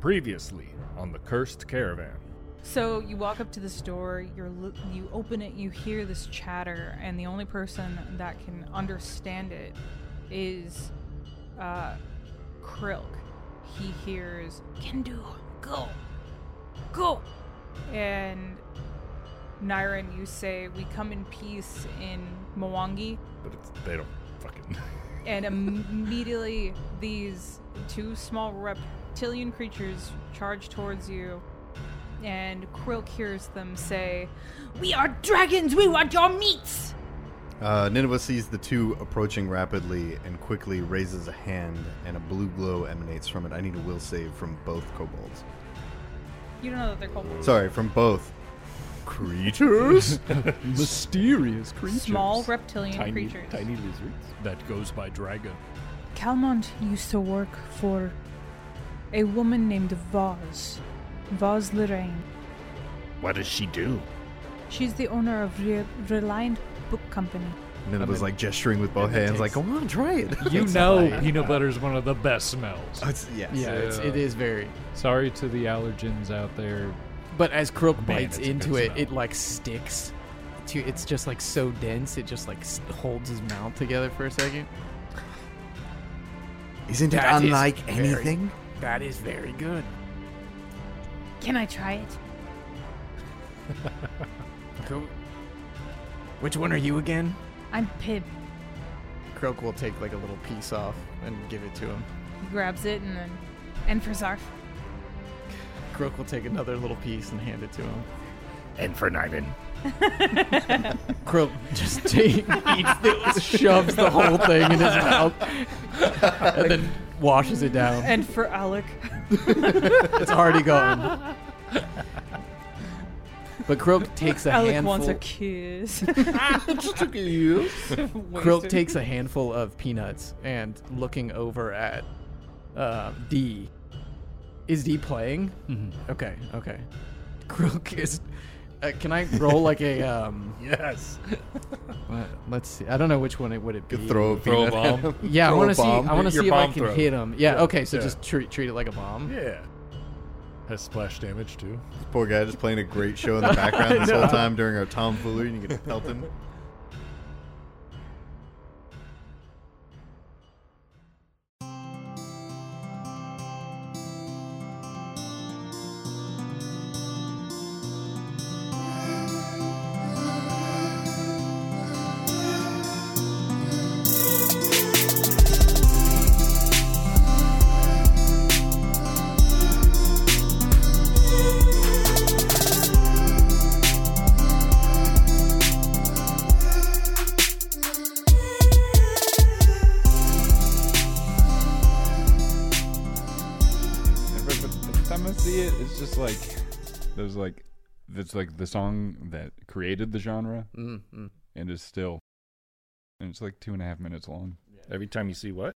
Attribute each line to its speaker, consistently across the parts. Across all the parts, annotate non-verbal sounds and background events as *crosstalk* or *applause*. Speaker 1: Previously on the Cursed Caravan.
Speaker 2: So you walk up to the store, you're lo- you open it, you hear this chatter, and the only person that can understand it is uh, Krilk. He hears "Can do, go, go," and Niren, you say, "We come in peace in Mwangi,"
Speaker 1: But it's, they don't fucking. *laughs*
Speaker 2: and immediately these two small reptilian creatures charge towards you and Krilk hears them say, We are dragons, we want your meats!
Speaker 3: Uh, Nineveh sees the two approaching rapidly and quickly raises a hand, and a blue glow emanates from it. I need a will save from both kobolds.
Speaker 2: You don't know that they're kobolds.
Speaker 3: Sorry, from both
Speaker 4: *laughs*
Speaker 3: creatures.
Speaker 5: Mysterious creatures.
Speaker 2: Small reptilian creatures.
Speaker 5: *laughs* lizards.
Speaker 4: that goes by dragon.
Speaker 2: Calmont used to work for a woman named Vaz. Vaz Lorraine.
Speaker 1: What does she do?
Speaker 2: She's the owner of Re- Reliant Book Company.
Speaker 3: Nineveh's like gesturing with both hands, like, "Come on, try it."
Speaker 4: You know peanut butter is one of the best smells.
Speaker 3: Oh, *laughs* it's- yes.
Speaker 5: Yeah, it's, it is very.
Speaker 4: Sorry to the allergens out there.
Speaker 5: But as Croak
Speaker 4: Man,
Speaker 5: bites
Speaker 4: it's a
Speaker 5: into
Speaker 4: good
Speaker 5: it,
Speaker 4: smell.
Speaker 5: it like sticks. To it's just like so dense, it just like s- holds his mouth together for a second.
Speaker 3: Isn't it
Speaker 5: That is
Speaker 3: unlike
Speaker 5: very-
Speaker 3: anything?
Speaker 5: That is very good.
Speaker 2: Can I try it?
Speaker 5: Who? Which one are you again?
Speaker 2: I'm Pib.
Speaker 5: Croak will take like a little piece off and give it to him.
Speaker 2: He grabs it and then. And for Zarf.
Speaker 5: Croak will take another little piece and hand it to him.
Speaker 1: And for Niven.
Speaker 5: Croak just *laughs* take, eats the, shoves the whole thing in his mouth, and then washes it down.
Speaker 2: And for Alec.
Speaker 5: It's already gone. But Croak takes a
Speaker 2: Alec
Speaker 5: handful.
Speaker 2: wants a kiss. *laughs*
Speaker 5: Croak takes a handful of peanuts and looking over at uh, D. Is D playing? Mm-hmm. Okay, okay. *laughs* Croak is. Uh, can I roll like a um?
Speaker 1: Yes.
Speaker 5: what- let's see. I don't know which one it would it be.
Speaker 3: Could throw a
Speaker 4: Throw a *laughs*
Speaker 3: peanut at
Speaker 4: bomb.
Speaker 3: him.
Speaker 5: Yeah, I
Speaker 3: Throw a
Speaker 5: want to see.
Speaker 3: bomb.
Speaker 5: I want to
Speaker 1: Your
Speaker 5: see if I
Speaker 1: bomb
Speaker 5: can
Speaker 1: throw.
Speaker 5: hit him. Yeah.
Speaker 1: Yeah,
Speaker 5: Okay. So
Speaker 1: yeah.
Speaker 5: just treat treat it like a bomb.
Speaker 1: Yeah.
Speaker 4: Has splash damage too.
Speaker 3: *laughs* Poor guy just playing a great show
Speaker 5: *laughs*
Speaker 3: in the background this whole time during our tomfoolery, and you can pelt him.
Speaker 6: And but- but the time I see it, it's just like there's like it's like the song that created the genre
Speaker 5: Mm-hmm.
Speaker 6: and is still, and it's like two and a half minutes long.
Speaker 1: Every time you see what?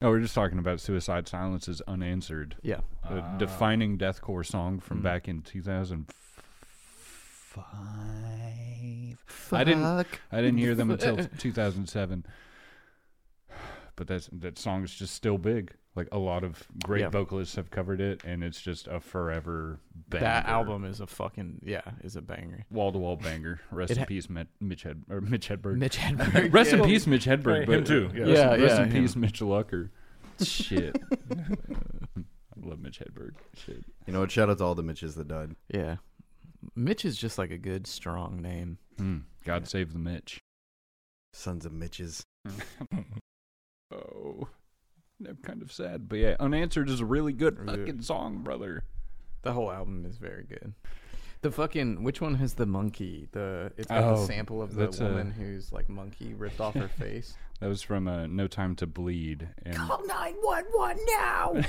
Speaker 6: Oh, we are just talking about Suicide Silence's "Unanswered,"
Speaker 5: Yeah.
Speaker 6: a
Speaker 1: Ah. Hmm.
Speaker 6: defining deathcore song from
Speaker 5: Mm.
Speaker 6: back in 2005. I didn't- I didn't hear them
Speaker 5: *laughs*
Speaker 6: until 2007. But that's that song is just still big. Like a lot of great
Speaker 5: Yeah.
Speaker 6: vocalists have covered it, and it's just a forever banger.
Speaker 5: That album is a fucking yeah, is a banger.
Speaker 6: wall to wall banger. Rest
Speaker 5: It
Speaker 6: in
Speaker 5: ha-
Speaker 6: peace, Met, Mitch Hed- or Mitch
Speaker 5: *laughs*
Speaker 6: Hedberg.
Speaker 5: Mitch Hedberg.
Speaker 6: Rest in
Speaker 5: yeah.
Speaker 6: peace, Mitch Hedberg.
Speaker 1: Right,
Speaker 6: but
Speaker 1: him
Speaker 5: *laughs*
Speaker 1: too, yeah.
Speaker 6: Rest,
Speaker 5: Yeah,
Speaker 6: rest
Speaker 5: yeah,
Speaker 6: in
Speaker 5: him.
Speaker 6: peace, Mitch Lucker. Shit. *laughs* I love Mitch Hedberg. Shit.
Speaker 3: You know what? Shout out to all the Mitches that died.
Speaker 5: Yeah. Mitch is just like a good strong name.
Speaker 6: Mm, God save
Speaker 5: *laughs*
Speaker 6: the Mitch.
Speaker 3: Sons of Mitches.
Speaker 6: Oh, I'm kind of sad, but yeah, Unanswered is a really good
Speaker 5: Yeah.
Speaker 6: fucking song, brother.
Speaker 5: The whole album is very good. The fucking which one has the monkey? The it's got the
Speaker 6: Oh,
Speaker 5: sample of the
Speaker 6: that's a-
Speaker 5: woman who's like monkey ripped off
Speaker 6: *laughs*
Speaker 5: her face.
Speaker 6: That was from uh, No Time to Bleed. And... *laughs*
Speaker 5: Oh,
Speaker 6: Call nine one one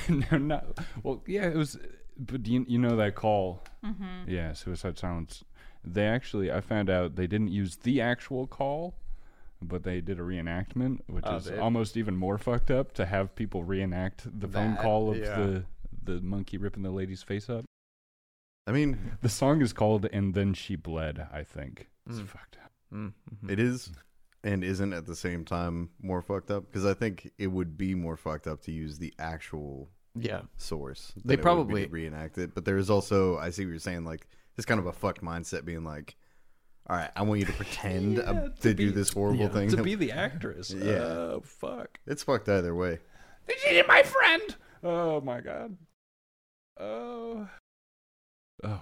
Speaker 6: now. no, not well. Yeah, it was. But do you, you know that call? Mm-hmm. Yeah, Suicide Silence. They actually, I found out they didn't use the actual call, but they did a reenactment, which
Speaker 5: Oh,
Speaker 6: is
Speaker 5: they-
Speaker 6: almost even more fucked up to have people reenact the phone
Speaker 5: That,
Speaker 6: call of
Speaker 5: yeah.
Speaker 6: the the monkey ripping the lady's face up.
Speaker 3: I mean,
Speaker 6: The song is called "And Then She Bled." I think it's
Speaker 5: Mm.
Speaker 6: fucked up.
Speaker 5: Mm, mhm.
Speaker 3: It is and isn't at the same time more fucked up because I think it would be more fucked up to use the actual
Speaker 5: Yeah.
Speaker 3: source.
Speaker 5: They
Speaker 3: than it would be
Speaker 5: probably-
Speaker 3: to reenact it. But there is also, I see what you're saying, like it's kind of a fucked mindset being like, all right, I want you to pretend uh, to, do this horrible thing.
Speaker 6: to be the actress. Yeah.
Speaker 3: Uh,
Speaker 6: fuck.
Speaker 3: *laughs* it's fucked either way.
Speaker 6: They cheated my friend. Oh my god. Oh. Oh.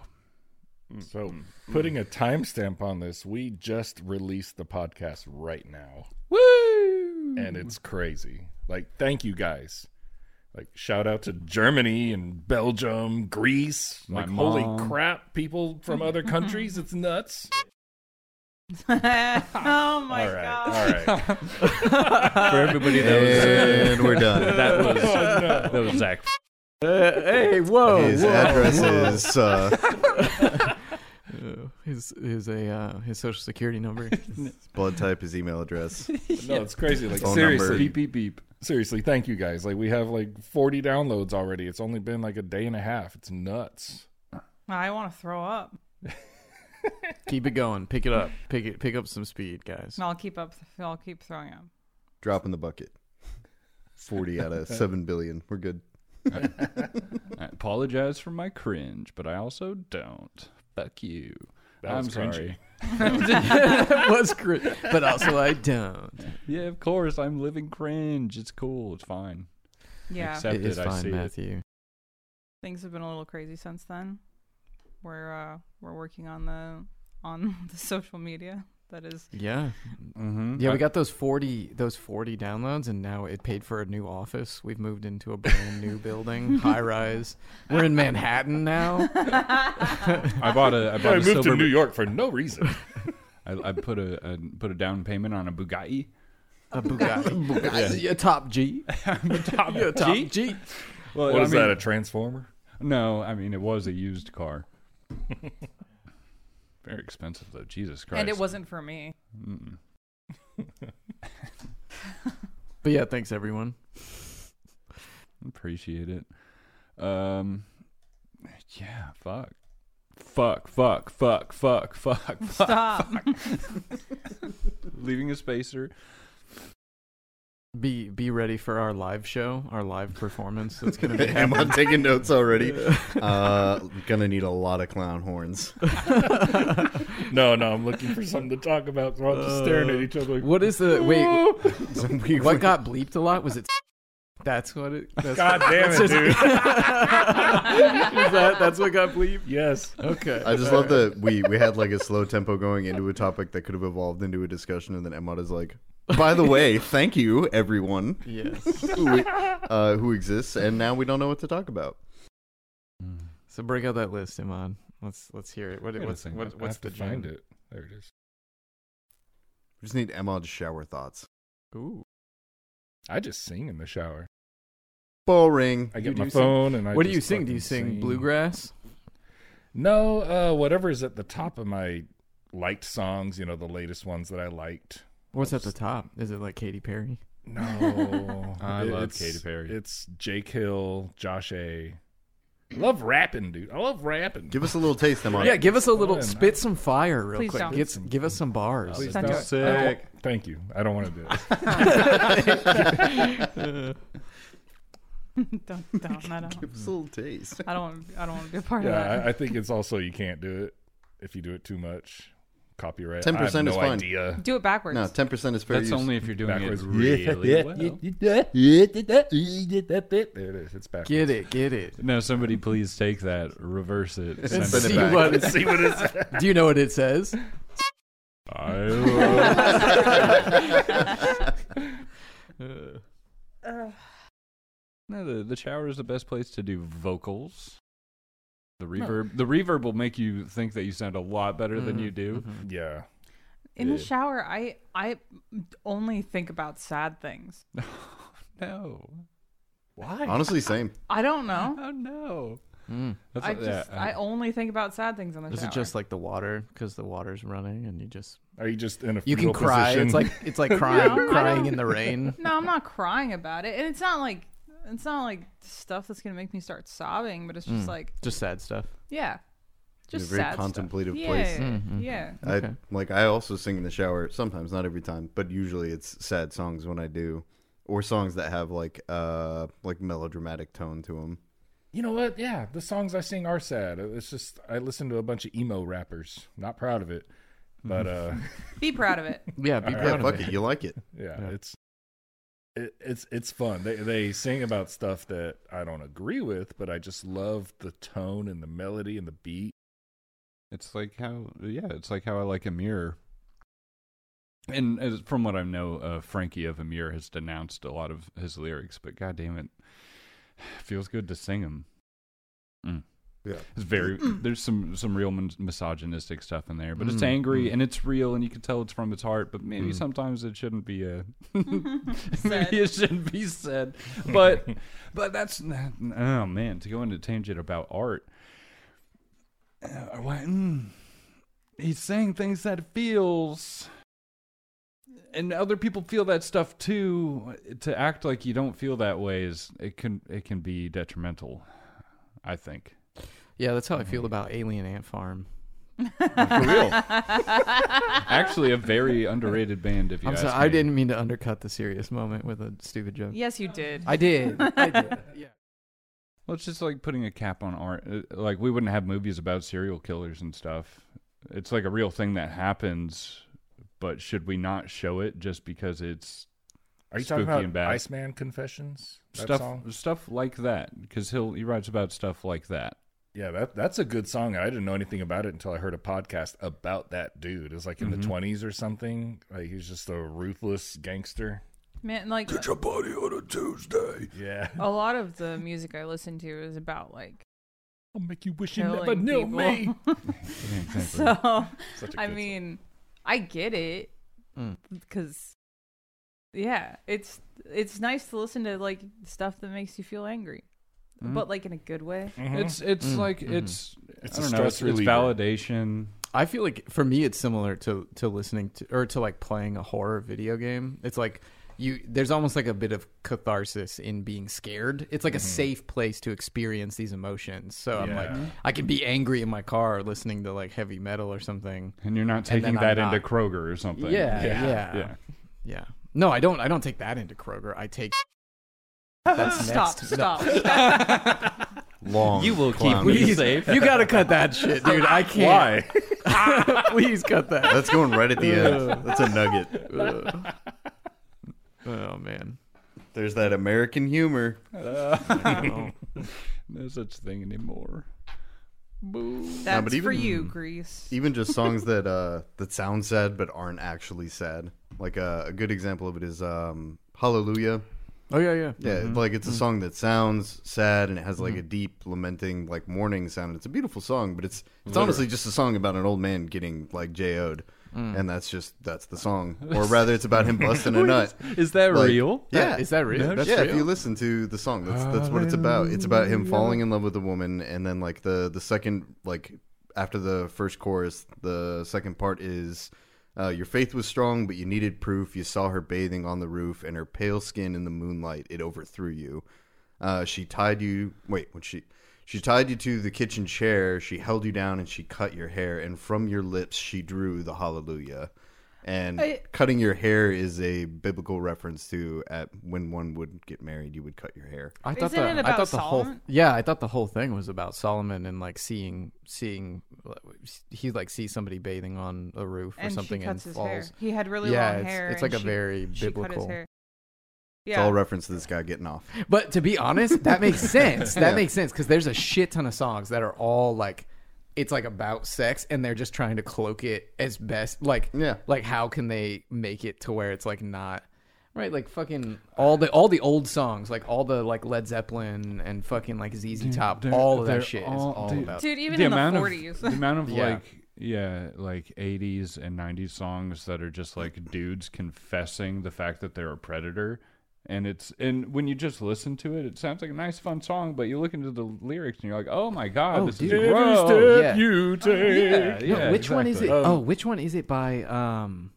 Speaker 1: So,
Speaker 6: Mm.
Speaker 1: putting a timestamp on this, we just released the podcast right now,
Speaker 6: Woo!
Speaker 1: and it's crazy. Like, thank you guys. Like, shout out to Germany and Belgium, Greece.
Speaker 6: My
Speaker 1: like, holy
Speaker 6: mom.
Speaker 1: crap, people from
Speaker 6: *laughs*
Speaker 1: other countries. It's nuts.
Speaker 2: *laughs* oh my
Speaker 1: all right,
Speaker 2: god.
Speaker 1: all right.
Speaker 6: for
Speaker 2: *laughs*
Speaker 6: everybody that was
Speaker 3: And we're
Speaker 6: *laughs*
Speaker 3: done.
Speaker 6: *laughs* that
Speaker 1: *laughs*
Speaker 6: was that was Zach.
Speaker 5: Uh, hey, whoa.
Speaker 3: His
Speaker 5: whoa.
Speaker 3: address is uh,
Speaker 5: Uh, his his a uh, his social security
Speaker 6: *laughs*
Speaker 5: number.
Speaker 3: blood type, his email address.
Speaker 1: No, it's crazy. Like,
Speaker 3: Phone
Speaker 1: seriously,
Speaker 3: number.
Speaker 6: Beep beep beep.
Speaker 1: seriously, thank you guys. Like, we have like 40 downloads already. It's only been like a day and a half. It's nuts.
Speaker 2: I want to throw up.
Speaker 5: keep it going. Pick it up. Pick it. Pick up some speed, guys.
Speaker 2: And I'll keep up. I'll keep throwing up.
Speaker 3: Drop in the bucket. 40
Speaker 6: *laughs*
Speaker 3: out of 7 billion. We're good.
Speaker 6: I apologize for my cringe, but I also don't. Fuck you.
Speaker 1: That
Speaker 6: I'm
Speaker 1: was cringy.
Speaker 6: sorry.
Speaker 5: That *laughs* was great, but also I don't.
Speaker 6: Yeah, of course. I'm living cringe. It's cool. It's fine.
Speaker 2: Yeah,
Speaker 6: Accept
Speaker 5: it is
Speaker 6: I see
Speaker 5: fine,
Speaker 6: it.
Speaker 5: Matthew.
Speaker 2: things have been a little crazy since then. We're uh, we're working on the on *laughs* the social media. That is
Speaker 5: Yeah,
Speaker 6: Mhm.
Speaker 5: yeah.
Speaker 6: I-
Speaker 5: We got those forty those forty downloads, and now it paid for a new office. We've moved into a brand
Speaker 6: *laughs*
Speaker 5: new building, high rise. We're in Manhattan now.
Speaker 6: I bought a. I
Speaker 1: I
Speaker 6: bought a
Speaker 1: moved
Speaker 6: silver.
Speaker 1: to New York for no reason.
Speaker 6: I, I put a, a put a down payment on a Bugatti.
Speaker 5: A
Speaker 6: *laughs*
Speaker 5: Bugatti, a top G.
Speaker 6: top
Speaker 5: You're a top G.
Speaker 6: Well,
Speaker 1: What
Speaker 6: I
Speaker 1: is
Speaker 6: mean-
Speaker 1: that? A transformer?
Speaker 6: No, I mean it was a used car. Very expensive though. Jesus Christ.
Speaker 2: and it wasn't for me.
Speaker 6: Mm-mm.
Speaker 5: But yeah, thanks everyone.
Speaker 6: Appreciate it. Um, yeah. Fuck. Fuck. Fuck. Fuck. Fuck. *laughs* Fuck. Fuck.
Speaker 2: Stop.
Speaker 6: Leaving a spacer.
Speaker 5: Be be ready for our live show, our live
Speaker 3: *laughs*
Speaker 5: performance. That's gonna
Speaker 6: *laughs*
Speaker 5: be.
Speaker 3: Am I taking notes already? Uh, gonna need a lot of clown horns. *laughs*
Speaker 1: No, no, I'm looking for something to talk about. So I'm just staring at each other. Like,
Speaker 5: *laughs* Uh, What is the wait?
Speaker 3: We- *laughs*
Speaker 5: What got bleeped a lot? Was it? *laughs* That's what it. That's
Speaker 1: God damn it,
Speaker 5: *laughs*
Speaker 1: dude.
Speaker 5: Is that, that's what got bleeped.
Speaker 1: Yes.
Speaker 5: Okay.
Speaker 3: I just love that we we had like a slow tempo going into a topic that could have evolved into a discussion, and then Emma is like, "By the
Speaker 5: *laughs*
Speaker 3: way, thank you everyone
Speaker 5: Yes.
Speaker 3: who, we- uh, who exists," and now we don't know what to talk about.
Speaker 5: So break out that list, Iman. Let's let's hear it. What,
Speaker 6: Wait a
Speaker 5: what's
Speaker 6: second,
Speaker 5: what,
Speaker 6: I- I
Speaker 1: I
Speaker 5: what's
Speaker 1: have
Speaker 5: the
Speaker 1: to
Speaker 5: gem?
Speaker 1: find it. There it is.
Speaker 3: We just need Emma's shower thoughts.
Speaker 5: Ooh.
Speaker 1: I just sing in the shower.
Speaker 3: Boring.
Speaker 1: I
Speaker 5: You
Speaker 1: get
Speaker 5: do
Speaker 1: my
Speaker 5: sing?
Speaker 1: phone and I.
Speaker 5: What do you
Speaker 1: just
Speaker 5: sing? Do you
Speaker 1: fucking
Speaker 5: sing, bluegrass?
Speaker 1: No, uh, whatever's at the top of my liked songs. You know, the latest ones that I liked.
Speaker 5: What's at the top? Is it like Katy Perry? *laughs*
Speaker 1: No,
Speaker 6: I love
Speaker 1: it's-
Speaker 6: Katy Perry.
Speaker 1: It's Jake Hill, Josh A. I love rapping, dude. I love rapping.
Speaker 3: Give us a little taste, Emma.
Speaker 5: Yeah, give us a little
Speaker 1: Fun.
Speaker 5: spit some fire real
Speaker 2: Please
Speaker 5: quick.
Speaker 2: don't.
Speaker 5: Get s- give us some bars.
Speaker 1: Please
Speaker 2: Send
Speaker 1: don't.
Speaker 2: your-
Speaker 1: I don't- Thank you. I don't want to do it.
Speaker 2: *laughs* don't don't. I don't.
Speaker 3: Give us a little taste.
Speaker 2: I don't. I don't want to be a part
Speaker 1: Yeah,
Speaker 2: of that.
Speaker 1: I, I think it's also you can't do it if you do it too much. Copyright.
Speaker 3: 10%
Speaker 1: I have no
Speaker 3: is fine.
Speaker 1: idea.
Speaker 2: Do it backwards.
Speaker 3: No, ten percent is fair
Speaker 6: That's
Speaker 3: use.
Speaker 6: only if you're doing
Speaker 1: Backwards.
Speaker 6: it really well.
Speaker 1: There it is. It's back. *laughs*
Speaker 5: Get it, get it.
Speaker 6: No, somebody please take that, reverse it, send
Speaker 3: send it
Speaker 6: it
Speaker 5: See
Speaker 3: back.
Speaker 5: what it-
Speaker 1: See what it's.
Speaker 5: do you know what
Speaker 1: *laughs*
Speaker 5: it says?
Speaker 6: I love-
Speaker 3: *laughs*
Speaker 5: Mm-hmm.
Speaker 6: no, the, the shower is the best place to do vocals. The reverb, the reverb will make you think that you sound a lot better
Speaker 2: Mm.
Speaker 6: than you do.
Speaker 1: Yeah.
Speaker 2: *laughs* In the
Speaker 6: Yeah.
Speaker 2: shower, I I only think about sad things.
Speaker 6: No, why?
Speaker 3: Honestly, same.
Speaker 2: I don't know.
Speaker 6: *laughs* Oh no,
Speaker 5: Mm.
Speaker 6: That's
Speaker 2: I
Speaker 6: what-
Speaker 2: just
Speaker 6: yeah, uh,
Speaker 2: I only think about sad things in the
Speaker 5: Is
Speaker 2: shower.
Speaker 5: it just like the water because the water's running and you just
Speaker 1: Are you just in a?
Speaker 5: you can
Speaker 1: fetal
Speaker 5: cry?
Speaker 1: Position?
Speaker 5: It's like it's like crying
Speaker 2: No, I
Speaker 5: crying
Speaker 2: don't-
Speaker 5: in the *laughs* rain.
Speaker 2: No, I'm not crying about it, and it's not like it's not like stuff that's gonna make me start sobbing. But it's
Speaker 6: Mm.
Speaker 2: just like
Speaker 5: Just sad stuff.
Speaker 2: yeah, just
Speaker 3: a very
Speaker 2: sad stuff.
Speaker 3: contemplative
Speaker 2: yeah, Mm,
Speaker 3: place.
Speaker 5: Mm-hmm.
Speaker 2: Yeah,
Speaker 5: Okay.
Speaker 3: I like I also sing in the shower sometimes, not every time, but usually it's sad songs when I do. or songs that have like uh like melodramatic tone to them.
Speaker 1: You know what? Yeah, the songs I sing are sad. It's just I listen to a bunch of emo rappers. Not proud of it, but
Speaker 6: *laughs*
Speaker 1: uh,
Speaker 2: Be proud of it.
Speaker 5: Yeah, be
Speaker 1: All
Speaker 5: proud
Speaker 3: Yeah,
Speaker 1: right.
Speaker 5: of
Speaker 3: fuck it. You like it?
Speaker 1: yeah,
Speaker 6: Yeah.
Speaker 1: it's it, it's it's fun. They they sing about stuff that I don't agree with, but I just love the tone and the melody and the beat.
Speaker 6: It's like how yeah, it's like how I like Amir. And as, from what I know, uh, Frankie of Amir has denounced a lot of his lyrics, but god damn it, *sighs* feels good to sing them.
Speaker 3: Yeah.
Speaker 6: It's very there's some some real mis- misogynistic stuff in there, but it's
Speaker 5: Mm,
Speaker 6: angry
Speaker 5: mm.
Speaker 6: and it's real, and you can tell it's from its heart. But maybe
Speaker 5: Mm.
Speaker 6: sometimes it shouldn't be a *laughs*
Speaker 2: Said.
Speaker 6: maybe it shouldn't be said. But but that's oh man to go into tangent about art. Uh, why- mm, he's saying things that it feels. And other people feel that stuff too. To act like you don't feel that way is it can it can be detrimental. I think.
Speaker 5: Yeah, that's how I feel about Alien Ant Farm.
Speaker 6: *laughs* For
Speaker 2: *laughs*
Speaker 6: real. Actually, a very underrated band. If you
Speaker 5: I'm
Speaker 6: ask
Speaker 5: sorry, I
Speaker 6: me.
Speaker 5: didn't mean to undercut the serious moment with a stupid joke.
Speaker 2: yes, you did.
Speaker 5: I *laughs* did. I did. Yeah.
Speaker 6: Well, it's just like putting a cap on art. Uh, Like we wouldn't have movies about serial killers and stuff. It's like a real thing that happens, but should we not show it just because it's
Speaker 1: Are you
Speaker 6: Spooky
Speaker 1: talking
Speaker 6: and
Speaker 1: about
Speaker 6: bad.
Speaker 1: Iceman Confessions? That
Speaker 6: stuff
Speaker 1: song?
Speaker 6: stuff like that? Because he'll he writes about stuff like that. *laughs*
Speaker 1: Yeah, that that's a good song. I didn't know anything about it until I heard a podcast about that dude. It was like in the twenties or something. Like he was just a ruthless gangster.
Speaker 2: *laughs* Man, like
Speaker 1: your body on a Tuesday. *laughs* Yeah.
Speaker 2: a lot of the music I listen to is about like
Speaker 1: I'll make you wish
Speaker 2: killing people. *laughs*
Speaker 6: Yeah, exactly.
Speaker 2: so
Speaker 1: Such a
Speaker 2: I
Speaker 1: good
Speaker 2: mean, I get it
Speaker 5: Mm.
Speaker 2: because yeah, it's it's nice to listen to like stuff that makes you feel angry,
Speaker 5: Mm-hmm.
Speaker 6: Mhm.
Speaker 2: but like in a good way.
Speaker 1: song. Mhm.
Speaker 6: it's it's
Speaker 5: Mm,
Speaker 6: like
Speaker 5: mhm.
Speaker 6: it's
Speaker 1: It's a
Speaker 6: I don't know.
Speaker 1: stress
Speaker 6: It's, it's
Speaker 1: reliever.
Speaker 6: validation.
Speaker 5: I feel like for me it's similar to to listening to or to like playing a horror video game. It's like you there's almost like a bit of catharsis in being scared. It's like a safe place to experience these emotions. So I'm
Speaker 1: Yeah.
Speaker 5: like I can be angry in my car listening to like heavy metal or something.
Speaker 6: And you're not
Speaker 5: And
Speaker 6: taking
Speaker 5: then
Speaker 6: that
Speaker 5: I'm
Speaker 6: into
Speaker 5: not.
Speaker 6: Kroger or something.
Speaker 5: Yeah,
Speaker 1: Yeah.
Speaker 5: yeah.
Speaker 6: yeah.
Speaker 5: Yeah. No, I don't I don't take that into Kroger. I
Speaker 2: *laughs*
Speaker 5: take That's
Speaker 2: Stop!
Speaker 5: next. *laughs*
Speaker 2: Stop!
Speaker 3: Long. clown.
Speaker 2: *laughs*
Speaker 5: safe. You gotta cut that shit, dude. I can't.
Speaker 1: why?
Speaker 5: *laughs* Please cut
Speaker 3: *laughs*
Speaker 5: that.
Speaker 3: That's going right at the
Speaker 2: *laughs*
Speaker 3: end. That's a nugget.
Speaker 5: Ugh. *laughs* oh man.
Speaker 3: There's that American humor.
Speaker 6: Uh, no such thing anymore.
Speaker 2: That's
Speaker 3: but
Speaker 2: for
Speaker 3: even-
Speaker 2: you, Greece.
Speaker 3: Even just songs that uh that sound sad but aren't actually sad. Like uh, a good example of it is um Hallelujah.
Speaker 5: Oh yeah, yeah.
Speaker 3: Yeah, like it's a song that sounds sad and it has like a deep lamenting like mourning sound. It's a beautiful song, but it's it's honestly just a song about an old man getting like JO'd. And that's just that's the song. Or rather it's about him busting a nut.
Speaker 6: Is that
Speaker 3: Like-
Speaker 6: real?
Speaker 3: Yeah.
Speaker 5: Is that real? That's
Speaker 3: yeah,
Speaker 5: real.
Speaker 3: if you listen to the song, that's that's what it's about. It's about him falling in love with a woman, and then like the the second like after the first chorus, the second part is. Uh, your faith was strong, but you needed proof. You saw her bathing on the roof, and her pale skin in the moonlight. It overthrew you. Uh, she tied you. Wait, when she she tied you to the kitchen chair, she held you down, and she cut your hair. And from your lips, she drew the hallelujah. And
Speaker 2: I-
Speaker 3: cutting your hair is a biblical reference to at when one would get married, you would cut your hair.
Speaker 5: I thought
Speaker 2: Isn't
Speaker 5: the,
Speaker 2: it
Speaker 5: I
Speaker 2: about
Speaker 5: thought the whole
Speaker 2: Solomon?
Speaker 5: yeah, I thought the whole thing was about Solomon and like seeing seeing he like sees somebody bathing on a roof or
Speaker 2: and
Speaker 5: something
Speaker 2: she cuts
Speaker 5: and
Speaker 2: his
Speaker 5: falls.
Speaker 2: hair. He had really
Speaker 5: yeah,
Speaker 2: long
Speaker 5: it's,
Speaker 2: hair.
Speaker 5: it's like
Speaker 2: and
Speaker 5: a
Speaker 2: she-
Speaker 5: very
Speaker 2: she cut his
Speaker 5: biblical.
Speaker 2: hair.
Speaker 3: It's all
Speaker 2: Yeah,
Speaker 3: reference to this guy getting off.
Speaker 5: But to be honest, that *laughs* makes sense. That
Speaker 3: Yeah.
Speaker 5: makes sense because there's a shit ton of songs that are all like, it's like about sex, and they're just trying to cloak it as best. Like,
Speaker 3: Yeah.
Speaker 5: like how can they make it to where it's like not right? Like fucking all the all the old songs, like all the like Led Zeppelin and fucking like ZZ Top,
Speaker 6: they're-
Speaker 5: all of
Speaker 6: they're
Speaker 5: that shit is
Speaker 6: all-
Speaker 5: all
Speaker 6: dude,
Speaker 5: about.
Speaker 2: dude. Even in the
Speaker 6: amount
Speaker 2: forties,
Speaker 6: Of, the amount of
Speaker 5: *laughs* Yeah.
Speaker 6: like yeah, like eighties and nineties songs that are just like dudes confessing the fact that they're a predator. And it's and when you just listen to it, it sounds like a nice fun song, but you look into the lyrics and you're like, Oh my god,
Speaker 5: Oh,
Speaker 6: this
Speaker 5: dude.
Speaker 6: is
Speaker 1: Every
Speaker 6: gross.
Speaker 1: step
Speaker 5: yeah.
Speaker 1: you
Speaker 6: Yeah,
Speaker 1: take.
Speaker 6: yeah,
Speaker 5: no, which one is it?
Speaker 6: exactly.
Speaker 5: oh, which one is it by? Um,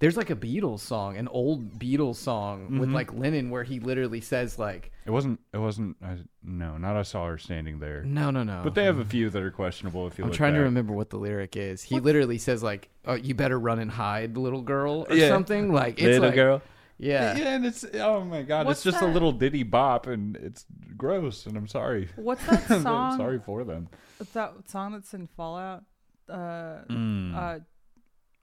Speaker 5: there's like a Beatles song, an old Beatles song with like Lennon, where he literally says like,
Speaker 6: It wasn't it wasn't I, no, not I saw her standing there.
Speaker 5: "No, no, no."
Speaker 6: But they have a few that are questionable if you
Speaker 5: I'm
Speaker 6: look
Speaker 5: trying to
Speaker 6: back.
Speaker 5: remember what the lyric is. He literally says like, "Oh, you better run and hide, little girl," or
Speaker 6: Yeah.
Speaker 5: something like it's
Speaker 6: Little
Speaker 5: like,
Speaker 6: girl,
Speaker 5: Yeah.
Speaker 6: *laughs* Yeah, and it's oh my god,
Speaker 2: What's
Speaker 6: it's just
Speaker 2: that?
Speaker 6: a little ditty bop, and it's gross, and I'm sorry.
Speaker 5: *laughs*
Speaker 6: *laughs*
Speaker 2: What's that
Speaker 6: I'm
Speaker 2: song?
Speaker 6: sorry for them.
Speaker 2: What's that song that's in Fallout? Uh,
Speaker 5: Mm.
Speaker 2: uh,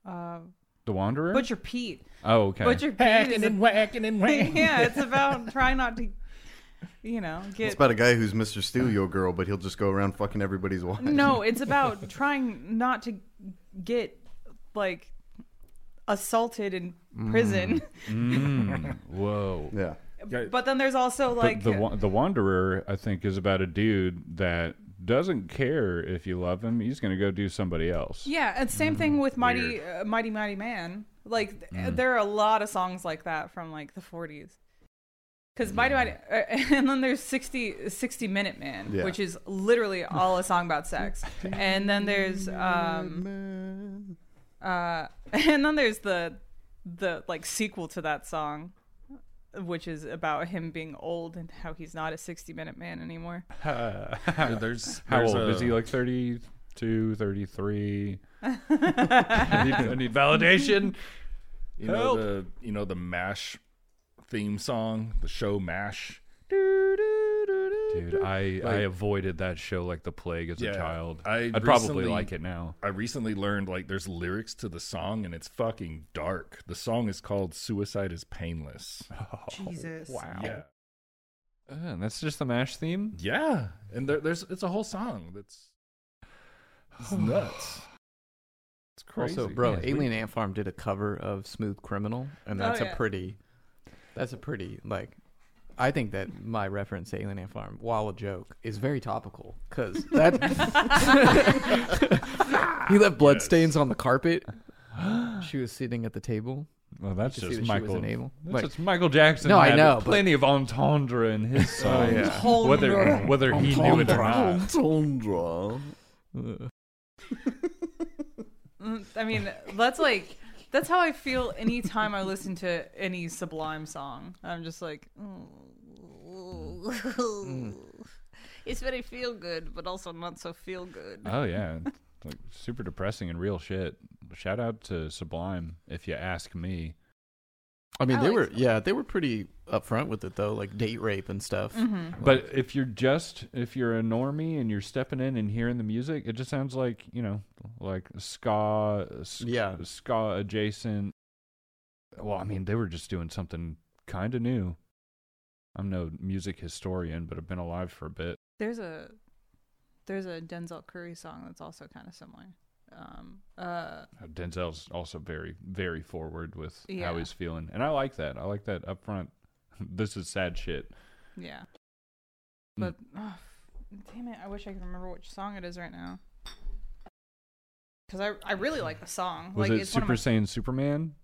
Speaker 2: uh,
Speaker 6: The Wanderer.
Speaker 2: Butcher Pete.
Speaker 6: oh, okay.
Speaker 2: Butcher Pete is a-
Speaker 1: whacking
Speaker 2: *laughs*
Speaker 1: and
Speaker 2: yeah, it's about trying not to, you know, get.
Speaker 3: It's about a guy who's Mr. Steal Your Girl, but he'll just go around fucking everybody's wife.
Speaker 2: no, it's about trying not to get like assaulted in prison. *laughs*
Speaker 6: Mm, whoa.
Speaker 3: Yeah.
Speaker 2: but then there's also like
Speaker 6: the the, wa- the Wanderer, I think, is about a dude that doesn't care if you love him. He's gonna go do somebody else.
Speaker 2: yeah, and same thing with Mighty uh, Mighty Mighty Man. Like th- there are a lot of songs like that from like the 40s. Because Mighty Mighty, uh, *laughs* and then there's 60 60 Minute Man,
Speaker 3: Yeah.
Speaker 2: which is literally all a song about sex. and then there's um.
Speaker 3: Man.
Speaker 2: Uh, *laughs* and then there's the the like sequel to that song, which is about him being old and how he's not a 60 minute man anymore.
Speaker 1: There's
Speaker 6: How
Speaker 1: there's
Speaker 6: old
Speaker 1: a-
Speaker 6: is he? Like
Speaker 2: *laughs*
Speaker 6: 32, 33? I, need, I need validation.
Speaker 1: You know the you know the Mash theme song, the show Mash.
Speaker 6: Dude, I, I avoided that show like the plague as
Speaker 1: Yeah,
Speaker 6: a child.
Speaker 1: I
Speaker 6: would probably
Speaker 1: recently-
Speaker 6: like it now.
Speaker 1: I recently learned like there's lyrics to the song and it's fucking dark. The song is called "Suicide Is Painless."
Speaker 2: Jesus.
Speaker 6: Wow.
Speaker 1: Yeah,
Speaker 6: Uh, and that's just the MASH theme?
Speaker 1: yeah, and there, there's it's a whole song that's
Speaker 6: *sighs*
Speaker 1: it's nuts. It's crazy,
Speaker 6: Also,
Speaker 5: Bro,
Speaker 6: Yeah, we-
Speaker 5: Alien Ant Farm did a cover of Smooth Criminal, and
Speaker 2: Oh,
Speaker 5: that's
Speaker 2: yeah.
Speaker 5: a pretty, that's a pretty like, I think that my reference to Alien Ant Farm, while a joke, is very topical because that *laughs* he left blood stains on the carpet. She was sitting at the table.
Speaker 6: Well, that's
Speaker 5: You can see
Speaker 6: just
Speaker 5: that she was
Speaker 6: Michael.
Speaker 5: an able-
Speaker 6: That's
Speaker 5: like-
Speaker 6: just *gasps* Michael Jackson.
Speaker 5: No, I
Speaker 6: had
Speaker 5: know, but-
Speaker 6: Plenty of entendre in his songs.
Speaker 2: Oh,
Speaker 6: Whether
Speaker 2: no.
Speaker 6: whether he knew it or not.
Speaker 3: Tundra.
Speaker 2: Mm, I mean, that's like that's how I feel anytime I listen to any Sublime song. I'm just like, *laughs* it's very feel good, but also not so feel good.
Speaker 6: Oh yeah, It's, like super depressing and real shit. Shout out to Sublime, if you ask me.
Speaker 5: I mean,
Speaker 2: I
Speaker 5: they
Speaker 2: like
Speaker 5: were
Speaker 2: Snow
Speaker 5: yeah, they were pretty upfront with it though, like date rape and stuff.
Speaker 2: Mm-hmm.
Speaker 6: But if you're just if you're a normie and you're stepping in and hearing the music, it just sounds like you know, like ska, s-
Speaker 5: Yeah.
Speaker 6: ska adjacent. Well, I mean, they were just doing something kind of new. I'm no music historian, but I've been alive for a bit.
Speaker 2: There's a there's a Denzel Curry song that's also kind of similar. Um, uh,
Speaker 6: Denzel's also very, very forward with
Speaker 2: Yeah.
Speaker 6: how he's feeling, and I like that. I like that upfront. *laughs* this is sad shit.
Speaker 2: yeah.
Speaker 5: Hmm.
Speaker 2: But oh, damn it, I wish I could remember which song it is right now. Because I I really like the song.
Speaker 6: Was
Speaker 2: like
Speaker 6: it
Speaker 2: it's one of
Speaker 6: Super
Speaker 2: my,
Speaker 6: Saiyan Superman?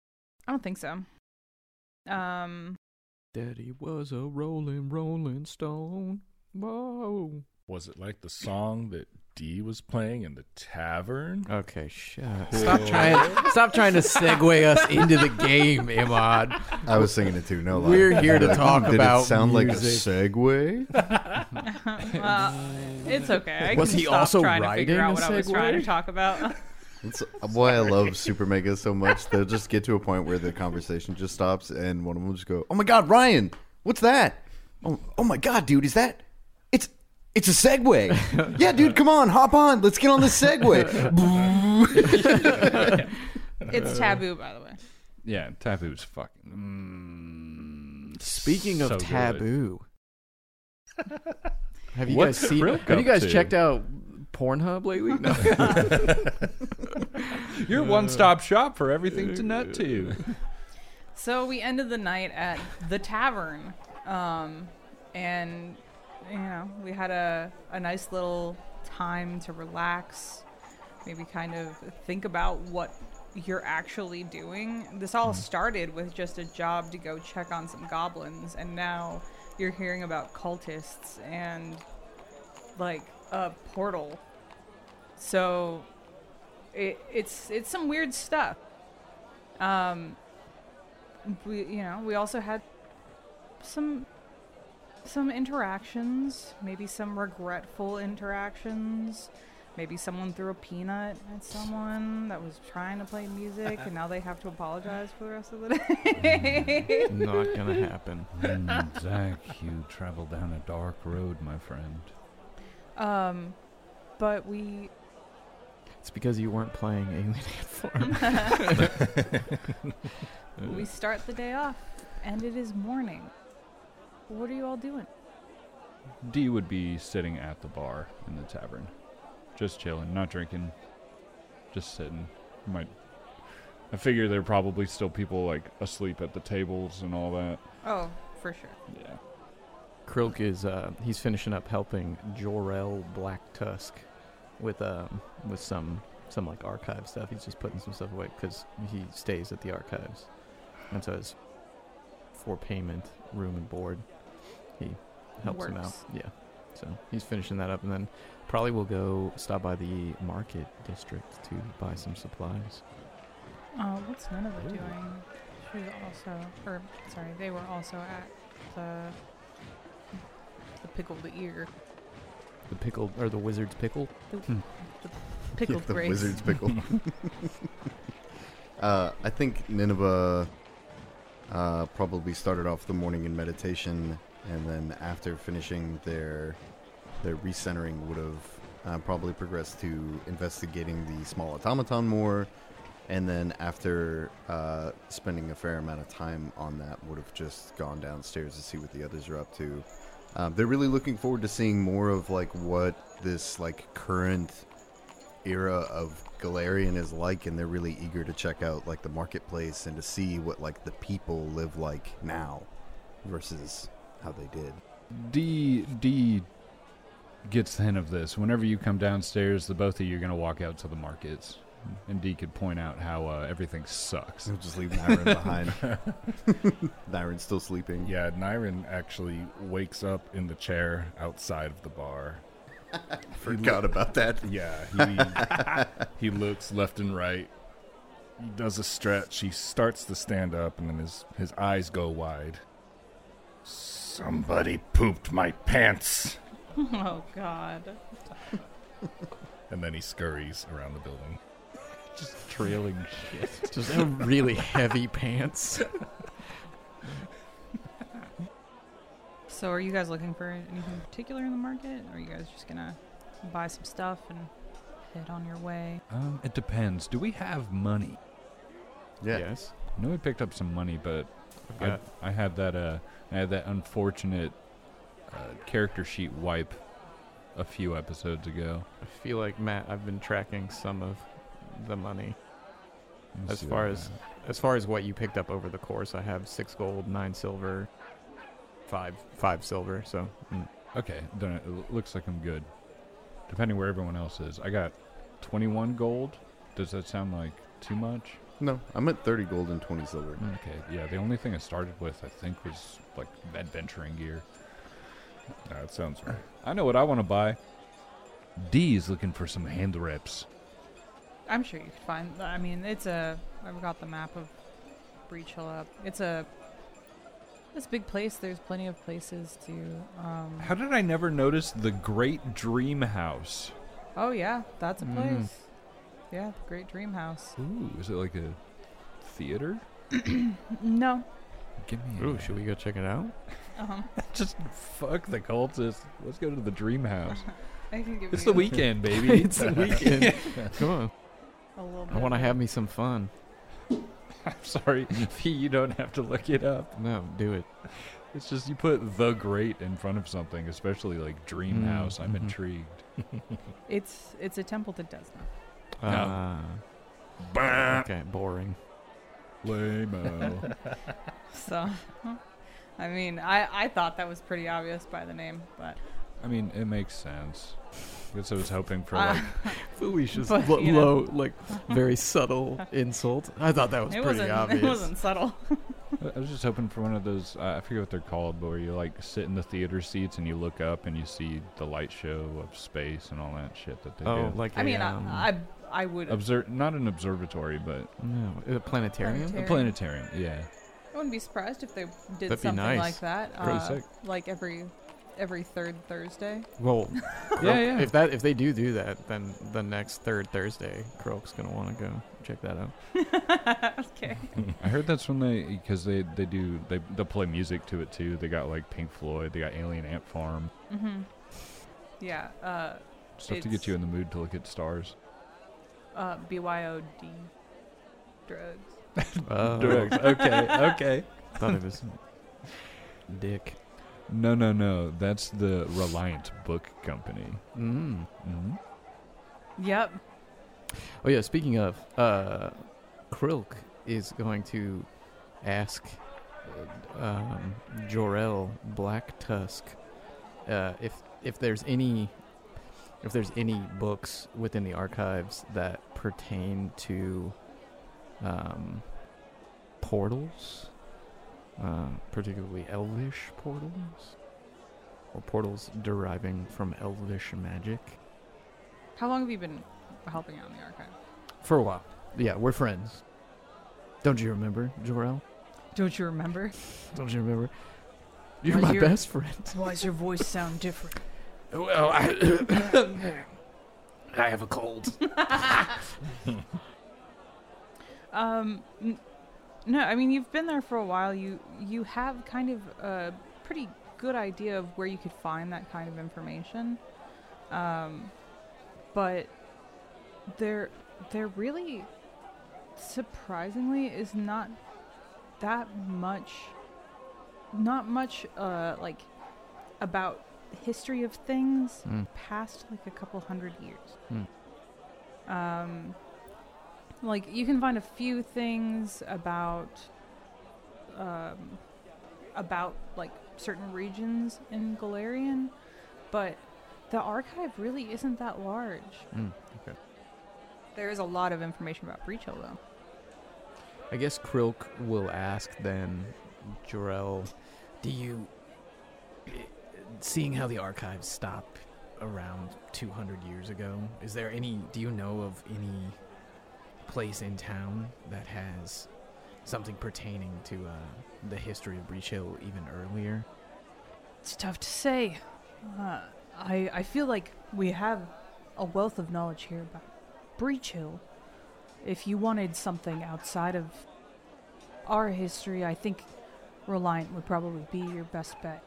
Speaker 2: *laughs* I don't think so.
Speaker 5: *laughs*
Speaker 2: Um, *laughs*
Speaker 5: Daddy was a rolling, rolling stone. Whoa.
Speaker 1: Was it like the song that D was playing in the tavern?
Speaker 5: Okay, *laughs* shut. up. Stop trying. Stop trying to segue us into the game, Imad.
Speaker 3: I was singing it too. No lie.
Speaker 5: We're here to
Speaker 3: Like,
Speaker 5: talk
Speaker 3: did
Speaker 5: about
Speaker 3: it sound
Speaker 5: music.
Speaker 3: like a segue?
Speaker 2: uh, it's okay. I
Speaker 5: Was
Speaker 2: can
Speaker 5: he
Speaker 2: stop
Speaker 5: also
Speaker 2: trying to
Speaker 5: riding
Speaker 2: figure
Speaker 5: a
Speaker 2: out what I was trying to
Speaker 5: Segway?
Speaker 2: talk
Speaker 5: *laughs*
Speaker 2: about?
Speaker 3: That's why uh, I love Super Mega so much. They'll just get to a point where the conversation just stops, and one of them will just go, "Oh my God, Ryan, what's that? Oh, oh my God, dude, is that? It's it's a Segway. yeah, dude, come on, hop on, let's get on the Segway.
Speaker 2: it's taboo, by the way.
Speaker 6: Yeah, Taboo's fucking. Mm,
Speaker 5: Speaking of
Speaker 6: so good.
Speaker 5: taboo,
Speaker 2: *laughs*
Speaker 5: have you
Speaker 6: What's
Speaker 5: guys seen?
Speaker 6: Krilk
Speaker 5: Have you
Speaker 6: up
Speaker 5: guys
Speaker 6: to?
Speaker 5: checked out Pornhub lately?
Speaker 2: *laughs*
Speaker 5: No.
Speaker 6: You're one stop shop for everything to nut to.
Speaker 2: So we ended the night at the tavern, um, and you know we had a, a nice little time to relax, maybe kind of think about what you're actually doing. This all started with just a job to go check on some goblins, and now you're hearing about cultists and like a portal. So it, it's it's some weird stuff. Um, we you know we also had some some interactions maybe some regretful interactions Maybe someone threw a peanut at someone that was trying to play music, and now they have to apologize for the rest of the day.
Speaker 5: Not gonna happen.
Speaker 6: *laughs* Mm, Zach, you travel down a dark road, my friend.
Speaker 2: *laughs* um, but we
Speaker 5: It's because you weren't playing Alien Ant Farm.
Speaker 2: we start the day off, and it is morning. What are you all doing?
Speaker 6: D would be sitting at the bar in the tavern, just chilling, not drinking, just sitting. Might. I figure there are probably still people like asleep at the tables and all that.
Speaker 2: Oh, for sure.
Speaker 6: Yeah.
Speaker 5: Krilk is uh, he's finishing up helping Jorel Black Tusk with um with some some like archive stuff. He's just putting some stuff away because he stays at the archives, and so it's for payment, room and board. He helps him out.
Speaker 2: Works.
Speaker 5: Yeah, so he's finishing that up, and then probably we'll go stop by the market district to buy some supplies.
Speaker 2: Uh, what's Nineveh doing? She was also, or sorry, they were also at the the pickled
Speaker 3: *laughs*
Speaker 2: ear,
Speaker 5: The pickle or the wizard's pickle.
Speaker 2: pickled
Speaker 3: *laughs* the
Speaker 2: grapes.
Speaker 3: wizard's pickle. uh, I think Nineveh uh, probably started off the morning in meditation, and then after finishing their their recentering, would have uh, probably progressed to investigating the small automaton more, and then after uh, spending a fair amount of time on that, would have just gone downstairs to see what the others are up to. Um, they're really looking forward to seeing more of like what this like current era of Galarian is like, and they're really eager to check out like the marketplace and to see what like the people live like now versus how they did.
Speaker 6: D D gets the hint of this. Whenever you come downstairs, the both of you are gonna walk out to the markets, and D could point out how uh, everything sucks.
Speaker 3: *laughs* So just leave Nyrin *laughs* behind. Nyrin's still sleeping.
Speaker 1: Yeah, Nyrin actually wakes up in the chair outside of the bar.
Speaker 3: *laughs* Forgot about that.
Speaker 1: Yeah, he he looks left and right. He does a stretch. He starts to stand up, and then his his eyes go wide. Somebody pooped my pants,
Speaker 2: *laughs* oh God.
Speaker 1: and then he scurries around the building.
Speaker 6: Just trailing *laughs* shit.
Speaker 5: Just really heavy pants.
Speaker 2: So, are you guys looking for anything particular in the market, or are you guys just gonna buy some stuff and head on your way?
Speaker 6: Um, it depends. Do we have money?
Speaker 3: Yeah.
Speaker 5: Yes.
Speaker 6: I know we picked up some money, but I,
Speaker 5: got-
Speaker 6: I had that uh, I had that unfortunate uh, character sheet wipe a few episodes ago.
Speaker 5: I feel like Matt, I've been tracking some of the money.
Speaker 6: Let me
Speaker 5: As
Speaker 6: see
Speaker 5: far
Speaker 6: what I
Speaker 5: as-
Speaker 6: have.
Speaker 5: As far as what you picked up over the course, I have six gold, nine silver, five five silver. So mm,
Speaker 6: okay, then it l- looks like I'm good. Depending where everyone else is, I got 21 gold. Does that sound like too much?
Speaker 3: No, I'm at 30 gold and 20 silver.
Speaker 6: Okay, yeah. The only thing I started with, I think, was like adventuring gear.
Speaker 1: That sounds right.
Speaker 6: I know what I want to buy. D is looking for some hand reps.
Speaker 2: I'm sure you could find. I mean, it's a. I've got the map of Breach Hill up. It's a. This big place. There's plenty of places to. Um,
Speaker 6: How did I never notice the Great Dream House?
Speaker 2: oh yeah, that's a
Speaker 5: Mm.
Speaker 2: place. Yeah, the Great Dream House.
Speaker 6: Ooh, is it like a theater?
Speaker 2: No.
Speaker 6: Give me.
Speaker 5: ooh, should we go check it out?
Speaker 2: Um,
Speaker 6: *laughs*
Speaker 2: *laughs*
Speaker 6: just fuck the cultists? Let's go to the
Speaker 5: *laughs*
Speaker 6: dream house.
Speaker 2: I can give
Speaker 6: It's
Speaker 2: you
Speaker 6: the weekend, baby.
Speaker 5: it's the weekend. Come on,
Speaker 2: a little bit.
Speaker 5: I want to
Speaker 2: of
Speaker 5: have me some fun.
Speaker 6: *laughs* I'm sorry, *laughs* Fee, you don't have to look it up.
Speaker 5: No, do it.
Speaker 6: It's just you put the great in front of something, especially like
Speaker 5: *laughs*
Speaker 6: dream
Speaker 5: Mm,
Speaker 6: house. I'm
Speaker 5: mhm.
Speaker 6: intrigued.
Speaker 2: it. It's it's a temple that does nothing.
Speaker 6: No.
Speaker 5: Uh,
Speaker 1: Bah.
Speaker 5: Ah, okay, boring.
Speaker 6: Lame.
Speaker 2: *laughs* So, *laughs* I mean, I I thought that was pretty obvious by the name, but
Speaker 6: I mean, it makes sense. I guess I was hoping for
Speaker 2: uh,
Speaker 6: like
Speaker 2: *laughs*
Speaker 5: Felicia's
Speaker 2: But,
Speaker 5: lo-
Speaker 2: you know.
Speaker 5: low, like
Speaker 2: *laughs*
Speaker 5: very subtle insult. I thought that was
Speaker 2: it
Speaker 5: pretty
Speaker 2: wasn't *laughs*
Speaker 5: obvious.
Speaker 2: it wasn't subtle.
Speaker 6: I- I was just hoping for one of those. Uh, I forget what they're called, but where you like sit in the theater seats and you look up and you see the light show of space and all that shit that they
Speaker 5: Oh,
Speaker 6: do.
Speaker 5: like
Speaker 2: I mean,
Speaker 5: a, um,
Speaker 2: I I, I would
Speaker 6: Obser- not an observatory, but
Speaker 5: no, a planetarium.
Speaker 6: a
Speaker 2: Planetarium.
Speaker 6: planetarium. Yeah.
Speaker 2: I wouldn't be surprised if they did
Speaker 5: That'd be
Speaker 2: something
Speaker 5: nice.
Speaker 2: like that. uh,
Speaker 6: Pretty sick.
Speaker 2: Like every every third Thursday. *laughs*
Speaker 5: Well,
Speaker 6: Yeah, yeah.
Speaker 5: if that if they do do that, then the next third Thursday, Croak's gonna want to go check that out. *laughs*
Speaker 2: okay.
Speaker 6: I heard that's when they because they they do they they play music to it too. They got like Pink Floyd, they got Alien Ant Farm
Speaker 2: Mm-hmm. Yeah. Uh,
Speaker 6: stuff to
Speaker 2: It's-
Speaker 6: get you in the mood to look at stars.
Speaker 2: uh, BYOD drugs.
Speaker 5: Oh,
Speaker 6: Drugs. okay, okay.
Speaker 5: thought it was Dick.
Speaker 6: No, no, no. That's the Reliant Book Company.
Speaker 5: Mm.
Speaker 6: Mhm. *laughs*
Speaker 2: Yep.
Speaker 5: Oh yeah, speaking of, uh, Krilk is going to ask um, Jorel Black Tusk uh, if if there's any if there's any books within the archives that pertain to um, portals, uh, particularly Elvish portals, or portals deriving from Elvish magic.
Speaker 2: How long have you been helping out in the archive?
Speaker 5: For a while. Yeah, we're friends. Don't you remember, Jorel?
Speaker 2: Don't you remember?
Speaker 5: Don't you remember? You're
Speaker 2: Uh,
Speaker 5: my
Speaker 2: you're-
Speaker 5: best friend.
Speaker 2: Why does your voice sound different?
Speaker 5: Well, I, *coughs* I have a
Speaker 6: *laughs*
Speaker 5: cold.
Speaker 2: Um, n- no, I mean you've been there for a while. You you have kind of a pretty good idea of where you could find that kind of information, um, but there there really surprisingly is not that much not much uh like about history of things
Speaker 5: Mm.
Speaker 2: past like a couple hundred years.
Speaker 5: Mm.
Speaker 2: Um, like you can find a few things about, um, about like certain regions in Galarian, but the archive really isn't that large.
Speaker 5: Mm.
Speaker 2: There is a lot of information about Breach Hill, though.
Speaker 5: I guess Krilk will ask then, Jorel, do you. Seeing how the archives stopped around 200 years ago, is there any. Do you know of any place in town that has something pertaining to uh, the history of Breach Hill even earlier?
Speaker 2: It's tough to say. Uh, I I feel like we have a wealth of knowledge here about Breach Hill. If you wanted something outside of our history, I think Reliant would probably be your best bet.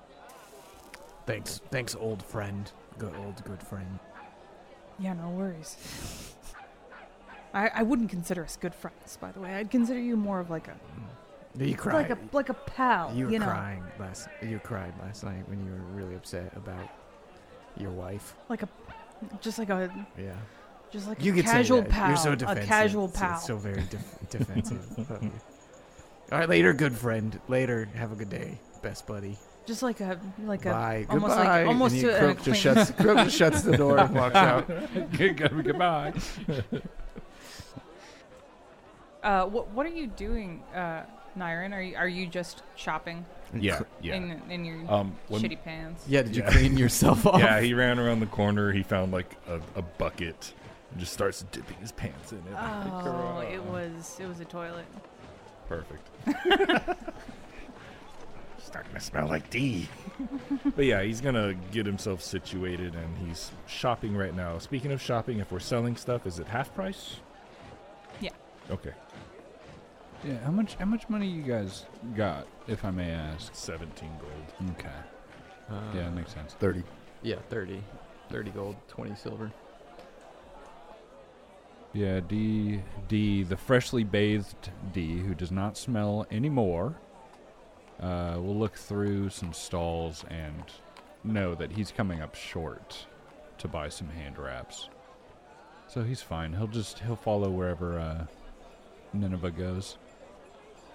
Speaker 5: Thanks, thanks, old friend. Good old good friend.
Speaker 2: Yeah, no worries. I I wouldn't consider us good friends, by the way. I'd consider you more of like a
Speaker 5: Mm. You
Speaker 2: like
Speaker 5: cried.
Speaker 2: a like a pal. You,
Speaker 5: you were
Speaker 2: know,
Speaker 5: crying last. You cried last night when you were really upset about your wife.
Speaker 2: like a just like a
Speaker 5: Yeah,
Speaker 2: just like
Speaker 5: you
Speaker 2: a
Speaker 5: could
Speaker 2: casual
Speaker 5: say that.
Speaker 2: pal.
Speaker 5: You're so defensive.
Speaker 2: A casual
Speaker 5: It's-
Speaker 2: pal.
Speaker 5: It's so very
Speaker 2: *laughs*
Speaker 5: def- defensive. of you. All right, later, good friend. Later, have a good day, best buddy.
Speaker 2: just like a like a
Speaker 5: Bye.
Speaker 2: almost like-
Speaker 5: Goodbye.
Speaker 2: almost
Speaker 5: and
Speaker 2: to
Speaker 5: he
Speaker 2: an
Speaker 5: croak just shuts. Croak just shuts the
Speaker 2: *laughs*
Speaker 5: door and walks out.
Speaker 6: Good- good- Goodbye.
Speaker 2: Uh, what what are you doing, uh, Nyrin? Are you are you just shopping
Speaker 1: Yeah, yeah.
Speaker 2: in in your
Speaker 1: Um, when-
Speaker 2: shitty pants?
Speaker 5: Yeah, did you
Speaker 1: Yeah.
Speaker 5: clean yourself off?
Speaker 1: yeah, he ran around the corner. He found like a, a bucket and just starts dipping his pants in it.
Speaker 2: Oh, it was it was a toilet.
Speaker 1: Perfect. *laughs* Starting to smell like D. but yeah, he's gonna get himself situated, and he's shopping right now. Speaking of shopping, if we're selling stuff, is it half price?
Speaker 2: Yeah.
Speaker 1: Okay,
Speaker 6: Yeah, how much how much money you guys got, if I may ask?
Speaker 1: seventeen gold.
Speaker 6: Okay. Yeah, that makes sense.
Speaker 3: Thirty.
Speaker 5: Uh, yeah, thirty, thirty gold, twenty silver.
Speaker 6: Yeah, D D the freshly bathed D who does not smell anymore. Uh, will look through some stalls and know that he's coming up short to buy some hand wraps. So he's fine. He'll just he'll follow wherever uh, Nineveh goes.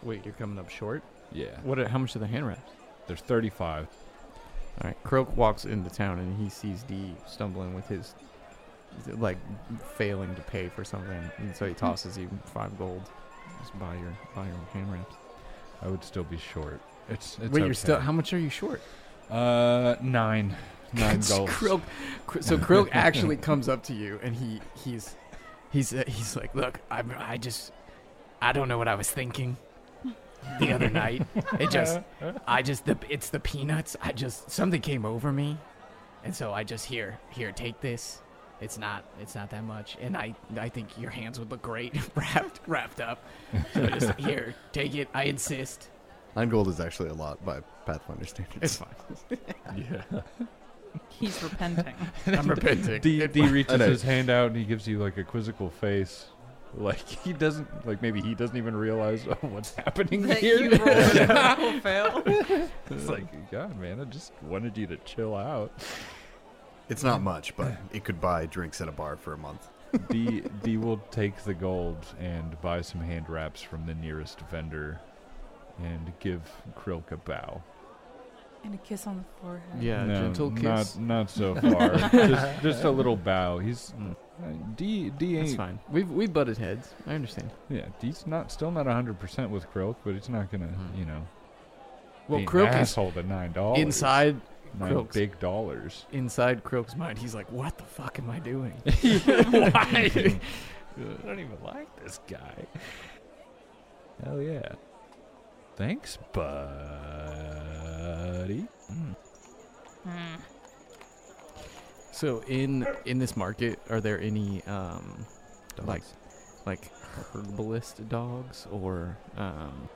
Speaker 5: Wait, you're coming up short.
Speaker 6: Yeah,
Speaker 5: What? Are, how much are the hand wraps?
Speaker 6: there's 35.
Speaker 5: All right, Croak walks into town and he sees D stumbling with his, like, failing to pay for something, and so he tosses you five gold. Just buy your buy your hand wraps.
Speaker 6: I would still be short. It's, it's
Speaker 5: Wait, you're still
Speaker 6: okay.
Speaker 5: how much are you short?
Speaker 6: Uh, nine. Nine
Speaker 5: *laughs*
Speaker 6: goals.
Speaker 5: Krilk, Kr- so Krilk actually comes up to you and he he's he's uh, he's like, look, I I just I don't know what I was thinking. the other night. It just, I just, the, it's the peanuts. I just, something came over me. And so I just, here, here, take this. It's not, it's not that much. And I, I think your hands would look great *laughs* wrapped, wrapped up. So just, here, take it. I insist.
Speaker 3: Nine gold is actually a lot by Pathfinder standards.
Speaker 5: It's fine.
Speaker 3: *laughs*
Speaker 2: He's repenting.
Speaker 5: I'm repenting.
Speaker 3: *laughs*
Speaker 6: *laughs* D, D reaches
Speaker 3: know.
Speaker 6: his hand out and he gives you like a quizzical face. Like he doesn't like maybe he doesn't even realize *laughs* what's happening
Speaker 2: that
Speaker 6: here.
Speaker 2: you rolled a
Speaker 6: *laughs*
Speaker 2: *laughs* critical fail.
Speaker 6: It's like, God, man, I just wanted you to chill out.
Speaker 3: It's *laughs* not much, but it could buy drinks at a bar for a month.
Speaker 6: D D will take the gold and buy some hand wraps from the nearest vendor, and give Krilk a bow.
Speaker 2: And a kiss on the forehead.
Speaker 5: Yeah,
Speaker 6: no,
Speaker 5: gentle kiss.
Speaker 6: not not so
Speaker 5: *laughs*
Speaker 6: far. just, just a little bow. He's uh, D D
Speaker 5: Mm. That's
Speaker 6: ain't
Speaker 5: fine. We've we butted heads. I understand.
Speaker 6: yeah. D's not still not hundred percent with Krilk, but he's not gonna
Speaker 4: Hmm.
Speaker 5: Mm.
Speaker 6: you know.
Speaker 5: Well,
Speaker 6: be an
Speaker 5: Krilk is
Speaker 6: asshole to nine dollars
Speaker 5: inside
Speaker 6: nine
Speaker 5: Krilk's-
Speaker 6: big dollars.
Speaker 5: inside Croak's mind. He's like, "What the fuck am I *laughs* doing?" *laughs*
Speaker 6: Why? I don't even like this guy. Hell yeah. Thanks, buddy.
Speaker 2: Mm.
Speaker 5: So in in this market, are there any um like like herbalist dogs or um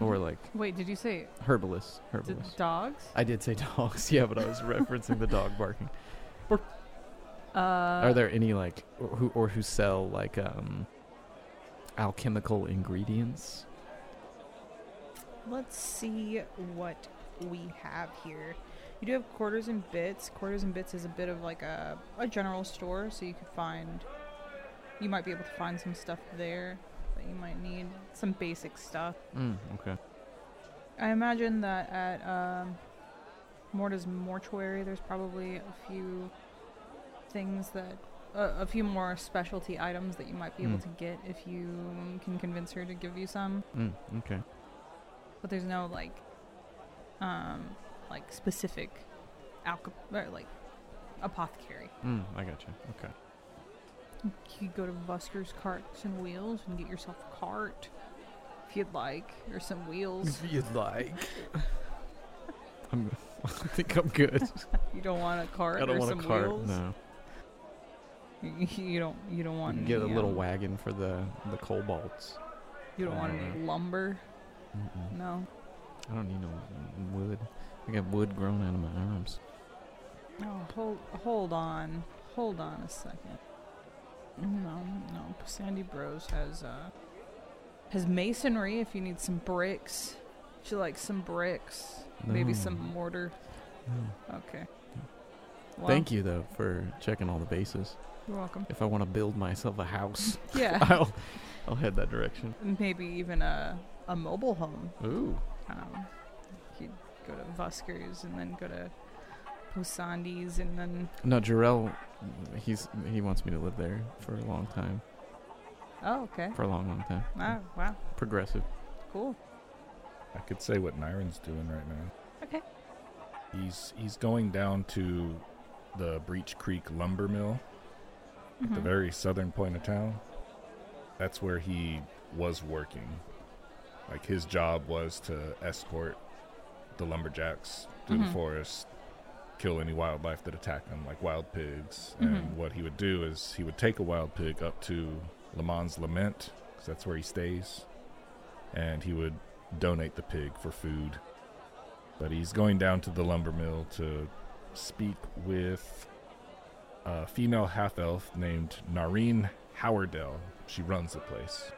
Speaker 5: or like
Speaker 2: Wait, did you say
Speaker 5: herbalists
Speaker 2: d-
Speaker 5: herbalists?
Speaker 2: dogs?
Speaker 5: I did say *laughs* dogs, yeah, but I was referencing the dog barking.
Speaker 2: Uh,
Speaker 5: Are there any like or who or who sell like um alchemical ingredients?
Speaker 2: Let's see what we have here. You do have quarters and bits. Quarters and bits is a bit of like a, a general store, so you could find. You might be able to find some stuff there that you might need. Some basic stuff.
Speaker 5: Mm, okay.
Speaker 2: I imagine that at um, Morta's mortuary, there's probably a few things that. Uh, a few more specialty items that you might be able
Speaker 5: Mm.
Speaker 2: to get if you can convince her to give you some.
Speaker 5: Mm, okay.
Speaker 2: but there's no like um like specific alco- or, like apothecary
Speaker 5: Mm, I gotcha. Okay.
Speaker 2: you could go to Buster's Carts and Wheels and get yourself a cart if you'd like or some
Speaker 5: *laughs*
Speaker 2: wheels
Speaker 5: you'd like. I'm, *laughs* I think I'm good.
Speaker 2: you don't want a cart
Speaker 5: I don't
Speaker 2: or
Speaker 5: want a
Speaker 2: some
Speaker 5: cart.
Speaker 2: wheels
Speaker 5: No.
Speaker 2: you, *laughs* you don't you don't want um,
Speaker 5: Get a
Speaker 2: you
Speaker 5: little
Speaker 2: know,
Speaker 5: wagon for the the kobolds.
Speaker 2: you don't want any
Speaker 5: Mm.
Speaker 2: lumber
Speaker 5: Mm-mm.
Speaker 2: no
Speaker 5: I don't need no w- wood. I got wood grown out of my arms.
Speaker 2: no hold hold on hold on a second no no Sandy Bros has uh has masonry if you need some bricks. She likes some bricks, maybe some
Speaker 5: No.
Speaker 2: mortar.
Speaker 5: No.
Speaker 2: Okay.
Speaker 5: Thank you though for checking all the bases.
Speaker 2: You're welcome.
Speaker 5: If I want to build myself a
Speaker 2: *laughs*
Speaker 5: house, *laughs*
Speaker 2: Yeah,
Speaker 5: I'll I'll head that direction.
Speaker 2: maybe even a a mobile home.
Speaker 5: Ooh.
Speaker 2: Um, you could go to Vuskers and then go to Posandi's and then
Speaker 5: No, Jarrell, he's he wants me to live there for a long time.
Speaker 2: oh okay.
Speaker 5: For a long, long time.
Speaker 2: Oh wow,
Speaker 5: Progressive.
Speaker 2: cool.
Speaker 1: I could say what Niren's doing right now.
Speaker 2: Okay.
Speaker 1: He's he's going down to the Breach Creek lumber mill, at the
Speaker 2: Mhm.
Speaker 1: very southern point of town. That's where he was working. Like his job was to escort the lumberjacks through
Speaker 2: Mhm.
Speaker 1: the forest, kill any wildlife that attacked them, like wild pigs.
Speaker 2: Mhm.
Speaker 1: And what he would do is he would take a wild pig up to Lamont's Lament, because that's where he stays, and he would donate the pig for food. But he's going down to the lumber mill to speak with a female half elf named Nareen Howardell. She runs the place.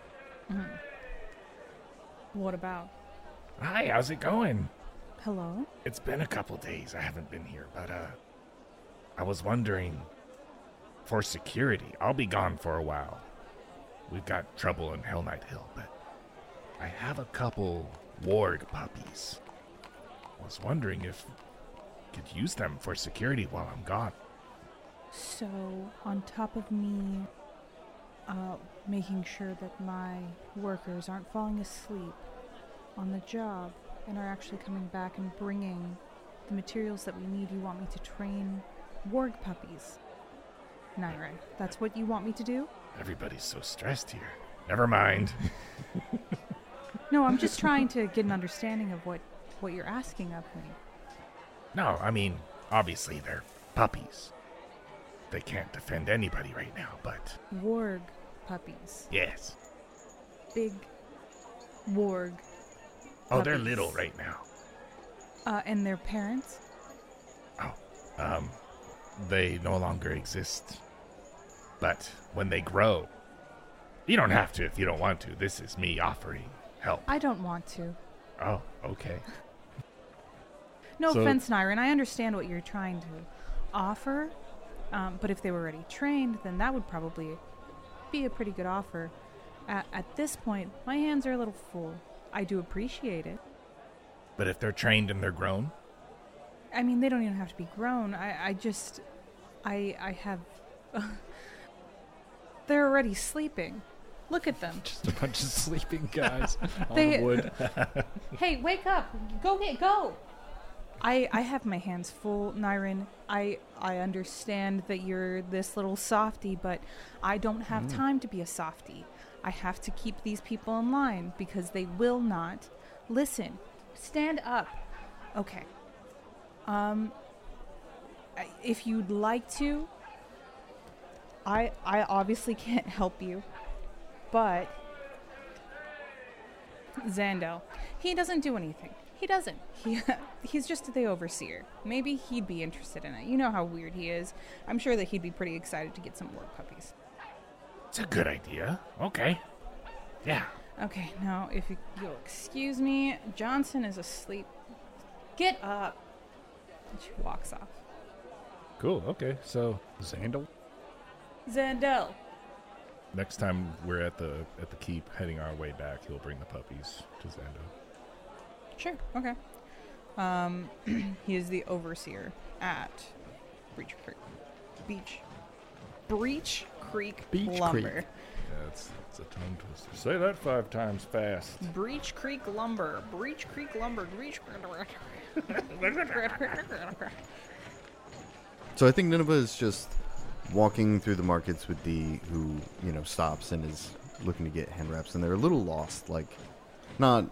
Speaker 2: Mhm. Mm-hmm. What about
Speaker 1: Hi, how's it going?
Speaker 2: hello?
Speaker 1: It's been a couple days. I haven't been here, but uh I was wondering for security. I'll be gone for a while. We've got trouble in Hell Knight Hill, but I have a couple warg puppies. I was wondering if I could use them for security while I'm gone.
Speaker 2: So, on top of me uh, making sure that my workers aren't falling asleep on the job and are actually coming back and bringing the materials that we need, you want me to train warg puppies. Naira, that's what you want me to do?
Speaker 1: Everybody's so stressed here. Never mind.
Speaker 2: No, I'm just trying to get an understanding of what what you're asking of me.
Speaker 1: *laughs* No, I mean, obviously they're puppies. They can't defend anybody right now, but
Speaker 2: Warg puppies,
Speaker 1: yes.
Speaker 2: big warg.
Speaker 1: Oh, they're
Speaker 2: Puppies.
Speaker 1: little right now.
Speaker 2: Uh, and their parents.
Speaker 1: Oh, um, they no longer exist. But when they grow, you don't have to if you don't want to. This is me offering help.
Speaker 2: I don't want to.
Speaker 1: Oh, okay.
Speaker 2: No
Speaker 1: So-
Speaker 2: offense, Nyrin. I understand what you're trying to offer, um, but if they were already trained, then that would probably be a pretty good offer. At, at this point, my hands are a little full. I do appreciate it.
Speaker 1: But if they're trained and they're grown,
Speaker 2: I mean, they don't even have to be grown. I, I just, I, I have. *laughs* they're already sleeping. Look at them.
Speaker 4: Just a bunch of sleeping guys on
Speaker 2: They-
Speaker 4: wood.
Speaker 2: Hey, wake up! Go get go. I I have my hands full, Nyrin. I I understand that you're this little softy, but I don't have time to be a softy. I have to keep these people in line because they will not listen. Stand up. Okay. Um I- if you'd like to I I obviously can't help you, but Zando. He doesn't do anything. He doesn't. He *laughs* he's just the overseer. Maybe he'd be interested in it. You know how weird he is. I'm sure that he'd be pretty excited to get some work puppies.
Speaker 1: it's a good idea. Okay. Yeah.
Speaker 2: Okay, now if you, you'll excuse me, Johnson is asleep. Get up. And she walks off.
Speaker 1: Cool. Okay. So
Speaker 4: Zandal?
Speaker 2: Zandel.
Speaker 1: next time we're at the at the keep, heading our way back, he'll bring the puppies to Zando.
Speaker 2: Sure. Okay. Um, *clears throat* he is the overseer at Breach Creek. Beach. Breach Creek
Speaker 5: Beach Creek.
Speaker 2: Lumber.
Speaker 1: That's it's a tongue twister. Say that five times fast.
Speaker 2: Breach Creek Lumber. Breach Creek Lumber. Breach.
Speaker 5: *laughs*
Speaker 3: So I think Nineveh is just walking through the markets with Dee, who you know stops and is looking to get hand wraps, and they're a little lost, like not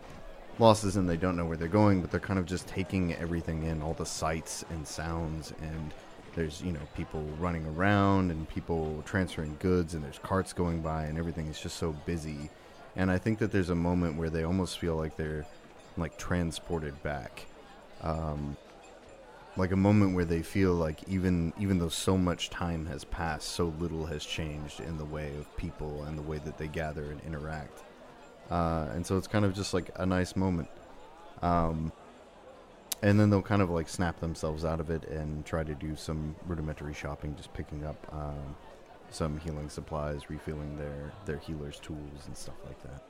Speaker 3: lost as in they don't know where they're going, but they're kind of just taking everything in, all the sights and sounds, and there's you know people running around and people transferring goods, and there's carts going by, and everything is just so busy. And I think that there's a moment where they almost feel like they're like transported back. Um, like a moment where they feel like even even though so much time has passed so little has changed in the way of people and the way that they gather and interact uh, and so it's kind of just like a nice moment um, and then they'll kind of like snap themselves out of it and try to do some rudimentary shopping just picking up um, some healing supplies refilling their their healers tools and stuff like that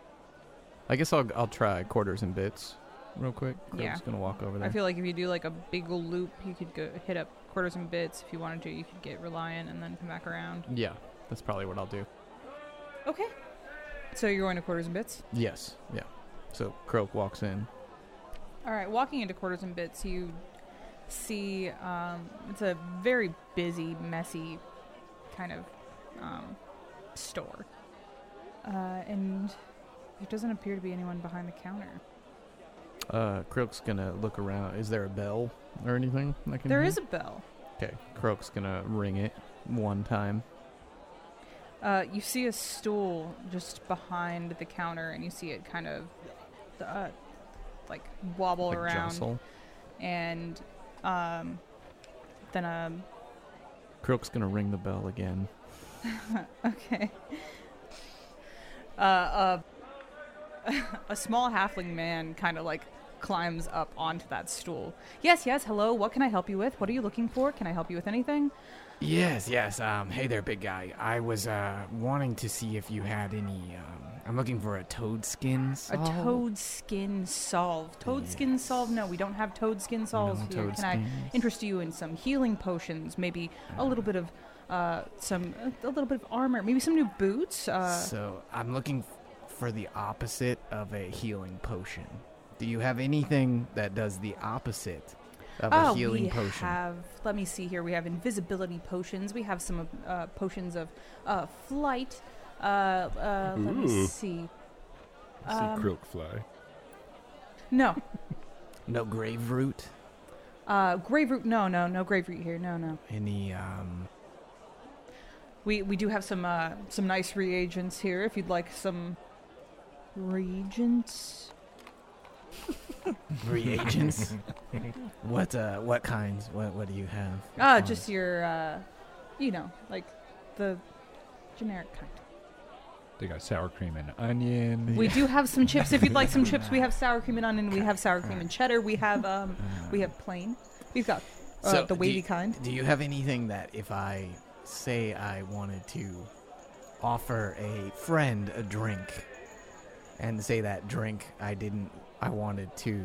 Speaker 5: I guess I'll I'll try quarters and bits real quick. Crow's
Speaker 2: Yeah.
Speaker 5: gonna walk over there.
Speaker 2: I feel like if you do like a big loop, you could go hit up quarters and bits. If you wanted to, you could get reliant and then come back around.
Speaker 5: yeah, that's probably what I'll do.
Speaker 2: Okay. So you're going to quarters and bits.
Speaker 5: Yes, yeah. So Croak walks in.
Speaker 2: All right. Walking into quarters and bits, you see um, it's a very busy, messy kind of um, store, uh, and there doesn't appear to be anyone behind the counter.
Speaker 5: Uh, Croak's gonna look around. Is there a bell or anything? I can
Speaker 2: There
Speaker 5: hear?
Speaker 2: is a bell.
Speaker 5: Okay, Croak's gonna ring it one time.
Speaker 2: Uh, you see a stool just behind the counter, and you see it kind of uh, like wobble
Speaker 5: like
Speaker 2: around,
Speaker 5: jostle.
Speaker 2: and um, then a
Speaker 5: Croak's gonna ring the bell again.
Speaker 2: okay, uh, *laughs* a a small halfling man kind of like climbs up onto that stool. Yes, yes. Hello. What can I help you with? What are you looking for? Can I help you with anything?
Speaker 7: Yes, yes. Um, hey there, big guy. I was uh wanting to see if you had any. Um, I'm looking for a toad skin.
Speaker 2: A
Speaker 7: solve.
Speaker 2: toad skin solve. Toad skin solve? No, we don't have toad skin solves
Speaker 5: No
Speaker 2: here.
Speaker 5: toad
Speaker 2: Can I
Speaker 5: skins.
Speaker 2: interest you in some healing potions? Maybe a little bit of uh, some, a little bit of armor. Maybe some new boots. Uh,
Speaker 7: So I'm looking f- for the opposite of a healing potion. Do you have anything that does the opposite of
Speaker 2: oh,
Speaker 7: a healing
Speaker 2: we
Speaker 7: potion?
Speaker 2: have. Let me see here. We have invisibility potions. We have some uh, potions of uh, flight. Uh, uh, let me
Speaker 1: Ooh.
Speaker 2: see.
Speaker 1: See
Speaker 2: Um,
Speaker 1: Croak fly.
Speaker 2: No.
Speaker 7: No grave root.
Speaker 2: Uh, grave root. No, no, no grave root here. No, no.
Speaker 7: Any um.
Speaker 2: We we do have some uh, some nice reagents here. If you'd like some reagents, *laughs*
Speaker 7: reagents? what uh what kinds? What what do you have?
Speaker 2: ah,
Speaker 7: Um,
Speaker 2: just your, uh, you know, like the generic kind.
Speaker 6: They got sour cream and onion.
Speaker 2: We do have some chips. If you'd like
Speaker 7: *laughs*
Speaker 2: some chips, we have sour cream and onion. We have sour cream and cheddar. We have um, we have plain. We've got uh,
Speaker 7: Uh, So,
Speaker 2: the
Speaker 7: do
Speaker 2: wavy
Speaker 7: you-
Speaker 2: kind.
Speaker 7: Do you have anything that if I say I wanted to offer a friend a drink and say that drink I didn't I wanted to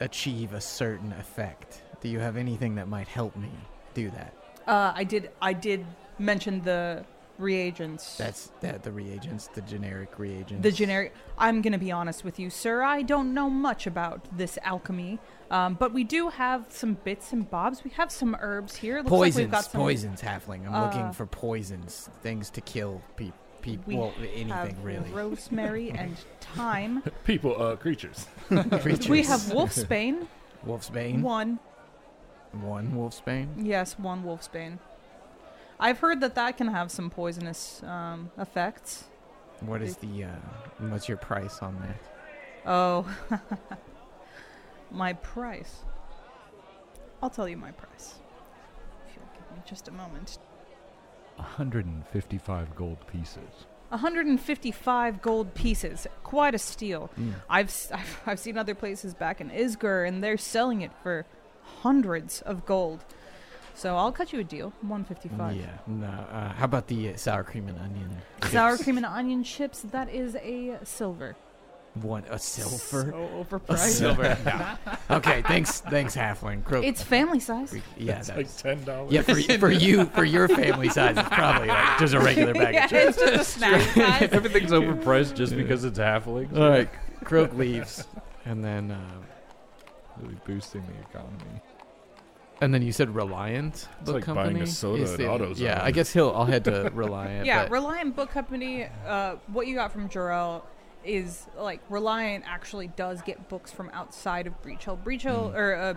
Speaker 7: achieve a certain effect. Do you have anything that might help me do that?
Speaker 2: Uh, I did I did mention the reagents.
Speaker 7: That's that the reagents, the generic reagents.
Speaker 2: the generic. I'm gonna be honest with you, sir. I don't know much about this alchemy, um, but we do have some bits and bobs. We have some herbs here. Looks
Speaker 7: poisons,
Speaker 2: like we've got some,
Speaker 7: poisons, halfling. I'm
Speaker 2: uh,
Speaker 7: looking for poisons, things to kill people. Peop,
Speaker 2: We
Speaker 7: well,
Speaker 2: have
Speaker 7: anything really. *laughs*
Speaker 2: Rosemary and thyme.
Speaker 1: People, uh, creatures.
Speaker 7: Creatures.
Speaker 2: we have wolfsbane.
Speaker 7: *laughs* wolfsbane.
Speaker 2: One,
Speaker 7: One wolfsbane.
Speaker 2: yes, one wolfsbane. I've heard that that can have some poisonous um, effects.
Speaker 7: What is the uh, what's your price on that?
Speaker 2: Oh, *laughs* my price. I'll tell you my price. If you'll give me just a moment.
Speaker 6: 155 gold pieces.
Speaker 2: 155 gold pieces. Quite a steal.
Speaker 7: Mm.
Speaker 2: I've, s- *laughs* I've, I've seen other places back in Isgur, and they're selling it for hundreds of gold. So I'll cut you a deal. 155.
Speaker 7: Yeah. No. Uh, how about the uh, sour cream and onion?
Speaker 2: Sour
Speaker 7: *laughs* chips?
Speaker 2: cream and onion chips, that is a silver.
Speaker 7: One a silver.
Speaker 2: *laughs* So
Speaker 7: *laughs* A
Speaker 2: overpriced.
Speaker 7: silver. no. Okay. Thanks. Thanks, halfling. Croak.
Speaker 2: It's family size.
Speaker 7: we-
Speaker 1: *laughs*
Speaker 7: yeah.
Speaker 1: It's
Speaker 7: That's,
Speaker 1: like ten dollars.
Speaker 7: yeah. For, y- for you, for *laughs* your family size, it's probably like just a regular
Speaker 2: *laughs*
Speaker 7: bag
Speaker 2: yeah,
Speaker 7: of chips.
Speaker 2: it's just a snack size.
Speaker 5: *laughs*
Speaker 6: Everything's overpriced just because it's halfling.
Speaker 7: All right. Croak leaves, and then uh,
Speaker 6: Really boosting the economy.
Speaker 7: and then you said Reliant.
Speaker 1: It's
Speaker 7: book
Speaker 1: like buying a
Speaker 7: company?
Speaker 1: soda
Speaker 7: is
Speaker 1: at
Speaker 7: the-
Speaker 1: AutoZone.
Speaker 7: Yeah. I guess he'll. I'll
Speaker 1: *laughs*
Speaker 7: head to Reliant.
Speaker 2: Yeah,
Speaker 7: but-
Speaker 2: Reliant Book Company. Uh, what you got from Jarell is like Reliant actually does get books from outside of Breach Hill. Breach
Speaker 7: Mm.
Speaker 2: Hill or uh,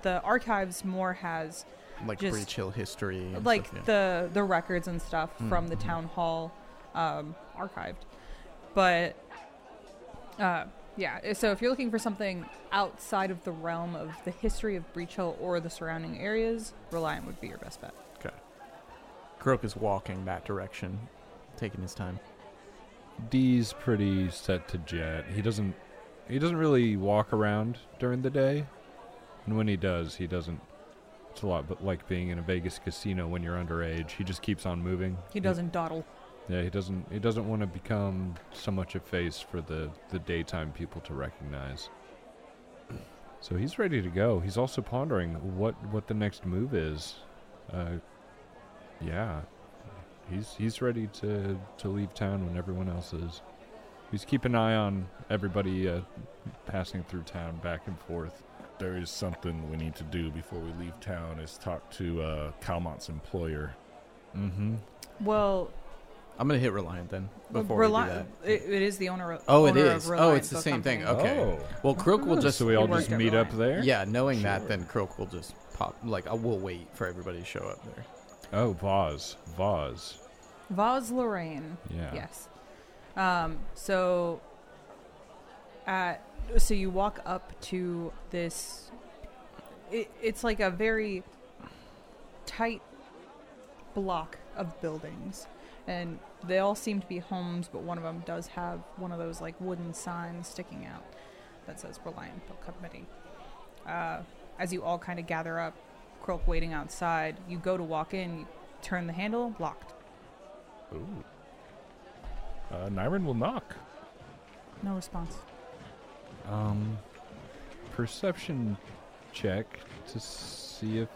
Speaker 2: the archives more has
Speaker 7: like
Speaker 2: just-
Speaker 7: Breach Hill history. and
Speaker 2: like
Speaker 7: stuff, yeah. Mm, mm-hmm.
Speaker 2: the the records and stuff from the town hall um, archived, but uh, yeah. i- So if you're looking for something outside of the realm of the history of Breach Hill or the surrounding areas, Reliant would be your best bet.
Speaker 5: Croak is
Speaker 7: walking that direction, taking his time.
Speaker 6: D's pretty set to jet. He doesn't he doesn't really walk around during the day. And when he does, he doesn't it's a lot but like being in a Vegas casino when you're underage. He just keeps on moving.
Speaker 2: He doesn't dawdle.
Speaker 6: Yeah, he doesn't he doesn't want to become so much a face for the the daytime people to recognize. So he's ready to go. He's also pondering what what the next move is. Uh yeah. He's he's ready to to leave town when everyone else is. He's keeping an eye on everybody uh, passing through town back and forth.
Speaker 1: There is something we need to do before we leave town. Is talk to uh, Calmont's employer.
Speaker 6: Mhm.
Speaker 2: Well,
Speaker 5: I'm gonna hit Reliant then
Speaker 2: Well,
Speaker 5: before
Speaker 2: Reli-
Speaker 5: we do that.
Speaker 2: it- it is the owner of.
Speaker 5: Oh, it
Speaker 2: owner of
Speaker 5: is.
Speaker 2: Reliant
Speaker 5: Oh, it's the
Speaker 2: Book
Speaker 5: same thing.
Speaker 2: Company.
Speaker 5: Okay.
Speaker 1: Oh.
Speaker 5: Well, Croak will just
Speaker 6: so we all
Speaker 2: He
Speaker 6: just
Speaker 2: worked at
Speaker 6: meet up there.
Speaker 5: Yeah, knowing that,
Speaker 1: Sure.
Speaker 5: then Croak will just pop. Like, I will wait for everybody to show up
Speaker 7: *laughs*
Speaker 5: there.
Speaker 6: Oh, Vaz, Vaz.
Speaker 5: Oh.
Speaker 2: Vaz Lorraine.
Speaker 6: Yeah.
Speaker 2: Yes. Um, so, at, so you walk up to this. It, it's like a very tight block of buildings, and they all seem to be homes, but one of them does have one of those like wooden signs sticking out that says Reliant Book Company. Uh, as you all kind of gather up, Croak waiting outside, you go to walk in, you turn the handle, locked.
Speaker 1: Ooh. Uh, Nyrin will knock.
Speaker 2: No response.
Speaker 6: Um, perception check to see if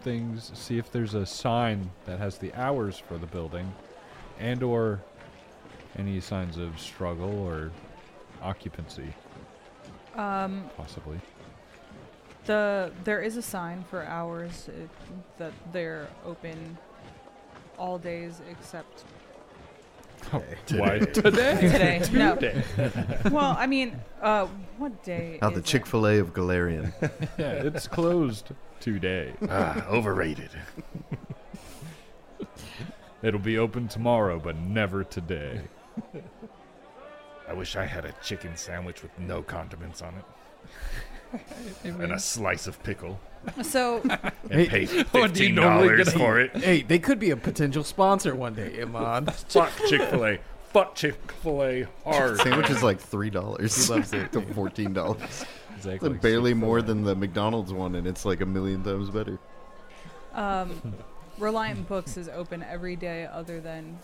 Speaker 6: things, see if there's a sign that has the hours for the building, and or any signs of struggle or occupancy,
Speaker 2: Um,
Speaker 6: possibly. *laughs*
Speaker 2: the there is a sign for hours uh, it, that they're open all days except
Speaker 3: Today.
Speaker 1: Why?
Speaker 2: today. no. well, I mean, uh, what day?
Speaker 3: How
Speaker 2: is
Speaker 3: the
Speaker 2: it?
Speaker 3: Chick Fil A of Galarian.
Speaker 6: yeah, it's closed today.
Speaker 1: *laughs* ah, overrated.
Speaker 6: It'll be open tomorrow, but never today.
Speaker 1: I wish I had a chicken sandwich with no condiments on it. and a
Speaker 3: *laughs*
Speaker 6: Mm.
Speaker 1: slice of pickle.
Speaker 2: So
Speaker 1: And
Speaker 5: Hey,
Speaker 1: pay
Speaker 6: *laughs* what do you
Speaker 1: fifteen
Speaker 6: normally
Speaker 1: dollars
Speaker 6: get?
Speaker 1: for
Speaker 6: *laughs*
Speaker 1: it.
Speaker 5: Hey, they could be a potential sponsor one day, Iman.
Speaker 1: Fuck Chick Fil A. Fuck Chick Fil A hard.
Speaker 3: Sandwich is like three dollars. He loves it. *laughs* to fourteen dollars. It's
Speaker 6: Exactly.
Speaker 3: like barely more than the McDonald's one, and it's like a million times better.
Speaker 2: Um, *laughs* Reliant Books is open every day other than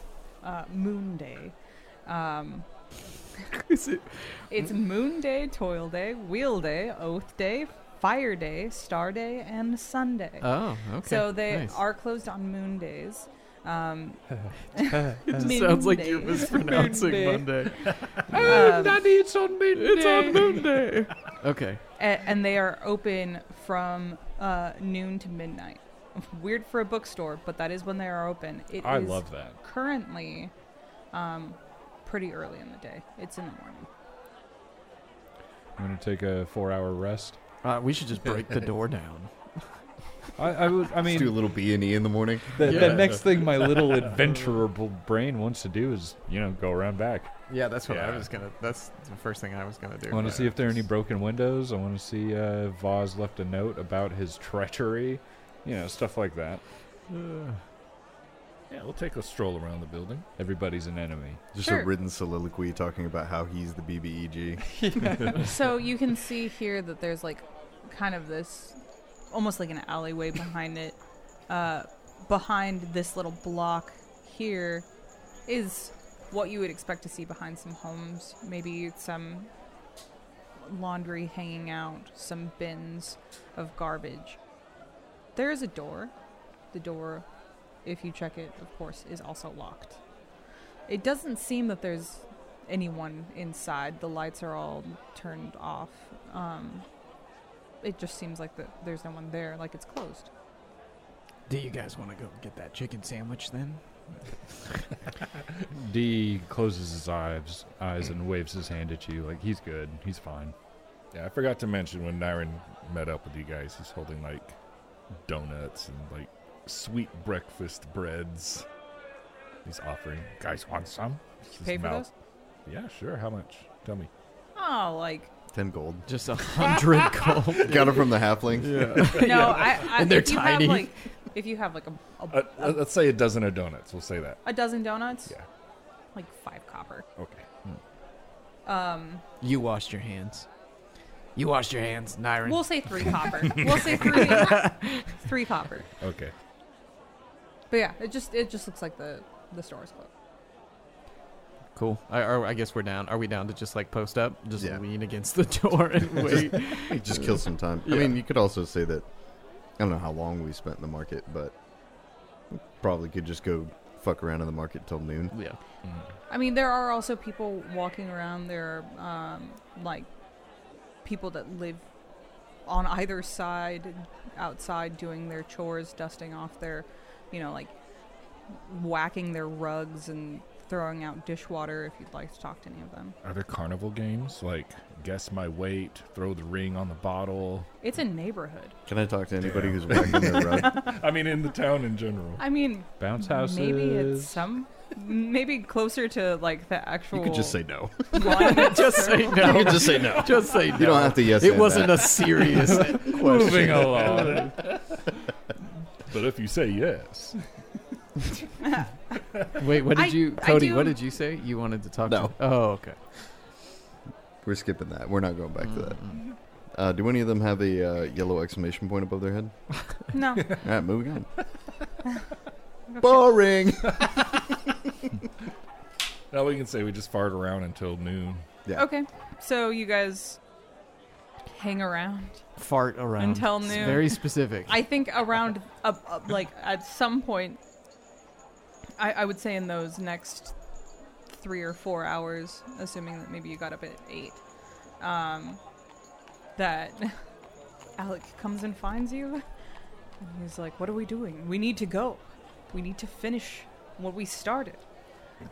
Speaker 2: uh, Moon Day.
Speaker 5: *laughs*
Speaker 2: Um, It's Moon Day, Toil Day, Wheel Day, Oath Day, Fire Day, Star Day, and Sunday.
Speaker 5: Oh, okay.
Speaker 2: so they
Speaker 5: nice.
Speaker 2: are closed on moon days.
Speaker 5: *laughs*
Speaker 2: Um, *laughs*
Speaker 5: It just
Speaker 2: Moon
Speaker 5: sounds like you're
Speaker 2: day.
Speaker 5: mispronouncing
Speaker 2: Moon
Speaker 5: Monday.
Speaker 2: *laughs* um,
Speaker 5: it's on Monday. It's on Monday. okay.
Speaker 2: a- and they are open from uh, noon to midnight. Weird for a bookstore, but that is when they are open. It is
Speaker 6: I love that.
Speaker 2: currently um, pretty early in the day. It's in the morning.
Speaker 6: I'm gonna take a four-hour rest.
Speaker 5: Uh, we should just break the door *laughs* down.
Speaker 6: I, I would. I
Speaker 3: Let's do a
Speaker 6: mean,
Speaker 3: little B and E in the morning.
Speaker 6: the,
Speaker 5: Yeah.
Speaker 6: the next thing my little adventurer b- brain wants to do is, you know, go around back.
Speaker 5: *laughs* Yeah, that's what I
Speaker 1: Yeah.
Speaker 5: was gonna. That's the first thing I was gonna do.
Speaker 6: I want to see if there are any broken windows. I want to see uh, Voz left a note about his *laughs* treachery. You know, stuff like that.
Speaker 1: Uh, Yeah, we'll take a stroll around the building.
Speaker 6: Everybody's an enemy.
Speaker 3: Just
Speaker 2: Sure.
Speaker 3: a written soliloquy talking about how he's the E BBEG.
Speaker 2: so you can see here that there's like kind of this almost like an alleyway behind it uh, behind this little block here is what you would expect to see behind some homes maybe some laundry hanging out some bins of garbage there is a door the door if you check it of course is also locked it doesn't seem that there's anyone inside. The lights are all turned off. Um, it just seems like that there's no one there, like it's closed.
Speaker 7: Do you guys want to go get that chicken sandwich then?
Speaker 6: *laughs* D closes his eyes, eyes and waves his hand at you like he's good, he's fine.
Speaker 1: Yeah, I forgot to mention when Nyron met up with you guys, he's holding like donuts and like sweet breakfast breads. He's offering. Guys, want some? His
Speaker 2: Pay for
Speaker 1: mouth-
Speaker 2: those?
Speaker 1: Yeah, sure. How much? Tell me.
Speaker 2: Oh,
Speaker 1: *laughs*
Speaker 2: like
Speaker 3: Ten gold.
Speaker 5: Just a *laughs* hundred
Speaker 6: *laughs*
Speaker 3: *laughs*
Speaker 5: gold.
Speaker 3: Got it from the halfling. *laughs*
Speaker 2: no, I, I.
Speaker 5: And they're
Speaker 2: if you
Speaker 5: tiny.
Speaker 2: Have, like, if you have like a, a,
Speaker 1: Uh, uh, let's say a dozen of donuts. We'll say that.
Speaker 2: a dozen donuts,
Speaker 1: Yeah.
Speaker 2: like five copper.
Speaker 1: Okay.
Speaker 2: Um,
Speaker 7: You washed your hands. You washed your hands, Nyron.
Speaker 2: we'll say
Speaker 1: *laughs*
Speaker 2: three copper. We'll say three, three copper.
Speaker 1: Okay.
Speaker 2: But yeah, it just it just looks like the the store is closed.
Speaker 5: Cool. I, or I guess we're down. Are we down to just like post up? Just
Speaker 3: Yeah.
Speaker 5: lean against the *laughs* door and wait.
Speaker 3: Just kill some time. I mean, you could also say that. I don't know how long we spent in the market, but we probably could just go fuck around in the market till noon.
Speaker 5: yeah.
Speaker 2: I mean, there are also people walking around. There are um, like people that live on either side, outside, doing their chores, dusting off their, you know, like whacking their rugs and throwing out dishwater. If you'd like to talk to any of them,
Speaker 1: Are there carnival games like guess my weight, throw the ring on the bottle?
Speaker 2: it's a neighborhood.
Speaker 3: Can I talk to anybody who's whacking their rug?
Speaker 1: I mean, in the town in general.
Speaker 2: I mean,
Speaker 6: Bounce houses.
Speaker 2: maybe it's some, maybe closer to like the actual.
Speaker 3: You could just say no.
Speaker 2: *laughs* line.
Speaker 5: *laughs* Just say no.
Speaker 3: just say no.
Speaker 5: Just say no.
Speaker 3: You don't have to yes.
Speaker 5: It
Speaker 3: and
Speaker 5: wasn't
Speaker 3: that.
Speaker 5: a serious *laughs* question.
Speaker 6: Moving along.
Speaker 1: But if you say yes,
Speaker 5: Wait, what did
Speaker 2: I-
Speaker 5: you,
Speaker 2: I
Speaker 5: Cody? What
Speaker 2: do-
Speaker 5: did you say? You wanted to talk?
Speaker 3: No.
Speaker 5: To, oh, okay.
Speaker 3: *laughs* We're skipping that. We're not going back to that.
Speaker 5: Mm-hmm.
Speaker 3: Uh, do any of them have a uh, yellow exclamation point above their head?
Speaker 2: no.
Speaker 3: All right, moving on. Boring.
Speaker 1: now we can say we just fart around until noon.
Speaker 3: Yeah.
Speaker 2: Okay, so you guys hang around.
Speaker 5: Fart around
Speaker 2: Until
Speaker 5: It's
Speaker 2: noon.
Speaker 5: Very specific.
Speaker 2: I think around uh, uh, like at some point, I, I would say in those next three or four hours, assuming that maybe you got up at eight, um, that *laughs* Alec comes and finds you, and he's like, "What are we doing? We need to go. We need to finish what we started."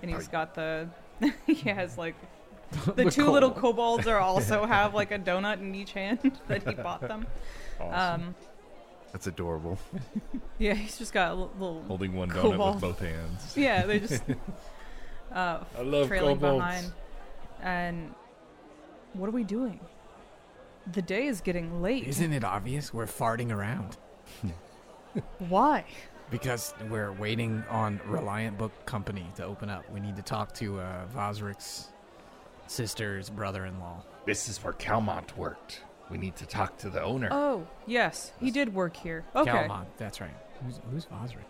Speaker 2: and he's got the *laughs* he has *laughs* like the two little kobolds are *laughs* also have like a donut in each hand *laughs* that he bought them.
Speaker 1: Awesome.
Speaker 2: Um,
Speaker 3: That's adorable.
Speaker 2: yeah, *laughs* he's just got a li- little
Speaker 1: Holding one donut
Speaker 2: Cobalt.
Speaker 1: with both hands.
Speaker 2: *laughs* yeah, they just uh,
Speaker 1: I love
Speaker 2: trailing
Speaker 1: kobolds.
Speaker 2: behind. And what are we doing? The day is getting late.
Speaker 7: Isn't it obvious? We're farting around
Speaker 2: Why?
Speaker 7: because we're waiting on Reliant Book Company to open up. We need to talk to uh, Vosrick's sister's brother-in-law.
Speaker 4: This is where Calmont worked. We need to talk to the owner.
Speaker 2: Oh, yes, he did work here. Okay.
Speaker 7: Calmont, that's right. Who's, who's Vosrick?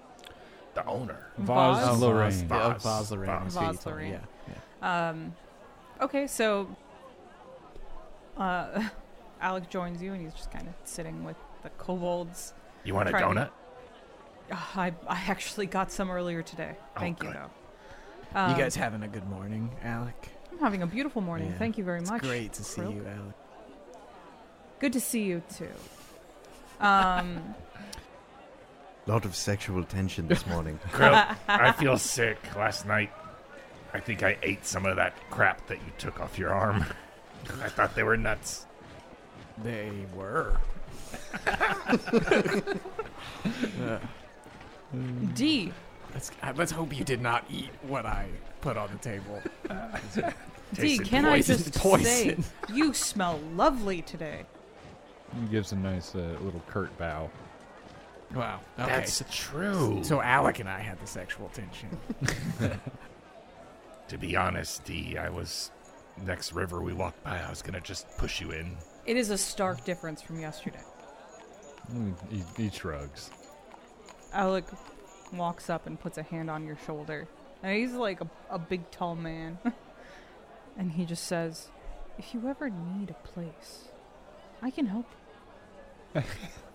Speaker 4: the owner.
Speaker 2: Vos-
Speaker 6: Vos Lorraine.
Speaker 7: Yeah,
Speaker 1: oh,
Speaker 4: Vos.
Speaker 7: Vos Lorraine.
Speaker 4: Vos.
Speaker 7: that's who you
Speaker 2: Vos
Speaker 7: told me,
Speaker 2: Lorraine.
Speaker 7: Yeah. yeah.
Speaker 2: Um, okay, so uh, *laughs* Alec joins you, and he's just kind of sitting with the kobolds.
Speaker 4: You want a
Speaker 2: Trying to-
Speaker 4: donut?
Speaker 2: Ah, I, I actually got some earlier today.
Speaker 4: Oh,
Speaker 2: Thank you,
Speaker 4: good.
Speaker 2: though. Um,
Speaker 7: you guys having a good morning, Alec?
Speaker 2: I'm having a beautiful morning.
Speaker 7: Yeah,
Speaker 2: Thank you very
Speaker 7: It's
Speaker 2: much.
Speaker 7: great to see
Speaker 2: Krill.
Speaker 7: you, Alec.
Speaker 2: Good to see you too. Um,
Speaker 3: lot of sexual tension this *laughs* morning.
Speaker 4: Krill, I feel sick. Last night, I think I ate some of that crap that you took off your arm. *laughs* I thought they were nuts.
Speaker 7: They were.
Speaker 2: D.
Speaker 7: Let's uh, let's hope you did not eat what I put on the table.
Speaker 2: D.
Speaker 4: Tasted
Speaker 2: Can I
Speaker 7: poison. *laughs*
Speaker 2: just
Speaker 7: Poison.
Speaker 2: say you smell lovely today?
Speaker 6: He gives a nice uh, little curt bow.
Speaker 7: Wow. Okay.
Speaker 4: That's true.
Speaker 7: so Alec and I had the sexual tension.
Speaker 4: to be honest, D, I was next river we walked by. I was gonna just push you in.
Speaker 2: It is a stark difference from yesterday.
Speaker 6: Mm, He, he shrugs.
Speaker 2: Alec walks up and puts a hand on your shoulder, and he's like a, a big, tall man, *laughs* and he just says, "If you ever need a place, I can help."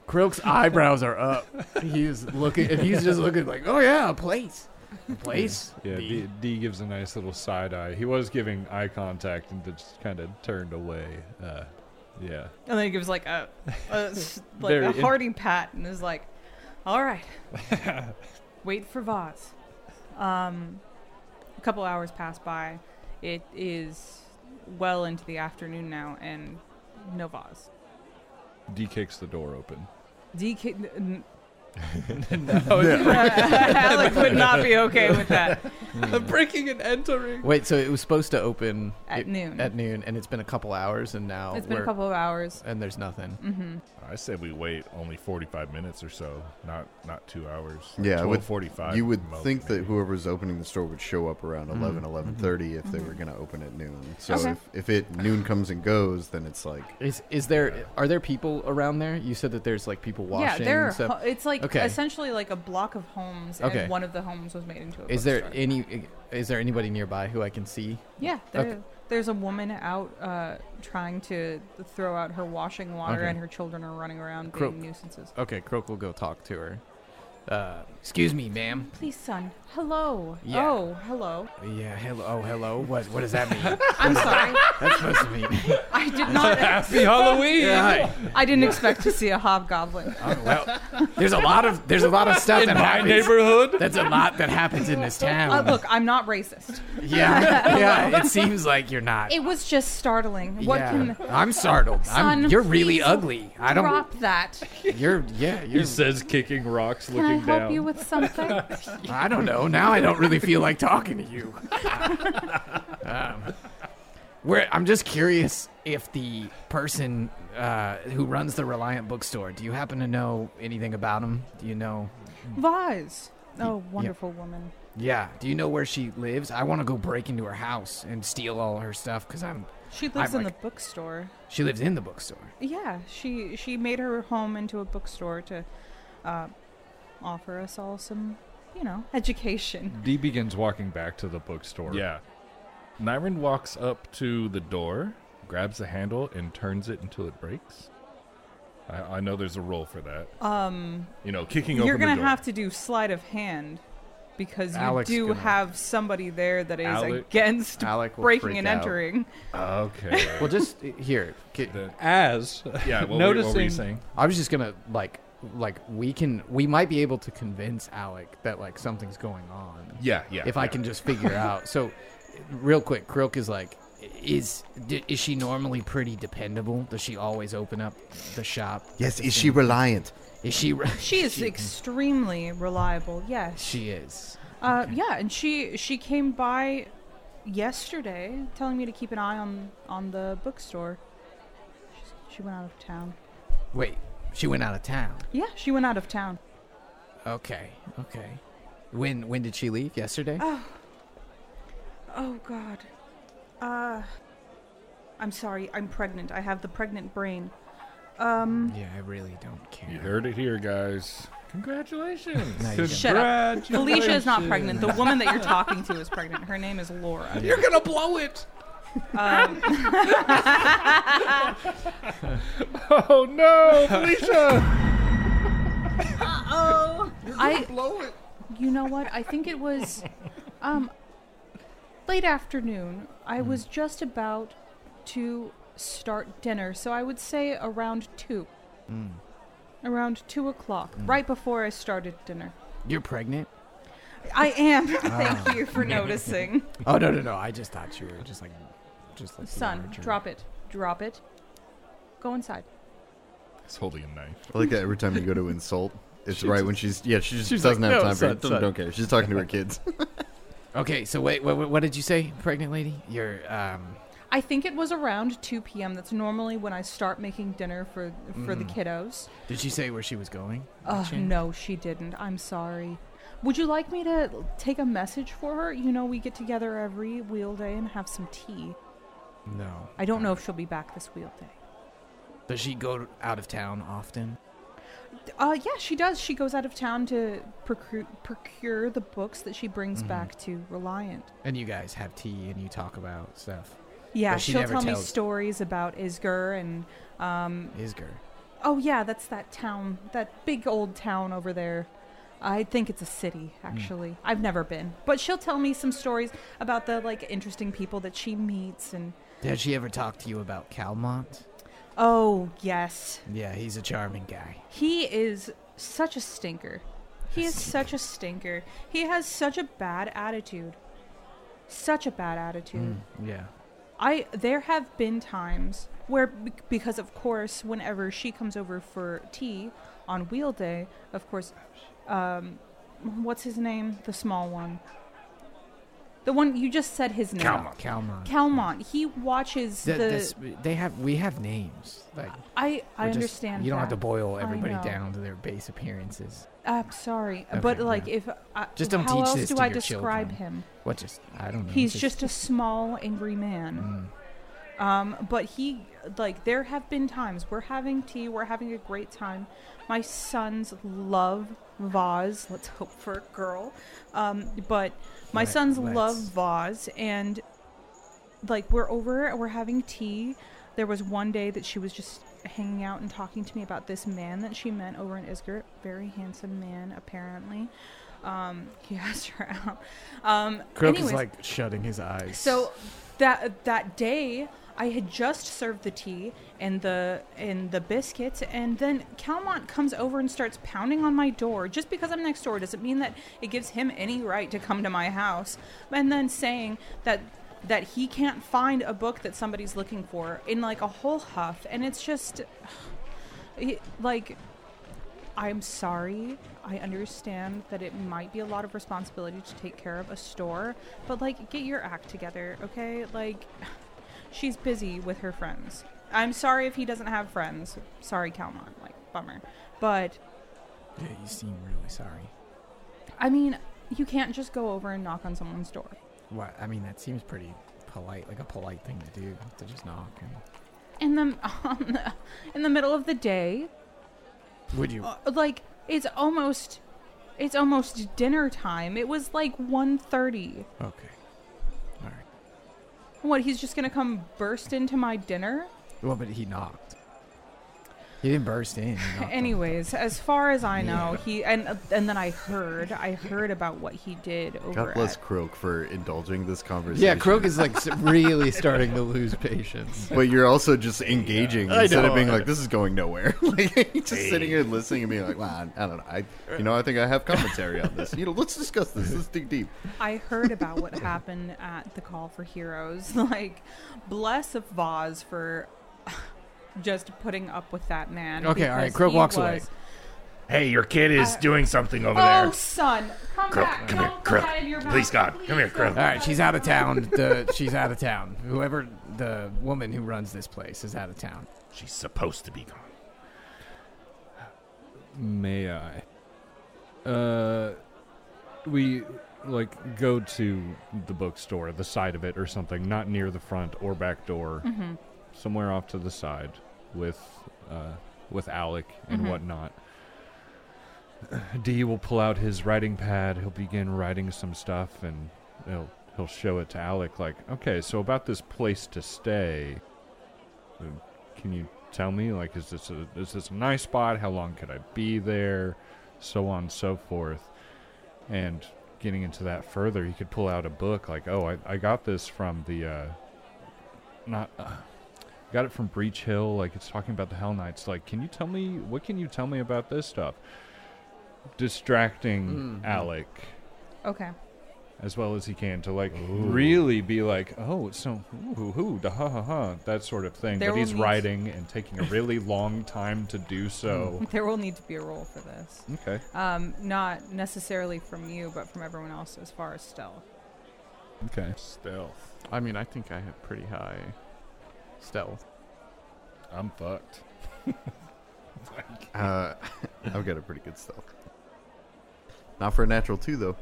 Speaker 5: Krilk's eyebrows are up. He's looking, and he's just looking like, oh yeah, a place. A place?
Speaker 6: Yeah, D, D gives a nice little side eye. He was giving eye contact and just kind of turned away. Uh, yeah.
Speaker 2: And then he gives like a, a
Speaker 5: *laughs*
Speaker 2: s- like
Speaker 6: Very
Speaker 2: a
Speaker 6: in-
Speaker 2: hearty pat and is like, "All
Speaker 5: *laughs*
Speaker 2: right, wait for Vaz." Um, a couple hours pass by. It is well into the afternoon now, and no Vaz.
Speaker 6: D kicks the door open.
Speaker 2: DK
Speaker 5: *laughs*
Speaker 2: n-
Speaker 6: Oh,
Speaker 2: *laughs* Alec would not be okay with that
Speaker 5: *laughs* I'm breaking and entering. Wait, so it was supposed to open
Speaker 2: at
Speaker 5: it-
Speaker 2: noon.
Speaker 5: at noon, and it's been a couple hours, and now
Speaker 2: it's been a
Speaker 5: we're-
Speaker 2: couple of hours.
Speaker 5: and there's nothing.
Speaker 2: Mm-hmm.
Speaker 1: I said we wait only 45 minutes or so, not not two hours.
Speaker 3: Yeah, I would-
Speaker 1: 45.
Speaker 3: you would think that whoever's opening the store would show up around 11, 11.30 if they
Speaker 2: Mhm.
Speaker 3: were going to open at noon. So
Speaker 2: Okay.
Speaker 3: if, if it noon comes and goes, then it's like,
Speaker 5: Is is there are there people around there? You said that there's like people
Speaker 2: Yeah,
Speaker 5: washing
Speaker 2: there. Are
Speaker 5: and stuff.
Speaker 2: ho- it's like
Speaker 5: Okay.
Speaker 2: essentially like a block of homes,
Speaker 5: Okay.
Speaker 2: and one of the homes was made into a.
Speaker 5: Is there
Speaker 2: bookstore.
Speaker 5: any is there anybody nearby who I can see?
Speaker 2: Yeah, there,
Speaker 5: Okay.
Speaker 2: there's a woman out uh, trying to throw out her washing water,
Speaker 5: Okay.
Speaker 2: and her children are running around
Speaker 5: Croak.
Speaker 2: being nuisances.
Speaker 5: Okay, Croak will go talk to her. Uh,
Speaker 7: Excuse me, ma'am.
Speaker 2: Please, son. Hello.
Speaker 7: Yeah.
Speaker 2: Oh, hello.
Speaker 7: Yeah. Hello. Oh, hello. What? What does that
Speaker 5: *laughs*
Speaker 7: mean?
Speaker 2: I'm sorry.
Speaker 7: That's supposed to mean.
Speaker 2: I did not.
Speaker 6: Happy Halloween!
Speaker 7: Yeah, hi.
Speaker 2: I didn't expect to see a
Speaker 5: *laughs*
Speaker 2: hobgoblin.
Speaker 7: Oh, well, there's a lot of there's a lot of stuff that happens.
Speaker 6: neighborhood.
Speaker 7: That's a lot that happens in this
Speaker 2: Uh,
Speaker 7: town.
Speaker 2: look, I'm not racist. *laughs*
Speaker 7: Yeah. Yeah. It seems like you're not.
Speaker 2: It was just startling. What
Speaker 7: yeah.
Speaker 2: can
Speaker 7: I'm startled. I'm,
Speaker 2: Son,
Speaker 7: you're really
Speaker 2: please
Speaker 7: ugly. I don't.
Speaker 2: drop that?
Speaker 7: You're yeah. You're.
Speaker 6: He says, kicking rocks,
Speaker 2: Can I
Speaker 6: looking
Speaker 2: help
Speaker 6: down.
Speaker 2: you with something?
Speaker 5: *laughs*
Speaker 7: I don't know. Now I don't really feel like talking to
Speaker 2: *laughs*
Speaker 7: you. um, where I'm just curious if the person uh, who runs the Reliant bookstore, do you happen to know anything about him? Do you know?
Speaker 2: Vaz. Oh, wonderful woman.
Speaker 7: Yeah. Do you know where she lives? I want to go break into her house and steal all her stuff because I'm.
Speaker 2: She lives
Speaker 7: I'm
Speaker 2: in
Speaker 7: like-
Speaker 2: the bookstore.
Speaker 7: She lives in the bookstore.
Speaker 2: Yeah, she she made her home into a bookstore to uh, offer us all some, you know, education.
Speaker 6: D begins walking back to the bookstore.
Speaker 1: Yeah. Nyrin walks up to the door, grabs the handle, and turns it until it breaks. I, I know there's a rule for that.
Speaker 2: Um,
Speaker 1: You know, kicking
Speaker 2: you're
Speaker 1: open the
Speaker 2: gonna
Speaker 1: door.
Speaker 2: have to do sleight of hand because you
Speaker 7: Alec's
Speaker 2: do
Speaker 7: gonna-
Speaker 2: have somebody there that is
Speaker 1: Alec-
Speaker 2: against
Speaker 5: Alec will
Speaker 2: breaking
Speaker 5: freak
Speaker 2: and
Speaker 5: out.
Speaker 2: entering.
Speaker 1: Okay.
Speaker 5: Well, just here. ki-
Speaker 7: uh,
Speaker 1: The-
Speaker 6: As
Speaker 1: *laughs* yeah, what, were- what were you
Speaker 6: Noticing-
Speaker 1: saying?
Speaker 5: I was just gonna like
Speaker 7: like we can we might be able to convince Alec that like something's going on.
Speaker 1: Yeah, yeah.
Speaker 7: if I
Speaker 1: yeah.
Speaker 7: can just
Speaker 5: *laughs*
Speaker 7: figure out. So, real quick, Krilk is like, is d- is she normally pretty dependable? Does she always open up the shop?
Speaker 3: Yes, is she reliant?
Speaker 7: Is she? re- *laughs*
Speaker 2: She is extremely reliable. Yes.
Speaker 7: She is.
Speaker 2: Uh, yeah, and she she came by yesterday, telling me to keep an eye on on the bookstore. She's, she went out of town.
Speaker 7: Wait, she went out of town.
Speaker 2: Yeah, she went out of town.
Speaker 7: Okay, okay. When when did she leave? Yesterday.
Speaker 2: Oh. Oh God. Uh. I'm sorry. I'm pregnant. I have the pregnant brain. Um.
Speaker 7: yeah, I really don't care.
Speaker 1: You heard it here, guys. Congratulations.
Speaker 7: No, you didn't.
Speaker 2: Shut up. *laughs* Felicia is not pregnant. The
Speaker 1: *laughs*
Speaker 2: woman that you're talking to is pregnant. Her name is Laura.
Speaker 1: You're gonna blow it.
Speaker 2: Um,
Speaker 1: *laughs* Oh no, Felicia!
Speaker 2: oh. I blow it. You know what? I think it was, um, late afternoon. I
Speaker 1: Hmm.
Speaker 2: was just about to start dinner, so I would say around two.
Speaker 1: Hmm.
Speaker 2: Around two o'clock, right before I started dinner.
Speaker 7: You're pregnant?
Speaker 2: I am. *laughs* Thank you for noticing.
Speaker 7: Oh no no no! I just thought you were just like, just like
Speaker 2: Son, drop it. Drop it. Go inside.
Speaker 1: He's holding a knife.
Speaker 3: I like that every time you go to insult, it's
Speaker 7: She
Speaker 3: right
Speaker 7: just-
Speaker 3: when she's yeah she just
Speaker 7: she's
Speaker 3: doesn't
Speaker 7: like,
Speaker 3: have
Speaker 7: "No,
Speaker 3: time
Speaker 7: son,
Speaker 3: for it.
Speaker 7: son."
Speaker 3: Don't care. She's talking to
Speaker 2: *laughs*
Speaker 3: her kids.
Speaker 7: Okay, so wait, what, what did you say, pregnant lady? You're um.
Speaker 2: I think it was around 2 p.m. That's normally when I start making dinner for for the kiddos.
Speaker 7: Did she say where she was going?
Speaker 2: Oh,
Speaker 7: She-
Speaker 2: no, she didn't. I'm sorry. Would you like me to take a message for her? You know, we get together every wheel day and have some tea.
Speaker 7: No.
Speaker 2: I don't know if she'll be back this wheel day.
Speaker 7: Does she go out of town often?
Speaker 2: Uh, yeah, she does. She goes out of town to procure, procure the books that she brings back to Reliant.
Speaker 7: And you guys have tea and you talk about stuff.
Speaker 2: Yeah,
Speaker 7: But she
Speaker 2: she'll
Speaker 7: never
Speaker 2: tell me
Speaker 7: tells-
Speaker 2: stories about Isgur and um,
Speaker 7: Isger.
Speaker 2: oh yeah, that's that town, that big old town over there. I think it's a city
Speaker 7: Hmm.
Speaker 2: actually. I've never been, but she'll tell me some stories about the like interesting people that she meets and
Speaker 7: Did she ever talk to you about Calmont?
Speaker 2: oh yes,
Speaker 7: Yeah, he's a charming guy.
Speaker 2: he is such a stinker. He is such a stinker. He has such a bad attitude. Such a bad attitude.
Speaker 7: Hmm. Mm, Yeah.
Speaker 2: I there have been times where b- because of course whenever she comes over for tea on wheel day, of course um what's his name? The small one. The one you just said his name.
Speaker 8: Calmont.
Speaker 7: Calmont.
Speaker 2: Calmont. He watches the,
Speaker 7: Th- this- they have we have names. Like
Speaker 2: I I
Speaker 7: we're just-
Speaker 2: understand.
Speaker 7: You don't have
Speaker 2: that.
Speaker 7: to boil
Speaker 2: I
Speaker 7: everybody
Speaker 2: know.
Speaker 7: down to their base appearances.
Speaker 2: I'm sorry,
Speaker 7: Okay,
Speaker 2: but like
Speaker 7: yeah.
Speaker 2: if I,
Speaker 7: Just don't
Speaker 2: how
Speaker 7: teach
Speaker 2: else
Speaker 7: this
Speaker 2: do
Speaker 7: to
Speaker 2: I
Speaker 7: your
Speaker 2: describe
Speaker 7: children.
Speaker 2: him?
Speaker 7: What just I don't know.
Speaker 2: He's just a small angry man.
Speaker 7: Mm.
Speaker 2: Um, but he, like, there have been times we're having tea, we're having a great time. My sons love Vaz. Let's hope for a girl. Um, but my
Speaker 7: Let-
Speaker 2: sons
Speaker 7: let's.
Speaker 2: love Vaz, and like we're over, we're having tea. There was one day that she was just hanging out and talking to me about this man that she met over in Isgert. Very handsome man, apparently. Um, *laughs* he asked her out. Um, anyways.
Speaker 7: shutting his eyes.
Speaker 2: So that that day, I had just served the tea and the and the biscuits, and then Calmont comes over and starts pounding on my door. Just because I'm next door doesn't mean that it gives him any right to come to my house. And then saying that that he can't find a book that somebody's looking for in like a whole huff, and it's just *sighs* it, like I'm sorry. I understand that it might be a lot of responsibility to take care of a store, but like get your act together, okay? Like *sighs* she's busy with her friends. I'm sorry if he doesn't have friends. Sorry, Calmont. Like bummer. But
Speaker 7: yeah, you seem really sorry.
Speaker 2: I mean, you can't just go over and knock on someone's door.
Speaker 7: What I mean that seems pretty polite, like a polite thing to do to just knock. And
Speaker 2: In the, *laughs* on the in the middle of the day,
Speaker 7: would you?
Speaker 2: uh, like it's almost it's almost dinner time. It was like 1:30.
Speaker 7: Okay. All right.
Speaker 2: What, he's just going to come burst into my dinner?
Speaker 7: Well, but he knocked. He didn't burst in.
Speaker 2: *laughs* Anyways, as far as I know, he and and then I heard I heard about what he did over
Speaker 3: God bless
Speaker 2: at
Speaker 3: Croak for indulging this conversation.
Speaker 5: Yeah, Croak is like s- really starting to lose patience.
Speaker 3: But you're also just engaging
Speaker 5: I
Speaker 3: instead
Speaker 5: know.
Speaker 3: of being like, "This is going nowhere." *laughs* like just
Speaker 4: Hey.
Speaker 3: sitting here listening and being like, "Well, I, I don't know. I, you know, I think I have commentary on this. You know, let's discuss this. Let's dig deep."
Speaker 2: I heard about what happened at the call for heroes. *laughs* Like, bless of Vaz for just putting up with that man.
Speaker 5: Okay, all right,
Speaker 2: because
Speaker 5: Croak
Speaker 2: he
Speaker 5: walks away.
Speaker 2: was-
Speaker 4: Hey, your kid is
Speaker 2: I-
Speaker 4: doing something over
Speaker 2: Oh,
Speaker 4: there.
Speaker 2: son, come
Speaker 4: Croak,
Speaker 2: back!
Speaker 4: come
Speaker 2: Don't
Speaker 4: here,
Speaker 2: put
Speaker 4: Croak.
Speaker 2: that in your mouth.
Speaker 4: Please, God, come here,
Speaker 2: don't
Speaker 4: Croak.
Speaker 2: put
Speaker 4: All
Speaker 7: All right,
Speaker 2: that
Speaker 7: she's
Speaker 2: in
Speaker 7: out of
Speaker 2: your mouth.
Speaker 7: town. The, she's out of town. Whoever the woman who runs this place is out of town.
Speaker 4: She's supposed to be gone.
Speaker 6: May I? Uh, we like go to the bookstore, the side of it or something, not near the front or back door, somewhere off to the side with uh, with Alec and whatnot. *clears throat* D will pull out his writing pad. He'll begin writing some stuff, and he'll he'll show it to Alec. Like, okay, so about this place to stay, uh, can you tell me? Like, is this a is this a nice spot? How long could I be there? So on and so forth. And getting into that further, you could pull out a book. Like, oh, I, I got this from the uh, not. Uh, Got it from Breach Hill. Like it's talking about the Hell Knights. Like, can you tell me what can you tell me about this stuff? Distracting Alec
Speaker 2: Okay.
Speaker 6: as well as he can to like really be like, oh, so ooh, ooh, da ha ha ha, that sort of thing.
Speaker 2: There
Speaker 6: but
Speaker 2: will
Speaker 6: he's
Speaker 2: need-
Speaker 6: writing and taking a really *laughs* long time to
Speaker 2: *laughs*
Speaker 6: do so.
Speaker 2: There will need to be a role for this.
Speaker 6: okay.
Speaker 2: Um, not necessarily from you, but from everyone else as far as stealth.
Speaker 6: Okay.
Speaker 1: Stealth.
Speaker 5: I mean, I think I have pretty high stealth.
Speaker 1: I'm fucked.
Speaker 3: Uh, *laughs* I've got a pretty good stealth. Not for a natural two though.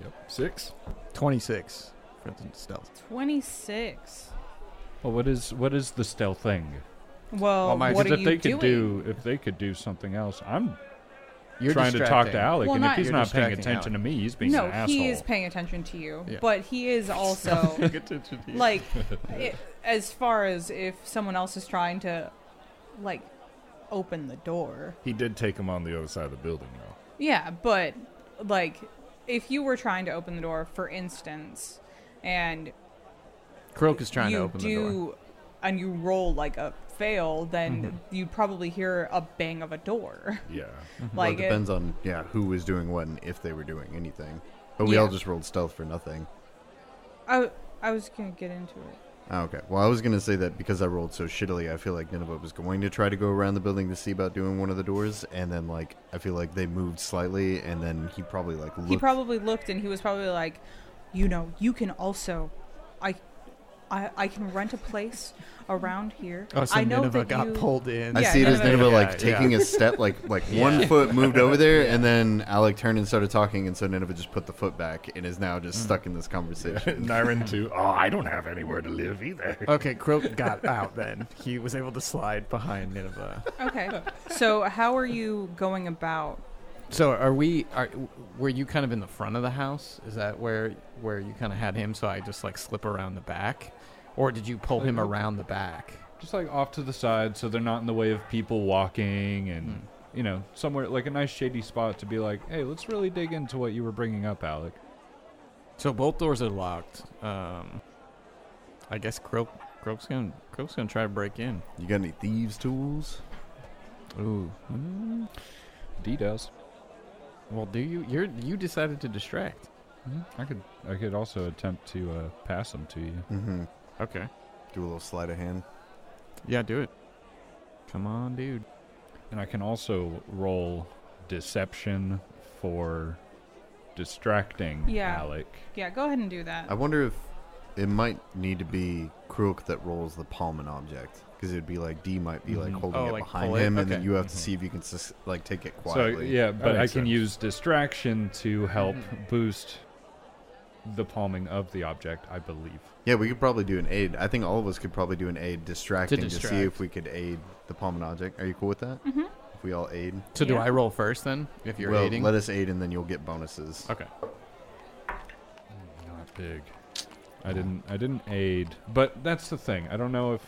Speaker 1: Yep. Six.
Speaker 5: 26 for the stealth.
Speaker 2: 26.
Speaker 6: Well, what is what is the stealth thing?
Speaker 2: Well,
Speaker 5: Well, my-
Speaker 2: what
Speaker 6: 'Cause
Speaker 2: are
Speaker 6: if
Speaker 2: you
Speaker 6: they
Speaker 2: doing?
Speaker 6: could do if they could do something else, I'm
Speaker 5: You're
Speaker 6: trying to talk to
Speaker 5: distracting.
Speaker 6: Alec,
Speaker 2: Well,
Speaker 6: and
Speaker 2: not-
Speaker 6: if he's
Speaker 5: You're
Speaker 6: not paying
Speaker 5: distracting
Speaker 6: attention to me, he's being
Speaker 2: No,
Speaker 6: an asshole.
Speaker 2: he is paying attention to you,
Speaker 5: Yeah.
Speaker 2: but he
Speaker 5: *laughs*
Speaker 2: is also like, i as far as if someone else is trying to, like, open the door.
Speaker 1: He did take him on the other side of the building, though.
Speaker 2: Yeah, but like, if you were trying to open the door, for instance, and
Speaker 5: Croak is trying
Speaker 2: you
Speaker 5: to open
Speaker 2: do,
Speaker 5: the door. Mm-hmm.
Speaker 2: and you roll like a fail, then you'd probably hear a bang of a door.
Speaker 1: Yeah.
Speaker 2: *laughs*
Speaker 3: Well,
Speaker 5: Mm-hmm.
Speaker 2: like,
Speaker 3: it
Speaker 2: it-
Speaker 3: depends on yeah who was doing what and if they were doing anything. But we all
Speaker 2: Yeah.
Speaker 3: just rolled stealth for nothing.
Speaker 2: I, I was gonna get into it.
Speaker 3: Ah, okay. Well, I was gonna say that because I rolled so shittily, I feel like Nineveh was going to try to go around the building to see about doing one of the doors, and then like I feel like they moved slightly, and then he probably like looked.
Speaker 2: He probably looked and he was probably like, you know, you can also, I, I, I can rent a place around here.
Speaker 5: Oh, so
Speaker 2: I know
Speaker 5: Nineveh
Speaker 2: that
Speaker 5: got
Speaker 2: you,
Speaker 5: pulled in.
Speaker 3: I
Speaker 2: Yeah,
Speaker 3: see it as
Speaker 2: Nineveh-
Speaker 3: Nineveh
Speaker 5: Yeah,
Speaker 3: like taking a step, like
Speaker 5: *laughs*
Speaker 3: like one foot moved over there, and then Alec turned and started talking, and so Nineveh just put the foot back and is now
Speaker 5: Mm.
Speaker 3: just stuck in this conversation.
Speaker 5: *laughs*
Speaker 1: Niren two.
Speaker 4: *laughs* Oh, I don't have anywhere to live either.
Speaker 5: Okay, Croak got out then. He was able to slide behind Nineveh.
Speaker 2: Okay, so how are you going about?
Speaker 5: So are we? Are were you kind of in the front of the house? Is that where where you kind of had him? So I just like slip around the back, or did you pull him around the back?
Speaker 6: just like off to the side so they're not in the way of people walking and you know somewhere like a nice shady spot to be like hey let's really dig into what you were bringing up alec
Speaker 5: So both doors are locked. Um, I guess Croak Croak's gonna Croak's gonna try to break in.
Speaker 3: You got any thieves tools?
Speaker 5: Ooh. Mm-hmm.
Speaker 6: d does
Speaker 5: Well, do you? You're you decided to distract.
Speaker 6: Mm-hmm. i could i could also attempt to uh, pass them to you
Speaker 3: Mm-hmm.
Speaker 5: Okay.
Speaker 3: Do a little sleight of hand.
Speaker 5: Yeah, do it. Come on, dude.
Speaker 6: and i can also roll deception for distracting
Speaker 2: Yeah.
Speaker 6: alec
Speaker 2: Yeah, go ahead and do
Speaker 3: I
Speaker 2: that.
Speaker 3: wonder if it might need to be Crook that rolls the palm an object because it'd be like D might be like
Speaker 6: Mhm.
Speaker 3: holding
Speaker 5: Oh,
Speaker 3: it
Speaker 5: like
Speaker 3: behind
Speaker 5: pull it?
Speaker 3: him, and then
Speaker 5: Okay. Mm-hmm.
Speaker 3: you have to see if you can sus- like take it
Speaker 6: so
Speaker 3: quietly.
Speaker 6: yeah but i
Speaker 1: makes
Speaker 6: can
Speaker 1: sense.
Speaker 6: use distraction to help boost the palming of the object i believe
Speaker 3: Yeah, we could probably do an aid. I think all of us could probably do an aid distracting to, see
Speaker 5: distract.
Speaker 3: if we could aid the palm an object. Are you cool with that? Mm-hmm. If we all aid,
Speaker 5: So do
Speaker 2: Yeah.
Speaker 5: I roll first then? If you're
Speaker 3: well,
Speaker 5: aiding.
Speaker 3: let us aid, and then you'll get bonuses.
Speaker 5: okay.
Speaker 6: Not big. I didn't. I didn't aid, but that's the thing. I don't know if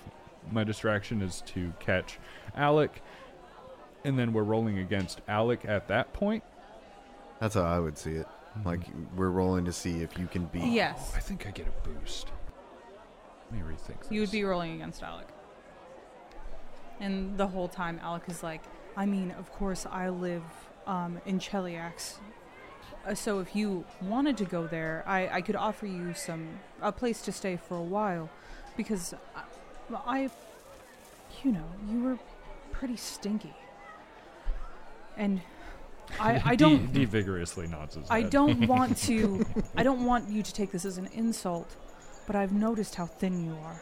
Speaker 6: my distraction is to catch Alec, and then we're rolling against Alec at that point.
Speaker 3: That's how I would see it.
Speaker 5: Mm-hmm.
Speaker 3: Like we're rolling to see if you can beat.
Speaker 2: Yes,
Speaker 6: I think I get a boost. Let me rethink. This.
Speaker 2: you would be rolling against Alec. And the whole time, Alec is like, I mean, of course, I live um, in Cheliax. Uh, So if you wanted to go there, I, I could offer you some a place to stay for a while, because I, well, I you know, you were pretty stinky, and I I
Speaker 6: *laughs* D-
Speaker 2: don't
Speaker 6: D vigorously nods his
Speaker 2: I
Speaker 5: *laughs*
Speaker 6: head.
Speaker 2: don't want to. I don't want you to take this as an insult, but I've noticed how thin you are,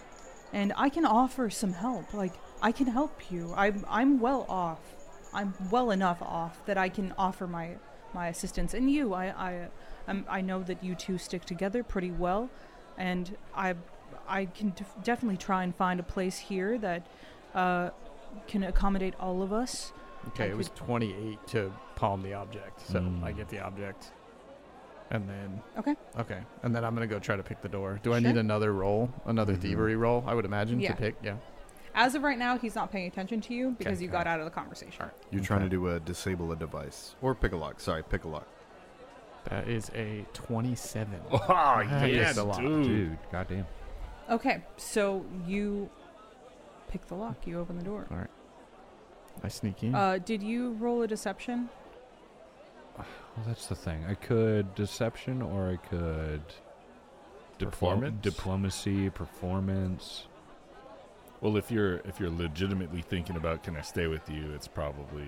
Speaker 2: and I can offer some help. Like I can help you. I'm I'm well off. I'm well enough off that I can offer my my assistance. And you, I I um, I know that you two stick together pretty well, and I I can def- definitely try and find a place here that uh, can accommodate all of us.
Speaker 5: Okay, it was 28 to palm the object, so
Speaker 6: Mm.
Speaker 5: I get the object. And then.
Speaker 2: Okay.
Speaker 5: Okay, and then I'm gonna go try to pick the door. Do I
Speaker 2: Sure.
Speaker 5: need another roll, another
Speaker 6: Mhm.
Speaker 5: thievery roll? I would imagine
Speaker 2: Yeah.
Speaker 5: to pick. Yeah.
Speaker 2: As of right now, he's not paying attention to you because you
Speaker 5: got
Speaker 2: got out of the conversation.
Speaker 3: You're trying to do a disable a device or pick a lock. Sorry, pick a lock.
Speaker 5: That is a *laughs* 27.
Speaker 4: Oh,
Speaker 5: That is
Speaker 4: yes,
Speaker 5: a lot,
Speaker 4: dude.
Speaker 6: Dude, goddamn.
Speaker 2: Okay, so you pick the lock. You open the door.
Speaker 5: I sneak in.
Speaker 2: Uh, did you roll a deception?
Speaker 6: Well, that's the thing. I could deception or I could diplo-
Speaker 1: Performance?
Speaker 6: diplomacy, performance.
Speaker 1: Well, if you're if you're legitimately thinking about can I stay with you, it's probably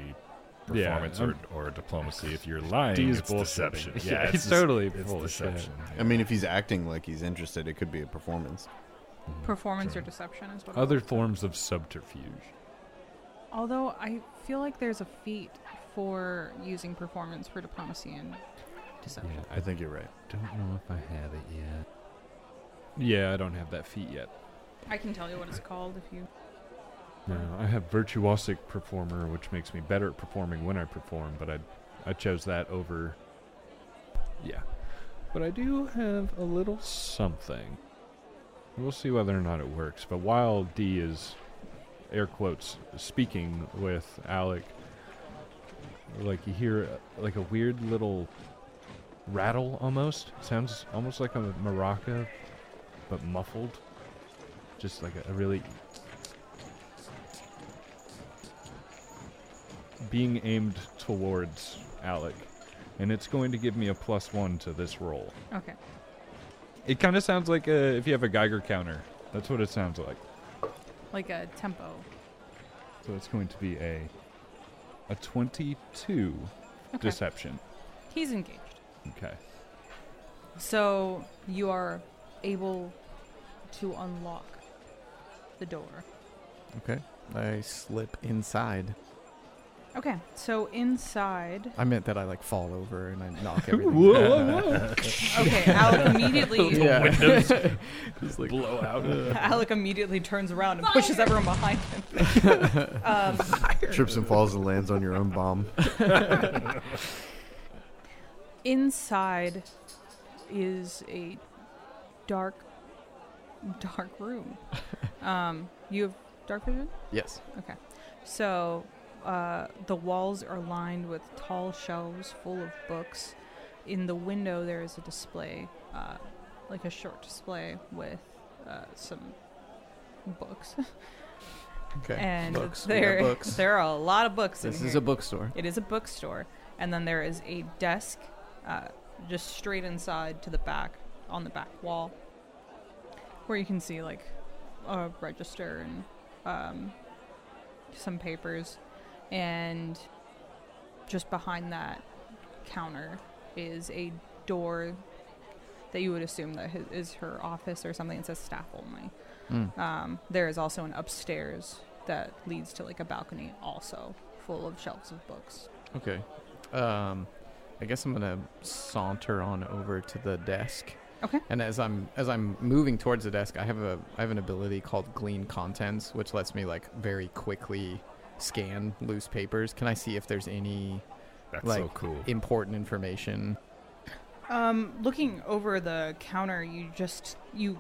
Speaker 6: Yeah,
Speaker 1: performance
Speaker 6: I'm-
Speaker 1: or, or diplomacy. If you're lying,
Speaker 6: D is
Speaker 1: it's
Speaker 6: bullshitting.
Speaker 4: *laughs*
Speaker 6: *laughs*
Speaker 1: deception.
Speaker 6: Yeah,
Speaker 1: Yeah,
Speaker 6: he's
Speaker 1: it's,
Speaker 6: totally
Speaker 1: it's
Speaker 6: full of shit.
Speaker 1: deception.
Speaker 3: I mean, if he's acting like he's interested, it could be a performance.
Speaker 2: Performance or
Speaker 1: Sure.
Speaker 2: deception is what. it
Speaker 6: Other
Speaker 2: was.
Speaker 6: forms of subterfuge.
Speaker 2: Although I feel like there's a feat for using performance for diplomacy and deception.
Speaker 6: Yeah,
Speaker 3: I think you're right.
Speaker 6: don't know if I have it yet. Yeah, I don't have that feat yet.
Speaker 2: I can tell you what it's called if you.
Speaker 6: No, I have virtuosic performer, which makes me better at performing when I perform, but I, I chose that over. Yeah, but I do have a little something. We'll see whether or not it works. But while D is, air quotes, speaking with Alec, like you hear uh, like a weird little rattle almost. Sounds almost like a maraca, but muffled. Just like a, a really being aimed towards Alec, and it's going to give me a plus one to this roll.
Speaker 2: Okay.
Speaker 6: It kind of sounds like uh if you have a Geiger counter. That's what it sounds like.
Speaker 2: Like a tempo.
Speaker 6: So it's going to be a a 22
Speaker 2: Okay.
Speaker 6: deception.
Speaker 2: He's engaged.
Speaker 6: Okay.
Speaker 2: So you are able to unlock the door.
Speaker 5: I slip inside.
Speaker 2: Okay, so inside.
Speaker 5: I meant that I like fall over and I *laughs* knock everything.
Speaker 4: *laughs*
Speaker 2: Okay, Alec immediately.
Speaker 5: Yeah.
Speaker 4: Windows
Speaker 5: *laughs* Just like-
Speaker 4: blow out.
Speaker 2: *laughs* Alec immediately turns around and pushes everyone behind him.
Speaker 5: *laughs*
Speaker 2: um,
Speaker 3: Trips and falls and lands on your own bomb.
Speaker 2: inside is a dark, dark
Speaker 5: *laughs*
Speaker 2: room. Um, you have dark vision?
Speaker 5: yes.
Speaker 2: So uh, the walls are lined with tall shelves full of books. In the window, there is a display, uh, like a short display with uh, some books.
Speaker 5: Okay.
Speaker 2: and
Speaker 5: books. We got
Speaker 2: there,
Speaker 5: books.
Speaker 2: there are a lot of books.
Speaker 5: This
Speaker 2: in
Speaker 5: is
Speaker 2: here.
Speaker 5: a bookstore.
Speaker 2: It is a bookstore, and then there is a desk, uh, just straight inside to the back on the back wall, where you can see like a register and um, some papers, and just behind that counter is a door that you would assume that hi- is her office or something. It says staff only.
Speaker 5: Hmm.
Speaker 2: Um, there is also an upstairs that leads to like a balcony, also full of shelves of books.
Speaker 5: Okay. Um, I guess I'm gonna saunter on over to the desk.
Speaker 2: Okay.
Speaker 5: And as I'm as I'm moving towards the desk, I have a I have an ability called Glean Contents, which lets me like very quickly scan loose papers. Can I see if there's any
Speaker 1: That's so
Speaker 5: Like,
Speaker 1: cool.
Speaker 5: important information?
Speaker 2: Um, looking over the counter, you just you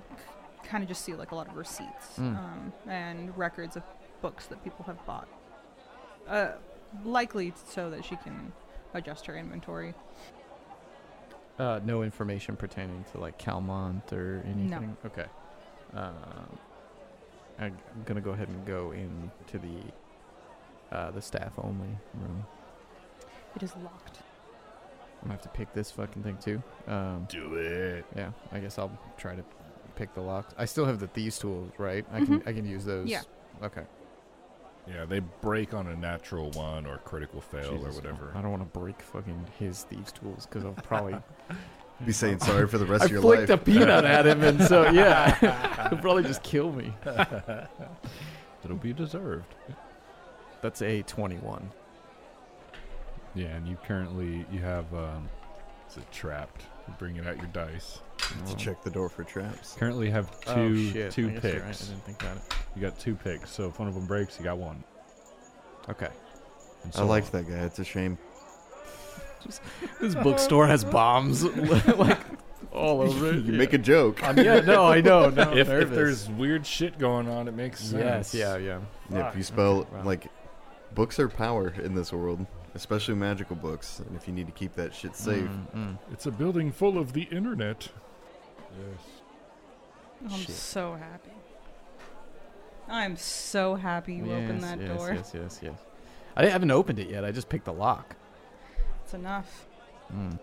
Speaker 2: kind of just see like a lot of receipts
Speaker 5: Mm.
Speaker 2: um, and records of books that people have bought. Uh, likely so that she can adjust her inventory.
Speaker 5: Uh, no information pertaining to like Calmont or anything. Okay. Uh, I'm gonna go ahead and go into the uh, the staff only room.
Speaker 2: It is locked.
Speaker 5: I'm gonna have to pick this fucking thing too. Um,
Speaker 4: Do it.
Speaker 5: yeah, I guess I'll try to pick the locks. I still have the thieves tools, right? I can
Speaker 2: Mhm.
Speaker 5: I can use those.
Speaker 2: Yeah.
Speaker 5: Okay.
Speaker 1: Yeah, they break on a natural one or critical fail or
Speaker 5: Jesus, no.
Speaker 1: whatever.
Speaker 5: I don't want to break fucking his thieves tools because I'll probably
Speaker 3: Be saying sorry for the rest
Speaker 5: I
Speaker 3: of your
Speaker 5: flicked
Speaker 3: life.
Speaker 5: a peanut at him, and so yeah, *laughs* he'll probably just kill me.
Speaker 1: It'll be deserved.
Speaker 5: That's a twenty-one.
Speaker 6: Yeah, and you currently you have um,
Speaker 1: It's a trapped. You're bringing out your dice.
Speaker 3: to check the door for traps.
Speaker 6: currently have
Speaker 5: Two Oh. I guess you're
Speaker 6: two two
Speaker 5: right,
Speaker 6: picks.
Speaker 5: I didn't think about it.
Speaker 6: You got two picks, so if one of them breaks, you got one.
Speaker 5: Okay.
Speaker 6: And
Speaker 3: I liked that guy. It's a shame.
Speaker 5: This bookstore has *laughs* bombs like all over *laughs* it.
Speaker 3: You make a joke.
Speaker 5: Um, yeah, no, I know. No, I'm
Speaker 1: if, if
Speaker 5: nervous.
Speaker 1: there's weird shit going on, it makes sense.
Speaker 5: yes, yeah, yeah.
Speaker 3: if you spell
Speaker 5: okay, wow.
Speaker 3: like books are power in this world, especially magical books, and if you need to keep that shit safe.
Speaker 5: Mm, mm.
Speaker 1: It's a building full of the internet.
Speaker 2: I'm
Speaker 5: Shit.
Speaker 2: so happy. I'm so happy you opened
Speaker 5: Yes,
Speaker 2: that
Speaker 5: yes,
Speaker 2: door.
Speaker 5: Yes, yes, yes. I didn't- haven't opened it yet. I just picked the lock.
Speaker 2: It's enough.
Speaker 5: Mm.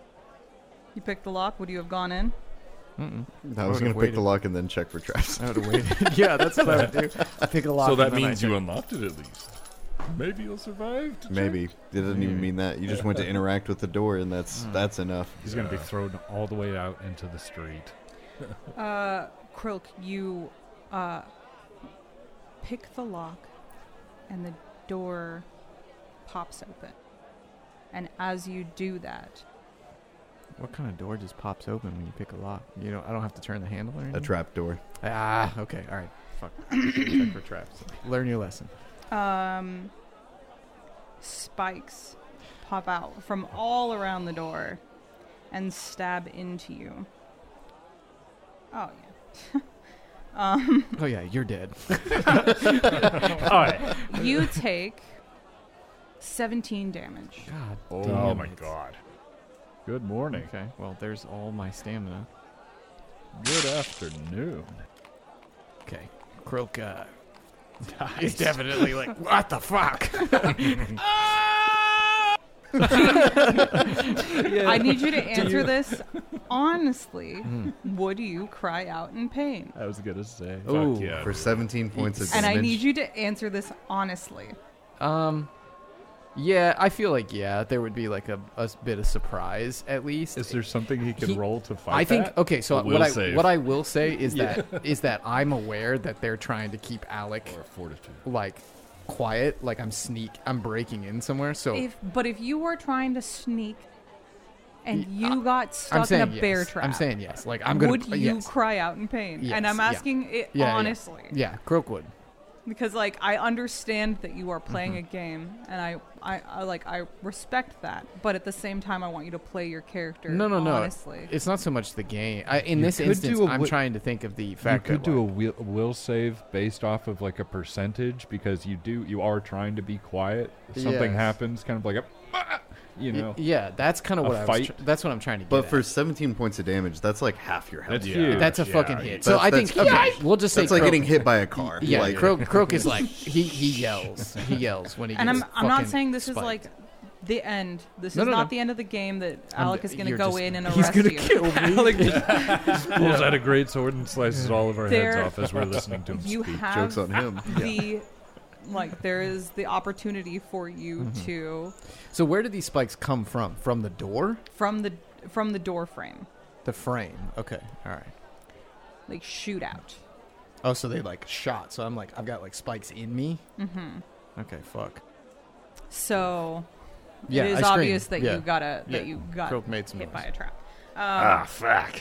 Speaker 2: You picked the lock. Would you have gone in? *laughs*
Speaker 5: Mm-mm.
Speaker 3: I was
Speaker 5: would've
Speaker 3: gonna pick
Speaker 5: waited.
Speaker 3: the lock and then check for
Speaker 5: *laughs*
Speaker 3: traps. *laughs*
Speaker 5: I would have waited. yeah, that's what I would do. I pick a lock.
Speaker 1: so
Speaker 5: and
Speaker 1: that
Speaker 5: then I
Speaker 1: means you
Speaker 5: check.
Speaker 1: unlocked it at least. Maybe you'll survive. to check.
Speaker 3: Maybe it doesn't even
Speaker 5: Maybe.
Speaker 3: mean that. You just went to interact with the door, and that's
Speaker 5: Mm.
Speaker 3: that's enough.
Speaker 6: He's gonna be
Speaker 1: Yeah.
Speaker 6: thrown all the way out into the street.
Speaker 2: Uh, Krilk, you uh, pick the lock, and the door pops open. And as you do that,
Speaker 5: What kind of door just pops open when you pick a lock? You know, I don't have to turn the handle or anything.
Speaker 3: A trap door.
Speaker 5: Ah, okay, all right. Fuck.
Speaker 2: *coughs*
Speaker 5: Check for traps. Learn your lesson.
Speaker 2: um, spikes pop out from all around the door and stab into you. Oh yeah. *laughs* um,
Speaker 5: Oh yeah, you're dead.
Speaker 2: you take seventeen damage.
Speaker 5: God.
Speaker 1: Oh,
Speaker 5: damn
Speaker 1: my
Speaker 5: it.
Speaker 1: god. Good morning.
Speaker 5: Okay. Well, there's all my stamina.
Speaker 1: Good afternoon.
Speaker 5: Okay. Krilk uh, is definitely
Speaker 2: *laughs*
Speaker 5: like, what the fuck?
Speaker 2: I need you to answer this honestly.
Speaker 5: Hmm.
Speaker 2: Would you cry out in pain?
Speaker 6: I was gonna say.
Speaker 5: Ooh.
Speaker 1: Fuck yeah.
Speaker 3: For 17 points of
Speaker 2: And
Speaker 3: damage.
Speaker 2: I need you to answer this honestly.
Speaker 5: Um, yeah, I feel like yeah, there would be like a, a bit of surprise at least.
Speaker 6: Is there something he can
Speaker 5: He-
Speaker 6: roll to fight?
Speaker 5: I think
Speaker 6: that?
Speaker 5: okay, so
Speaker 1: A
Speaker 5: what
Speaker 1: will
Speaker 5: I
Speaker 1: save.
Speaker 5: what I will say *laughs* is that is that I'm aware that they're trying to keep Alec
Speaker 1: Or fortitude.
Speaker 5: like quiet, like I'm sneak, I'm breaking in somewhere. So
Speaker 2: If but if you were trying to sneak and
Speaker 5: Yeah,
Speaker 2: you got
Speaker 5: uh,
Speaker 2: stuck
Speaker 5: I'm
Speaker 2: in
Speaker 5: saying
Speaker 2: a bear
Speaker 5: yes.
Speaker 2: trap,
Speaker 5: I'm saying yes. Like I'm gonna.
Speaker 2: would you
Speaker 5: yes.
Speaker 2: cry out in pain? and
Speaker 5: Yes,
Speaker 2: I'm
Speaker 5: yeah.
Speaker 2: asking it
Speaker 5: Yeah, yeah.
Speaker 2: honestly.
Speaker 5: Yeah, Croakwood.
Speaker 2: Because like I understand that you are playing
Speaker 5: Mm-hmm.
Speaker 2: a game and I, I, I like I respect that, but at the same time I want you to play your character
Speaker 5: No, no, no.
Speaker 2: honestly.
Speaker 5: It's not so much the game. I, in
Speaker 6: You
Speaker 5: this
Speaker 6: could do
Speaker 5: instance,
Speaker 6: a
Speaker 5: I'm
Speaker 6: wi-
Speaker 5: trying to think of the
Speaker 6: You
Speaker 5: fact
Speaker 6: could
Speaker 5: that
Speaker 6: do a
Speaker 5: like,
Speaker 6: will, will save based off of like a percentage because you do you are trying to be quiet. If Something
Speaker 5: Yes.
Speaker 6: happens, kind of like a, *laughs* "Ah!" you
Speaker 5: y-
Speaker 6: know.
Speaker 5: Yeah, that's kind of
Speaker 6: a
Speaker 5: what I was.
Speaker 6: fight.
Speaker 5: Tr- that's what I'm trying to get.
Speaker 3: But
Speaker 5: at.
Speaker 3: for 17 points of damage, that's like half your health.
Speaker 6: That's huge.
Speaker 5: that's a
Speaker 1: Yeah,
Speaker 5: fucking
Speaker 1: you-
Speaker 5: hit. So I
Speaker 3: that's-
Speaker 5: think okay, we'll just say
Speaker 3: That's like
Speaker 5: Croak-
Speaker 3: getting hit by a car.
Speaker 5: Yeah,
Speaker 3: like,
Speaker 5: *laughs* Croak, Croak is like he he yells. He yells when he.
Speaker 2: And
Speaker 5: gets
Speaker 2: I'm, I'm not
Speaker 5: fucking
Speaker 2: saying this is
Speaker 5: spiked.
Speaker 2: like the end. This
Speaker 5: No,
Speaker 2: is
Speaker 5: no,
Speaker 2: not
Speaker 5: no.
Speaker 2: the end of the game that
Speaker 5: I'm
Speaker 2: Alec
Speaker 5: d-
Speaker 2: is going to
Speaker 5: you're
Speaker 2: go
Speaker 5: just-
Speaker 2: in and
Speaker 5: *laughs* he's
Speaker 2: arrest
Speaker 5: gonna
Speaker 2: you.
Speaker 5: kill me.
Speaker 6: pulls out a great sword and slices all of our
Speaker 2: There-
Speaker 6: heads off as we're listening to him
Speaker 2: *laughs* You
Speaker 6: speak.
Speaker 2: have
Speaker 3: Joke's on him.
Speaker 2: the like. There is the opportunity for you
Speaker 5: Mm-hmm.
Speaker 2: to
Speaker 5: so where did these spikes come from? From the door,
Speaker 2: from the from the door frame
Speaker 5: the frame. Okay, all right.
Speaker 2: like shoot out.
Speaker 5: Oh, so they like shot. So I'm like, I've got like spikes in me. Mm-hmm. Okay, fuck.
Speaker 2: So
Speaker 5: Yeah,
Speaker 2: it
Speaker 5: I
Speaker 2: is
Speaker 5: screamed.
Speaker 2: obvious that
Speaker 5: Yeah.
Speaker 2: you gotta
Speaker 5: Yeah.
Speaker 2: that you got
Speaker 5: Croak made some
Speaker 2: hit by
Speaker 5: noise.
Speaker 2: a trap. Um,
Speaker 4: Ah, fuck.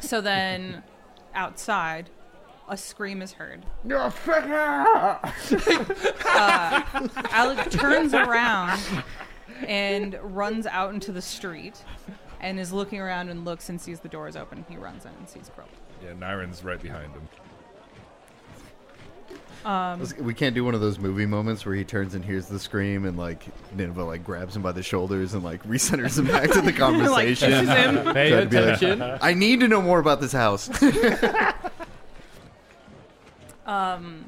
Speaker 2: So then, *laughs* outside, a scream is heard. *laughs* uh, Alec turns around and runs out into the street and is looking around and looks and sees the doors open. He runs in and sees Croak.
Speaker 1: Yeah, Niren's right behind him.
Speaker 2: Um,
Speaker 3: Let's- We can't do one of those movie moments where he turns and hears the scream and like Nineveh like grabs him by the shoulders and like *laughs* recenters him back to *laughs* the
Speaker 2: like
Speaker 3: conversation.
Speaker 2: pushes him. *laughs*
Speaker 3: *laughs* Pay attention. I need to know more about this house. *laughs*
Speaker 2: Um,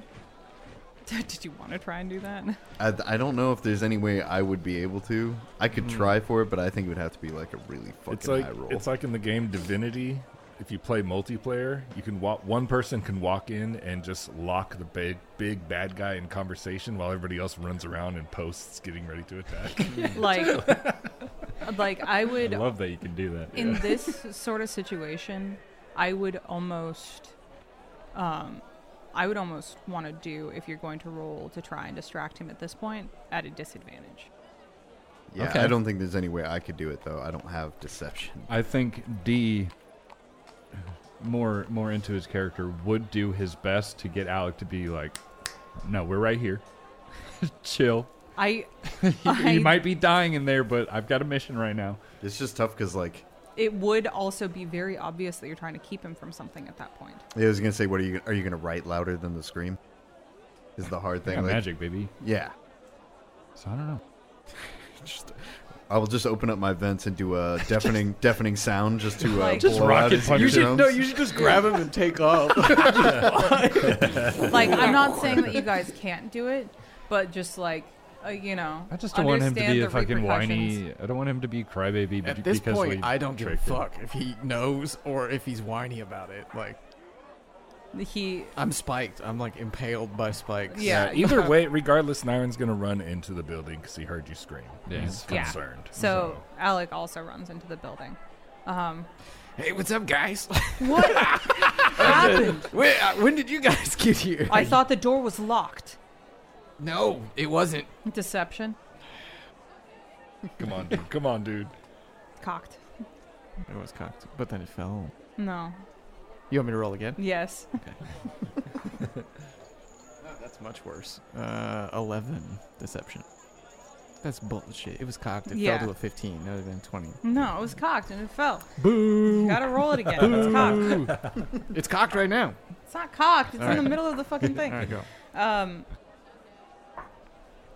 Speaker 2: did you want to try and do that?
Speaker 3: I, I don't know if there's any way I would be able to. I could try for it, but I think it would have to be like a really fucking
Speaker 1: Hmm. It's like
Speaker 3: high roll.
Speaker 1: it's like in the game Divinity. If you play multiplayer, you can walk. One person can walk in and just lock the big, big bad guy in conversation while everybody else runs around and posts, getting ready to *laughs* attack.
Speaker 2: Like, like I would
Speaker 6: I love that you can do that.
Speaker 2: in this sort of situation, I would almost, um, I would almost want to do if you're going to roll to try and distract him at this point at a disadvantage.
Speaker 3: yeah,
Speaker 6: okay.
Speaker 3: I don't think there's any way I could do it though. I don't have deception.
Speaker 6: I think D, more more into his character, would do his best to get Alec to be like, "No, we're right here. *laughs* Chill. *laughs*
Speaker 2: I,
Speaker 6: You,
Speaker 2: I-
Speaker 6: you might be dying in there, but I've got a mission right now."
Speaker 3: It's just tough because like
Speaker 2: it would also be very obvious that you're trying to keep him from something at that
Speaker 6: *laughs*
Speaker 2: point.
Speaker 3: I was gonna say, what are you are you gonna write louder than the scream? Is the hard thing
Speaker 6: Got
Speaker 3: like
Speaker 6: magic, baby.
Speaker 3: yeah?
Speaker 6: So I don't know.
Speaker 3: Just, I will just open up my vents and do a deafening deafening sound just to uh,
Speaker 2: Like- Just
Speaker 3: blow out
Speaker 1: rocket
Speaker 3: his
Speaker 1: punch
Speaker 5: You
Speaker 1: Your
Speaker 5: should
Speaker 3: eardrums.
Speaker 5: no. You should just grab him and take off.
Speaker 2: Like, I'm not saying that you guys can't do it, but just like, uh, you know,
Speaker 6: I just don't want him to
Speaker 2: understand
Speaker 6: be a
Speaker 2: the
Speaker 6: fucking
Speaker 2: repercussions.
Speaker 6: whiny. I don't want him to be crybaby. be-
Speaker 5: At this
Speaker 6: because
Speaker 5: point,
Speaker 6: we
Speaker 5: I don't give a
Speaker 6: tricked him.
Speaker 5: fuck if he knows or if he's whiny about it. Like
Speaker 2: He,
Speaker 5: I'm spiked. I'm like impaled by spikes.
Speaker 2: yeah.
Speaker 1: Either way, regardless, Niren's gonna run into the building because he heard you scream.
Speaker 6: Yeah.
Speaker 1: He's
Speaker 2: *laughs* Yeah.
Speaker 1: concerned.
Speaker 2: So Alec also runs into the building. Um,
Speaker 5: Hey, what's up, guys? *laughs*
Speaker 2: what happened?
Speaker 5: Wait, uh, when did you guys *laughs* get here?
Speaker 2: I thought the door was locked.
Speaker 5: no, it wasn't.
Speaker 2: Deception.
Speaker 1: so- come on, dude. Come on, dude.
Speaker 2: Cocked.
Speaker 5: It was cocked, but then it fell.
Speaker 2: No.
Speaker 5: You want me to roll again?
Speaker 2: Yes. *laughs*
Speaker 5: No, that's much worse. Uh, eleven deception. That's bullshit. It was cocked. It
Speaker 2: Yeah.
Speaker 5: fell to a fifteen. That would have been twenty.
Speaker 2: No, it was cocked and it fell.
Speaker 5: Boo!
Speaker 2: Gotta roll it again. It's cocked.
Speaker 5: It's cocked right now.
Speaker 2: It's not cocked. It's
Speaker 5: All
Speaker 2: in the
Speaker 5: right.
Speaker 2: middle of the fucking thing.
Speaker 5: There you go.
Speaker 2: Um.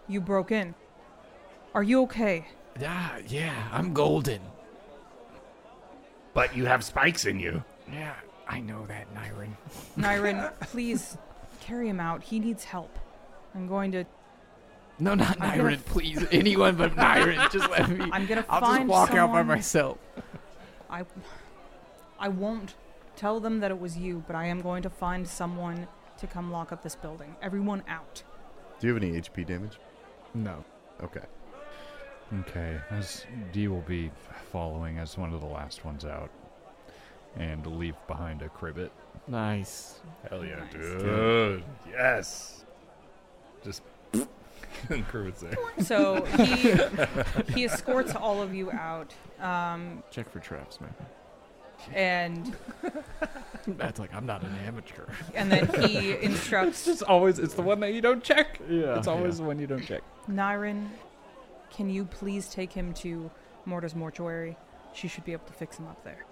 Speaker 2: You broke in. Are you okay?
Speaker 5: Yeah, yeah. I'm golden.
Speaker 4: But you have spikes in you.
Speaker 5: Yeah, I know that, Nyrin.
Speaker 2: *laughs* Nyrin, please carry him out. He needs help. I'm going to.
Speaker 5: No, not
Speaker 2: I'm gonna-
Speaker 5: Nyrin, please. Anyone but Nyrin.
Speaker 2: *laughs*
Speaker 5: Just let me.
Speaker 2: I'm gonna
Speaker 5: I'll
Speaker 2: find
Speaker 5: just walk out by
Speaker 2: someone-
Speaker 5: myself.
Speaker 2: I, I won't tell them that it was you, but I am going to find someone to come lock up this building. Everyone out.
Speaker 3: *laughs* Do you have any HP damage?
Speaker 5: No.
Speaker 3: Okay.
Speaker 6: Okay, as D will be following as one of the last ones out, and leave behind a cribbit.
Speaker 5: Nice.
Speaker 1: Hell yeah,
Speaker 2: Nice.
Speaker 1: dude. Yes. Just *laughs* and Kermit's there.
Speaker 2: So he he escorts all of you out, um,
Speaker 5: Check for traps, man.
Speaker 2: and
Speaker 5: That's like I'm not an amateur.
Speaker 2: and then he instructs
Speaker 6: It's always it's the one that you don't check.
Speaker 5: Yeah.
Speaker 6: It's always the one you don't check.
Speaker 2: Nyrin, "Can you please take him to Morta's mortuary? She should be able to fix him up there.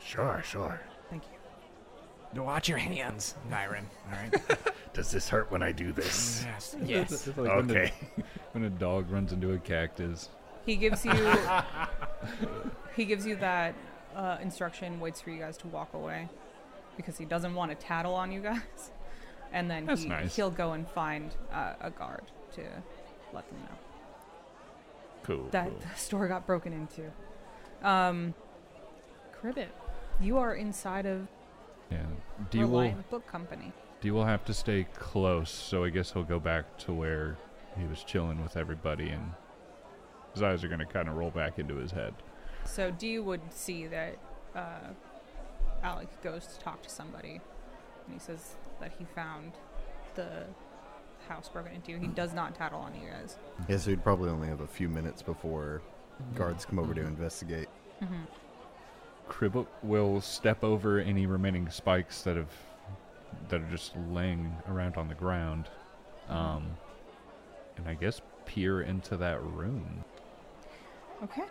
Speaker 4: Sure, sure.
Speaker 2: Thank you."
Speaker 5: Watch your hands, Nyrin. All right.
Speaker 4: Does this hurt when I do this?
Speaker 5: yes.
Speaker 6: It's,
Speaker 5: Yes.
Speaker 6: like when, the-
Speaker 4: okay.
Speaker 6: *laughs* when a dog runs into a cactus.
Speaker 2: He gives you he gives you that uh, instruction. Waits for you guys to walk away because he doesn't want to tattle on you guys, and then
Speaker 6: That's
Speaker 2: he,
Speaker 6: nice.
Speaker 2: he'll go and find uh, a guard to let them know.
Speaker 1: Cool.
Speaker 2: that
Speaker 1: cool.
Speaker 2: the store got broken into. Um, Cribbit, you are inside of
Speaker 6: Yeah. D will
Speaker 2: Reliant Book Company.
Speaker 6: D will have to stay close, so I guess he'll go back to where he was chilling with everybody and his eyes are gonna kinda roll back into his head.
Speaker 2: So D would see that uh, Alec goes to talk to somebody, and he says that he found the house broken into. He does not tattle on you guys.
Speaker 3: Yeah, so you'd probably only have a few minutes before guards come over to investigate.
Speaker 6: Cribbit will step over any remaining spikes that have that are just laying around on the ground. Um and I guess peer into that room.
Speaker 2: Okay.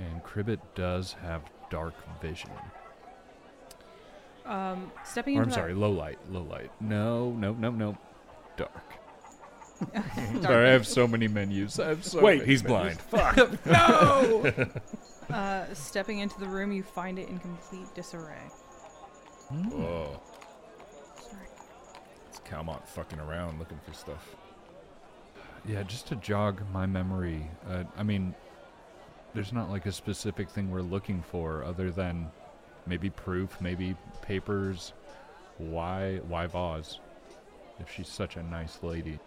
Speaker 6: And Cribbit does have dark vision.
Speaker 2: Um, stepping
Speaker 6: Or
Speaker 2: into
Speaker 6: I'm sorry, low light, low light. No, no, no, no. Dark.
Speaker 2: that, *laughs*
Speaker 6: Sorry, I have so many menus. I have so
Speaker 1: Wait,
Speaker 6: many
Speaker 1: he's
Speaker 6: menus.
Speaker 1: blind.
Speaker 6: no.
Speaker 2: uh, stepping into the room, you find it in complete disarray.
Speaker 1: Oh,
Speaker 2: Sorry.
Speaker 1: it's Calmont fucking around looking for stuff.
Speaker 6: Yeah, just to jog my memory. Uh, I mean, there's not like a specific thing we're looking for other than maybe proof, maybe papers. Why, why Vaz? If she's such a nice lady.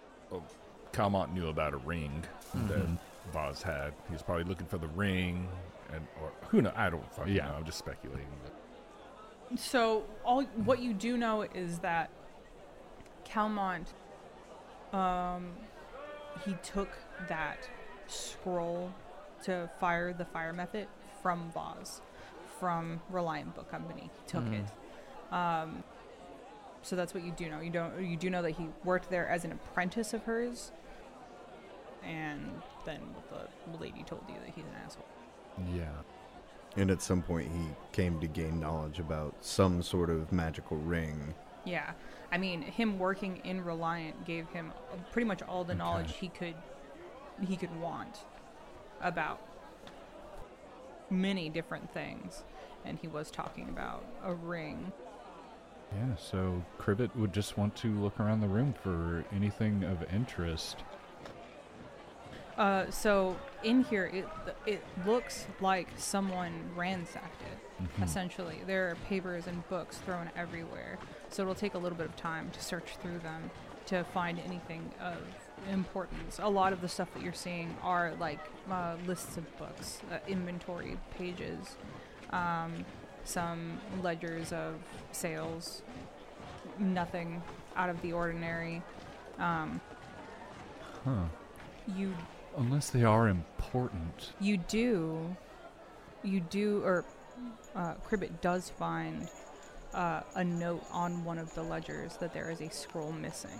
Speaker 1: Calmont knew about a ring
Speaker 6: Mm-hmm.
Speaker 1: that Vaz had. He was probably looking for the ring, and or who knows? I don't fucking
Speaker 6: Yeah.
Speaker 1: know. I'm just speculating. but-
Speaker 2: So all what you do know is that Calmont, um, he took that scroll to fire the fire method from Voz, from Reliant Book Company. He took it. Um, so that's what you do know. You don't. You do know that he worked there as an apprentice of hers, and then what the lady told you that he's an asshole.
Speaker 6: Yeah.
Speaker 3: And at some point, he came to gain knowledge about some sort of magical ring.
Speaker 2: Yeah. I mean, him working in Reliant gave him pretty much all the knowledge he could he could want about many different things. And he was talking about a ring.
Speaker 6: Yeah, so Cribbit would just want to look around the room for anything of interest.
Speaker 2: Uh, so in here, it it looks like someone ransacked it. Essentially, there are papers and books thrown everywhere. So it'll take a little bit of time to search through them to find anything of importance. A lot of the stuff that you're seeing are like uh, lists of books, uh, inventory pages, um, some ledgers of sales. Nothing out of the ordinary. Um,
Speaker 6: Huh.
Speaker 2: you
Speaker 6: Unless they are important.
Speaker 2: You do, you do, or uh, Cribbit does find uh, a note on one of the ledgers that there is a scroll missing.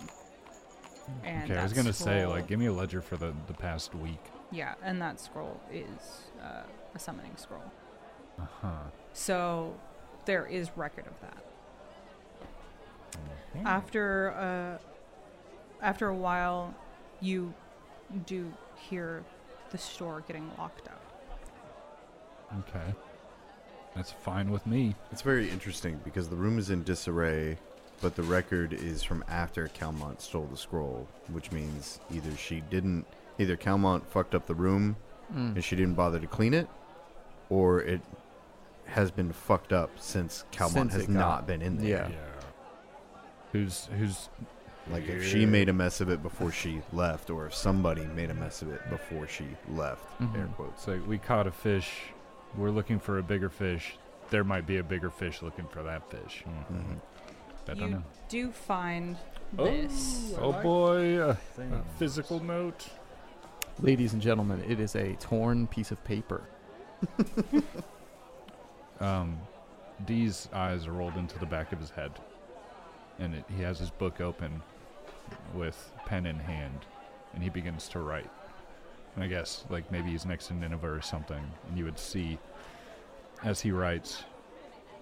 Speaker 2: And
Speaker 6: Hmm. okay, I
Speaker 2: that
Speaker 6: was gonna say,
Speaker 2: scroll-
Speaker 6: like, give me a ledger for the, the past week.
Speaker 2: yeah, and that scroll is uh, a summoning scroll.
Speaker 6: Uh huh.
Speaker 2: So there is record of that.
Speaker 1: Hmm.
Speaker 6: Hmm.
Speaker 2: After uh, after a while, you do hear the store getting locked up.
Speaker 6: Okay. That's fine with me.
Speaker 3: It's very interesting because the room is in disarray, but the record is from after Calmont stole the scroll, which means either she didn't, either Calmont fucked up the room and she didn't bother to clean it, or it has been fucked up since Calmont
Speaker 5: Since
Speaker 3: has
Speaker 5: it got-
Speaker 3: not been in there.
Speaker 5: Yeah.
Speaker 6: Who's who's
Speaker 3: Like if she made a mess of it before she left, or if somebody made a mess of it before she left. Air
Speaker 6: Mhm.
Speaker 3: quotes.
Speaker 6: It's like we caught a fish. We're looking for a bigger fish. There might be a bigger fish looking for that fish.
Speaker 1: Hmm.
Speaker 3: Mhm.
Speaker 6: I
Speaker 2: you
Speaker 6: don't know.
Speaker 2: do find
Speaker 1: Oh.
Speaker 2: this.
Speaker 1: Oh boy, a, a physical note.
Speaker 5: Ladies and gentlemen, it is a torn piece of paper.
Speaker 6: Um, Dee's eyes are rolled into the back of his head, and it, he has his book open with pen in hand, and he begins to write. And I guess, like, maybe he's next to Nineveh or something, and you would see as he writes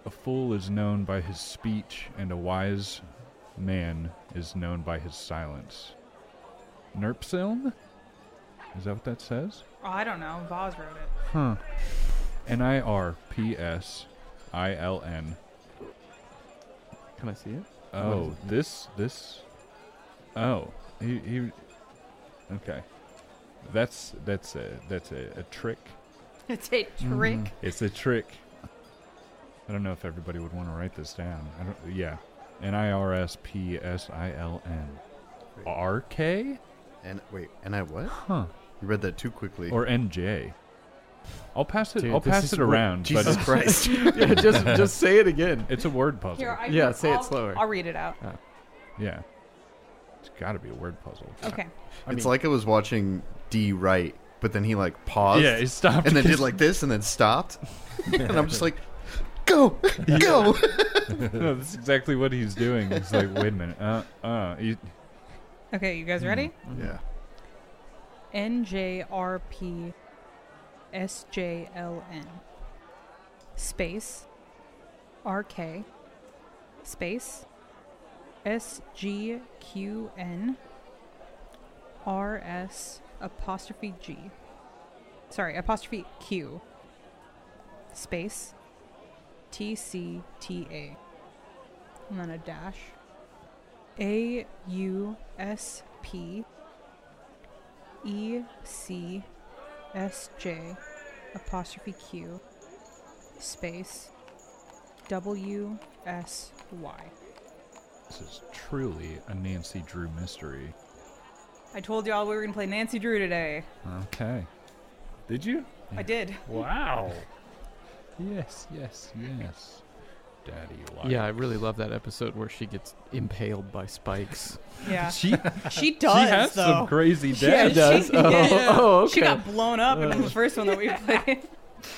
Speaker 6: A fool is known by his speech, and a wise man is known by his silence. Nerpsilm? Is that what that says?
Speaker 2: Oh, I don't know. Vaz wrote it.
Speaker 6: Huh. N I R P S I L N.
Speaker 5: Can I see it?
Speaker 6: Oh, this this. Oh, he, he. Okay, that's that's a that's a, a trick.
Speaker 2: *laughs* It's a trick.
Speaker 5: Mm-hmm.
Speaker 6: It's a trick. I don't know if everybody would want to write this down. I don't. Yeah, N I R S P S I L N. R K
Speaker 3: And wait, and I what?
Speaker 6: Huh.
Speaker 3: You read that too quickly.
Speaker 6: or N J. I'll pass it.
Speaker 5: Dude,
Speaker 6: I'll
Speaker 5: this
Speaker 6: pass
Speaker 5: is
Speaker 6: it
Speaker 5: what-
Speaker 6: around.
Speaker 3: Jesus *laughs*
Speaker 6: but
Speaker 3: Christ.
Speaker 5: yeah, just just say it again.
Speaker 6: it's, it's a word puzzle.
Speaker 2: Here, I
Speaker 5: Yeah,
Speaker 2: will-
Speaker 5: say it
Speaker 2: I'll-
Speaker 5: slower. Uh-huh.
Speaker 2: I'll read it out.
Speaker 6: yeah, it's got to be a word puzzle.
Speaker 2: Okay.
Speaker 5: I
Speaker 3: it's
Speaker 5: mean-
Speaker 3: like I was watching D write, but then he like paused
Speaker 6: Yeah, it stopped. *laughs*
Speaker 3: and then did like this and then stopped. and I'm just like, go, go.
Speaker 6: no, that's exactly what he's doing. He's like, wait a minute. Uh, uh. You,
Speaker 2: Okay, you guys ready?
Speaker 3: yeah.
Speaker 2: N J R P S J L N space R K space S G Q N R S apostrophe G. Sorry, apostrophe Q space T C T A. And then a dash. A U S P E C S J apostrophe Q space W S Y.
Speaker 6: This is truly a Nancy Drew mystery.
Speaker 2: I told y'all we were gonna play Nancy Drew today.
Speaker 6: Okay.
Speaker 1: Did you?
Speaker 2: I did.
Speaker 4: Wow.
Speaker 6: Yes, yes, yes. Daddy, liar.
Speaker 5: Yeah, I really love that episode where she gets impaled by spikes.
Speaker 2: Yeah.
Speaker 6: She, she
Speaker 2: she does
Speaker 6: has
Speaker 2: though.
Speaker 6: some
Speaker 2: *laughs*
Speaker 6: crazy
Speaker 2: Yeah,
Speaker 6: dad.
Speaker 2: she
Speaker 5: does.
Speaker 2: did.
Speaker 5: Oh, oh,
Speaker 2: She
Speaker 5: okay.
Speaker 2: got blown up in the first one that we played.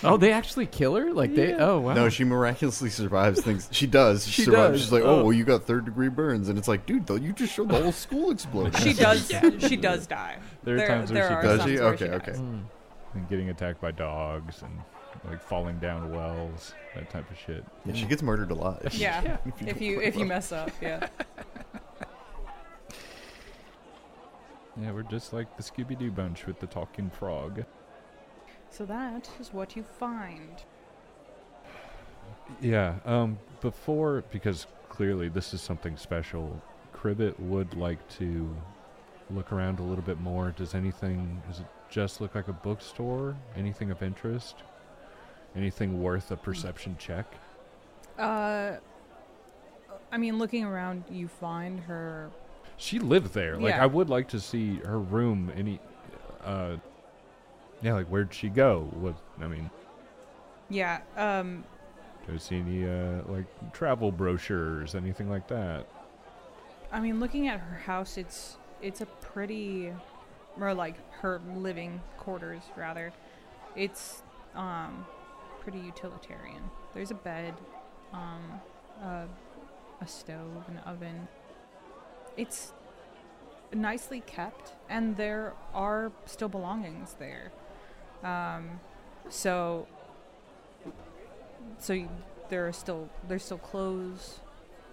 Speaker 5: Oh, they actually kill her? Like they? Oh wow.
Speaker 3: No, she miraculously survives things. She does. She,
Speaker 5: She
Speaker 3: survives.
Speaker 5: does.
Speaker 3: She's like, oh,
Speaker 5: Oh.
Speaker 3: well, you got third degree burns, and it's like, dude, though, you just showed the whole school explode.
Speaker 2: She does. She does die.
Speaker 6: There are times where she
Speaker 2: are
Speaker 6: does.
Speaker 3: Does she?
Speaker 2: times where
Speaker 3: Okay, okay.
Speaker 2: dies.
Speaker 5: Mm.
Speaker 6: and getting attacked by dogs and like falling down wells, that type of shit.
Speaker 3: Yeah, she gets murdered alive. *laughs*
Speaker 2: Yeah. If
Speaker 3: don't
Speaker 2: you
Speaker 3: play
Speaker 2: if you
Speaker 3: well.
Speaker 2: mess up, yeah.
Speaker 6: Yeah, we're just like the Scooby Doo bunch with the talking frog.
Speaker 2: So that is what you find.
Speaker 6: Yeah. Um. Before, because clearly this is something special. Cribbit would like to look around a little bit more. Does anything? Does it just look like a bookstore? Anything of interest? Anything worth a perception check?
Speaker 2: Uh, I mean, looking around, you find her.
Speaker 6: She lived there. Like
Speaker 2: Yeah.
Speaker 6: I would like to see her room. Any, uh, yeah. Like where'd she go? What I mean,
Speaker 2: Yeah. Um.
Speaker 6: do you see any uh, like travel brochures, anything like that?
Speaker 2: I mean, looking at her house, it's it's a pretty, or like her living quarters rather. It's um, pretty utilitarian. There's a bed, um, a, a stove, an oven. It's nicely kept, and there are still belongings there. Um, so, so y- there are still there's still clothes.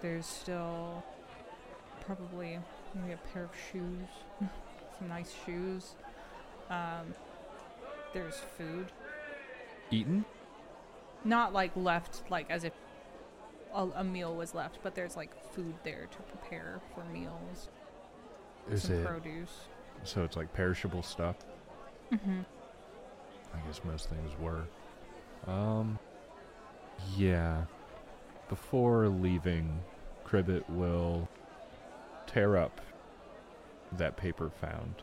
Speaker 2: There's still probably maybe a pair of shoes, *laughs* some nice shoes. Um, there's food,
Speaker 6: Eaten?
Speaker 2: not like left, like as if a, a meal was left, but there's like food there to prepare for meals,
Speaker 6: Is
Speaker 2: some
Speaker 6: it?
Speaker 2: produce.
Speaker 6: So it's like perishable stuff. Mm-hmm.
Speaker 2: hmm
Speaker 6: I guess most things were. Um, yeah. Before leaving, Cribbit will tear up that paper found.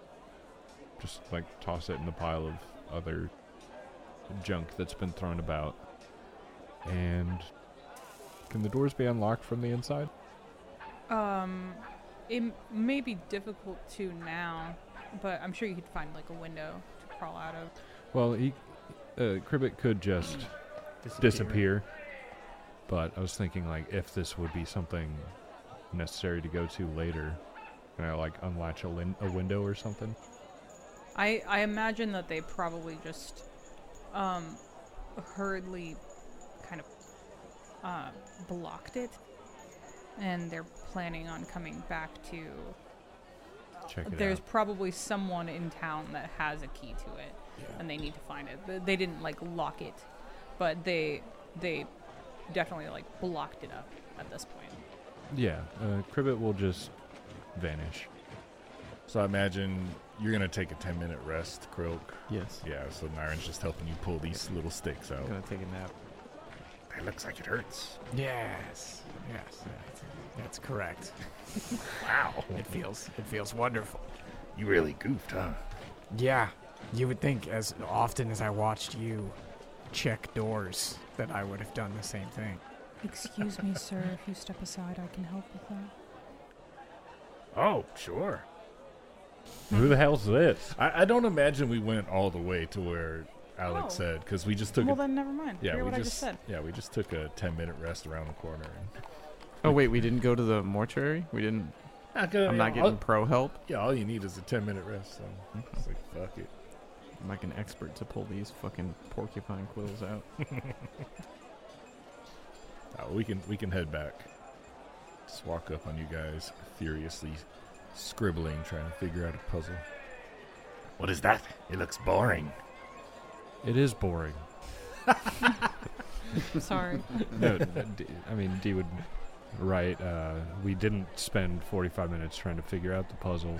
Speaker 6: Just like toss it in the pile of other junk that's been thrown about. And can the doors be unlocked from the inside?
Speaker 2: Um, it m- may be difficult to now, but I'm sure you could find like a window to crawl out of.
Speaker 6: Well, he, uh, Cribbit could just disappear. But I was thinking like if this would be something necessary to go to later, can I like unlatch a, lin- a window or something?
Speaker 2: I I imagine that they probably just um hurriedly kind of uh, blocked it and they're planning on coming back to
Speaker 6: Check it
Speaker 2: there's
Speaker 6: out.
Speaker 2: probably someone in town that has a key to it and they need to find it They- they didn't like lock it but they they definitely like blocked it up at this point
Speaker 6: Yeah, uh, Cribbit will just vanish.
Speaker 1: So I imagine you're gonna take a ten minute rest, Krilk.
Speaker 5: Yes.
Speaker 1: Yeah. So Nyron's just helping you pull these little sticks out.
Speaker 7: I'm gonna take a nap.
Speaker 4: That looks like it hurts.
Speaker 7: Yes, yes, that's, that's correct.
Speaker 4: Wow.
Speaker 7: It feels it feels wonderful.
Speaker 4: You really goofed, huh?
Speaker 7: Yeah, you would think as often as I watched you check doors that I would have done the same thing.
Speaker 2: excuse me sir if you step aside i can help with that
Speaker 4: Oh, sure.
Speaker 6: Who the hell's this?
Speaker 1: I, I don't imagine we went all the way to where Alex
Speaker 2: Oh.
Speaker 1: said because we just took.
Speaker 2: well
Speaker 1: a,
Speaker 2: then never mind
Speaker 1: yeah,
Speaker 2: Forget
Speaker 1: we
Speaker 2: what i
Speaker 1: *laughs*
Speaker 2: just said
Speaker 1: yeah, we just took a ten minute rest around the corner. And, *laughs*
Speaker 5: Oh wait, we didn't go to the mortuary. We didn't. I'm not getting pro help.
Speaker 1: yeah, all you need is a ten minute rest. So hmm, it's like fuck it.
Speaker 5: I'm like an expert to pull these fucking porcupine quills out.
Speaker 1: Uh, we can we can head back.
Speaker 9: Just walk up on you guys, furiously scribbling, trying to figure out a puzzle.
Speaker 1: What is that? It looks *laughs* boring.
Speaker 10: It is boring.
Speaker 2: Sorry.
Speaker 6: *laughs*
Speaker 10: No, uh, D, I mean D would write. Uh, we didn't spend 45 minutes trying to figure out the
Speaker 6: *laughs*
Speaker 10: puzzle.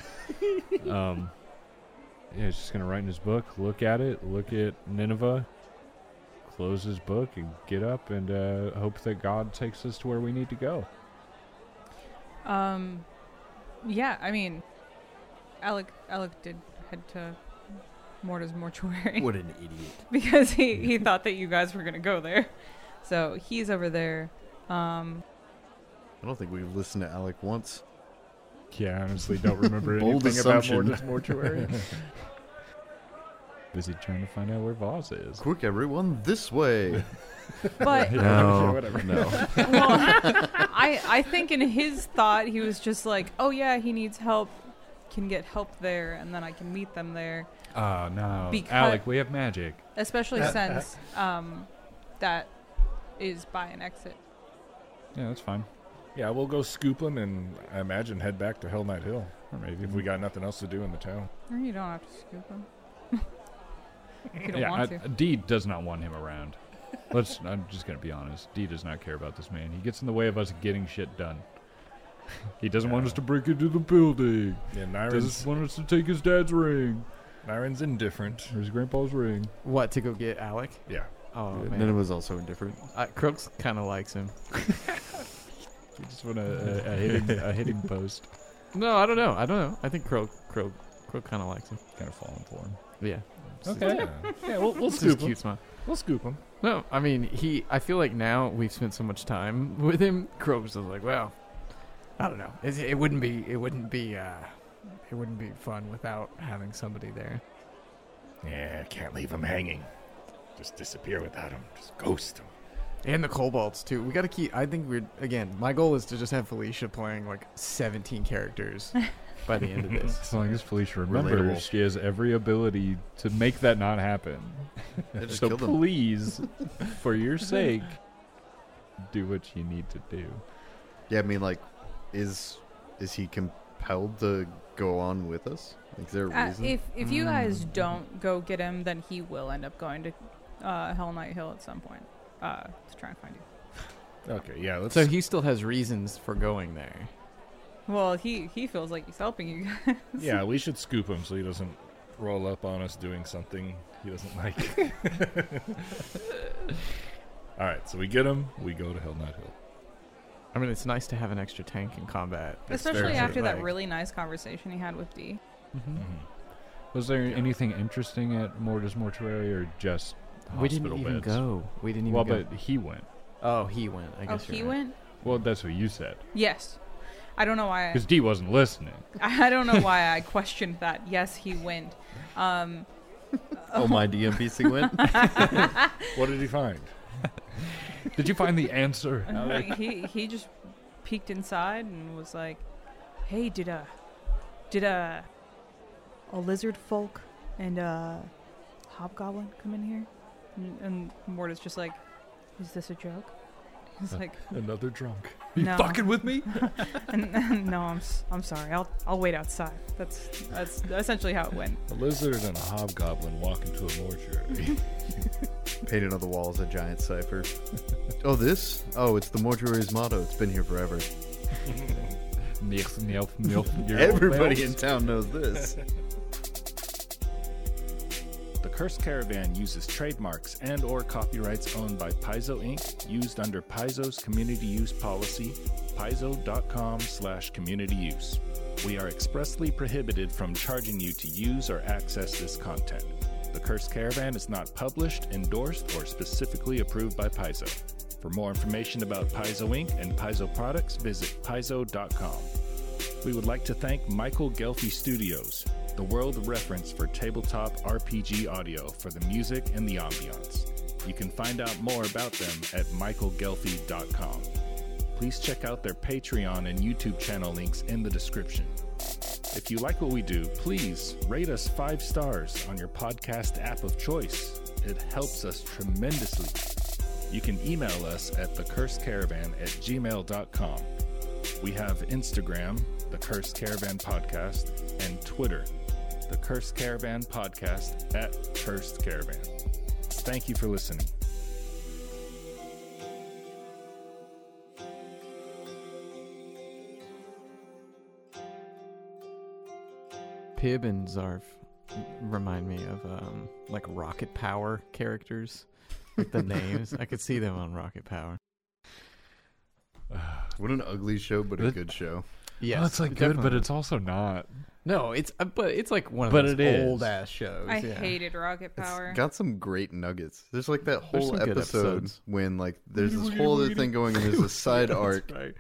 Speaker 10: um, yeah, he's just gonna write in his book, look at it, look at Nineveh, close his book, and get up and uh, hope that God takes us to where we need to go.
Speaker 2: Um, yeah, I mean, Alec Alec did head to Morta's mortuary
Speaker 11: What an idiot.
Speaker 2: *laughs* because he he thought that you guys were gonna go there, so he's over there. Um,
Speaker 3: I don't think we've listened to Alec once.
Speaker 10: Yeah, I honestly,
Speaker 6: *laughs*
Speaker 10: don't remember
Speaker 3: Bold
Speaker 10: anything about
Speaker 3: assumption.
Speaker 10: Mortis Mortuary.
Speaker 6: Busy trying to find out where Voss
Speaker 3: *laughs*
Speaker 6: is.
Speaker 3: Quick, everyone, this way.
Speaker 2: but
Speaker 11: No.
Speaker 5: *laughs*
Speaker 6: whatever.
Speaker 3: no.
Speaker 2: well, *laughs* I I think in his thought he was just like, oh yeah, he needs help, can get help there, and then I can meet them there.
Speaker 6: Oh, no.
Speaker 2: Because-
Speaker 6: Alec, we have magic.
Speaker 2: Especially since um, that is by an exit.
Speaker 6: Yeah, that's fine.
Speaker 9: Yeah, we'll go scoop them and I imagine head back to Hell Knight Hill
Speaker 6: Or maybe
Speaker 9: if we got nothing else to do in the town.
Speaker 2: Or you don't have to scoop *laughs* him. you don't
Speaker 6: yeah,
Speaker 2: want
Speaker 6: I-
Speaker 2: to.
Speaker 6: D does not want him around. Let's. I'm just gonna be honest. D does not care about this man. He gets in the way of us getting shit done. He doesn't want us to break into the building.
Speaker 9: Yeah,
Speaker 6: Doesn't
Speaker 9: Niren's,
Speaker 6: want us to take his dad's ring
Speaker 9: Niren's indifferent.
Speaker 6: or his grandpa's ring.
Speaker 7: What to go get Alec?
Speaker 9: Yeah.
Speaker 7: Oh man,
Speaker 3: None of us also indifferent.
Speaker 7: uh, Crooks kind of likes him.
Speaker 6: We just want a, *laughs* a, a hitting a hitting post.
Speaker 7: No, I don't know. I don't know. I think Croak Croak Croak kind of likes him.
Speaker 6: Kind of falling for him.
Speaker 7: Yeah,
Speaker 9: Okay. Yeah, we'll, we'll
Speaker 7: it's just
Speaker 9: scoop
Speaker 7: a cute
Speaker 9: them.
Speaker 7: smile.
Speaker 9: We'll scoop them.
Speaker 7: No, I mean he. I feel like now we've spent so much time *laughs* with him. Croak's just like, well, I don't know. It, it wouldn't be. It wouldn't be. uh It wouldn't be fun without having somebody there.
Speaker 1: Yeah, can't leave him hanging. Just disappear without him. Just ghost him.
Speaker 7: And the kobolds too. We got to keep. I think we're again. My goal is to just have Felicia playing like 17 characters by the end of this.
Speaker 6: *laughs* As long as Felicia remembers,
Speaker 3: Relatable.
Speaker 6: she has every ability to make that not happen.
Speaker 3: Yeah, just
Speaker 6: so
Speaker 3: kill them. *laughs*
Speaker 6: please, for your sake, do what you need to do.
Speaker 3: Yeah, I mean, like, is is he compelled to go on with us? Like, is there a
Speaker 2: Uh,
Speaker 3: reason?
Speaker 2: if if you guys don't go get him, then he will end up going to uh, Hell Knight Hill at some point uh, to try and find you.
Speaker 9: Okay, yeah, let's
Speaker 7: So he still has reasons for going there.
Speaker 2: Well, he he feels like he's helping you. guys.
Speaker 9: Yeah, we should scoop him so he doesn't roll up on us doing something he doesn't like.
Speaker 6: *laughs*
Speaker 9: *laughs* All right, so we get him. We go to Hell Not Hill.
Speaker 7: I mean, it's nice to have an extra tank in combat.
Speaker 2: Especially
Speaker 9: very
Speaker 2: after that
Speaker 7: like-
Speaker 2: really nice conversation he had with D.
Speaker 1: Mm-hmm.
Speaker 9: Mm-hmm.
Speaker 6: Was there anything interesting at Mortis Mortuary or just
Speaker 7: Mm-hmm.
Speaker 6: hospital
Speaker 5: We didn't even
Speaker 6: beds?
Speaker 5: go. We didn't even
Speaker 6: well,
Speaker 5: go.
Speaker 6: but he went.
Speaker 5: oh, he went. I
Speaker 2: Oh,
Speaker 5: guess
Speaker 2: he
Speaker 5: you're right.
Speaker 2: went.
Speaker 6: Well, that's what you said.
Speaker 2: Yes, I don't know why. I,
Speaker 6: Because D wasn't listening.
Speaker 2: *laughs* I don't know why I questioned that. Yes, he went. Um, *laughs*
Speaker 3: oh, my DMPC went.
Speaker 9: What did he find?
Speaker 6: *laughs* Did you find the answer?
Speaker 2: he he just peeked inside and was like, "Hey, did a did a a lizard folk and a hobgoblin come in here?" And, and Morta's just like, "Is this a joke?" He's like,
Speaker 9: Another drunk.
Speaker 6: you
Speaker 2: no.
Speaker 6: fucking with me?
Speaker 2: *laughs* and, "No, I'm s- I'm sorry. I'll I'll wait outside." That's that's essentially how it went.
Speaker 9: A lizard and a hobgoblin walk into a
Speaker 6: *laughs*
Speaker 9: mortuary.
Speaker 3: Painted on the wall is a giant cipher. *laughs* oh, this? Oh, it's the mortuary's motto. It's been here *laughs* forever.
Speaker 6: Nix, nilf, milf, your
Speaker 3: Everybody
Speaker 6: bells.
Speaker 3: in town knows *laughs* this.
Speaker 1: The Curse Caravan uses trademarks and or copyrights owned by Paizo Inc. used under Paizo's community use policy, paizo.com slash community use. We are expressly prohibited from charging you to use or access this content. The Curse Caravan is not published, endorsed, or specifically approved by Paizo. For more information about Paizo Inc. and Paizo products, visit paizo.com. We would like to thank Michael Gelfi Studios, the world reference for tabletop RPG audio for the music and the ambiance. You can find out more about them at michaelgelfi.com. Please check out their Patreon and YouTube channel links in the description. If you like what we do, please rate us five stars on your podcast app of choice. It helps us tremendously. You can email us at thecursecaravan at gmail.com. We have Instagram, The Cursed Caravan Podcast, and Twitter, The Cursed Caravan Podcast at Cursed Caravan. Thank you for listening.
Speaker 5: Pib and Zarf remind me of um, like Rocket Power characters. With
Speaker 7: *laughs*
Speaker 5: the names, I could see them on Rocket Power.
Speaker 3: What an ugly show, but a
Speaker 6: That-
Speaker 3: good show.
Speaker 5: Yes,
Speaker 6: Well, it's like good, but it's also *laughs* not.
Speaker 5: no, it's uh, but it's like one of
Speaker 6: But
Speaker 5: those
Speaker 6: it is.
Speaker 5: old ass shows.
Speaker 2: I
Speaker 5: yeah.
Speaker 2: hated rocket
Speaker 3: It's
Speaker 2: power.
Speaker 3: got some great nuggets. There's like that
Speaker 5: There's
Speaker 3: whole
Speaker 5: some good
Speaker 3: episode
Speaker 5: episodes.
Speaker 3: when like there's this whole other thing going and there's a side arc
Speaker 5: Right.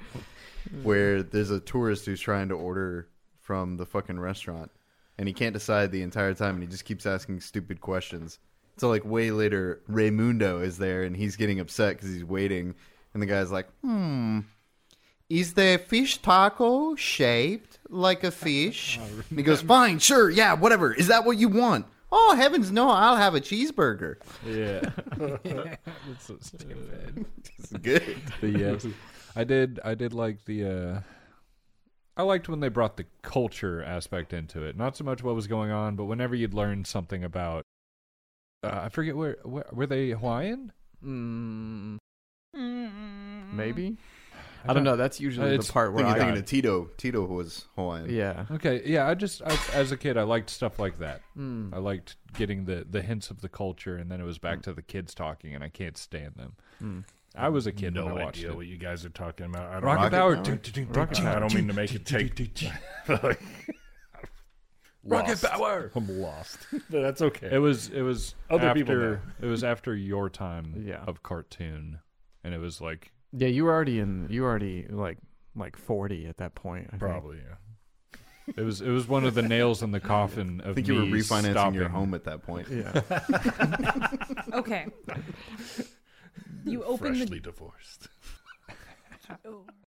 Speaker 3: where there's a tourist who's trying to order from the fucking restaurant and he can't decide the entire time and he just keeps asking stupid questions. So like way later Raymundo is there and he's getting upset cuz he's waiting and the guy's like, "Hmm. Is the fish taco shaped like a fish?" And he goes, "Fine, sure. Yeah, whatever. Is that what you want?" "Oh, heavens no. I'll have a cheeseburger."
Speaker 6: Yeah. That's so stupid.
Speaker 3: It's good.
Speaker 6: The yes. I did I did like the uh I liked when they brought the culture aspect into it. Not so much what was going on, but whenever you'd learn something about uh, I forget where, where were they Hawaiian?
Speaker 5: Mm,
Speaker 2: Mm.
Speaker 5: maybe. I don't know. That's usually
Speaker 6: It's-
Speaker 5: the
Speaker 3: I
Speaker 5: part where
Speaker 3: think
Speaker 5: I
Speaker 3: you're thinking
Speaker 5: got-
Speaker 3: of Tito. Tito was Hawaiian.
Speaker 5: yeah.
Speaker 6: Okay, yeah, I just I, as a kid I liked stuff like that.
Speaker 5: Mm.
Speaker 6: I liked getting the the hints of the culture and then it was back to the kids talking and I can't stand them.
Speaker 5: Mm.
Speaker 6: I was a kid
Speaker 12: no
Speaker 6: when I watched
Speaker 12: idea
Speaker 6: it.
Speaker 12: what you guys are talking about. I don't
Speaker 6: Rocket,
Speaker 12: know.
Speaker 3: Rocket
Speaker 6: Power.
Speaker 3: Power.
Speaker 6: dun, dun, dun, dun,
Speaker 12: Rocket
Speaker 6: dun,
Speaker 12: Power. I don't
Speaker 6: dun,
Speaker 12: mean to make
Speaker 6: dun,
Speaker 12: it
Speaker 1: *laughs*
Speaker 12: take-
Speaker 6: dun, dun, dun.
Speaker 3: Lost.
Speaker 6: Power.
Speaker 12: I'm lost, but that's okay.
Speaker 6: It was it was
Speaker 12: Other
Speaker 6: after
Speaker 12: people know.
Speaker 6: it was after your time
Speaker 5: Yeah.
Speaker 6: of cartoon, and it was like
Speaker 5: Yeah, you were already in. You were already like like forty at that point. I think.
Speaker 12: Probably, yeah.
Speaker 6: it was it was one of the nails in the coffin of
Speaker 3: I think you were
Speaker 6: me
Speaker 3: refinancing your
Speaker 6: stopping.
Speaker 3: home at that point.
Speaker 5: Yeah.
Speaker 2: Okay. You open
Speaker 12: Freshly
Speaker 2: the
Speaker 12: divorced.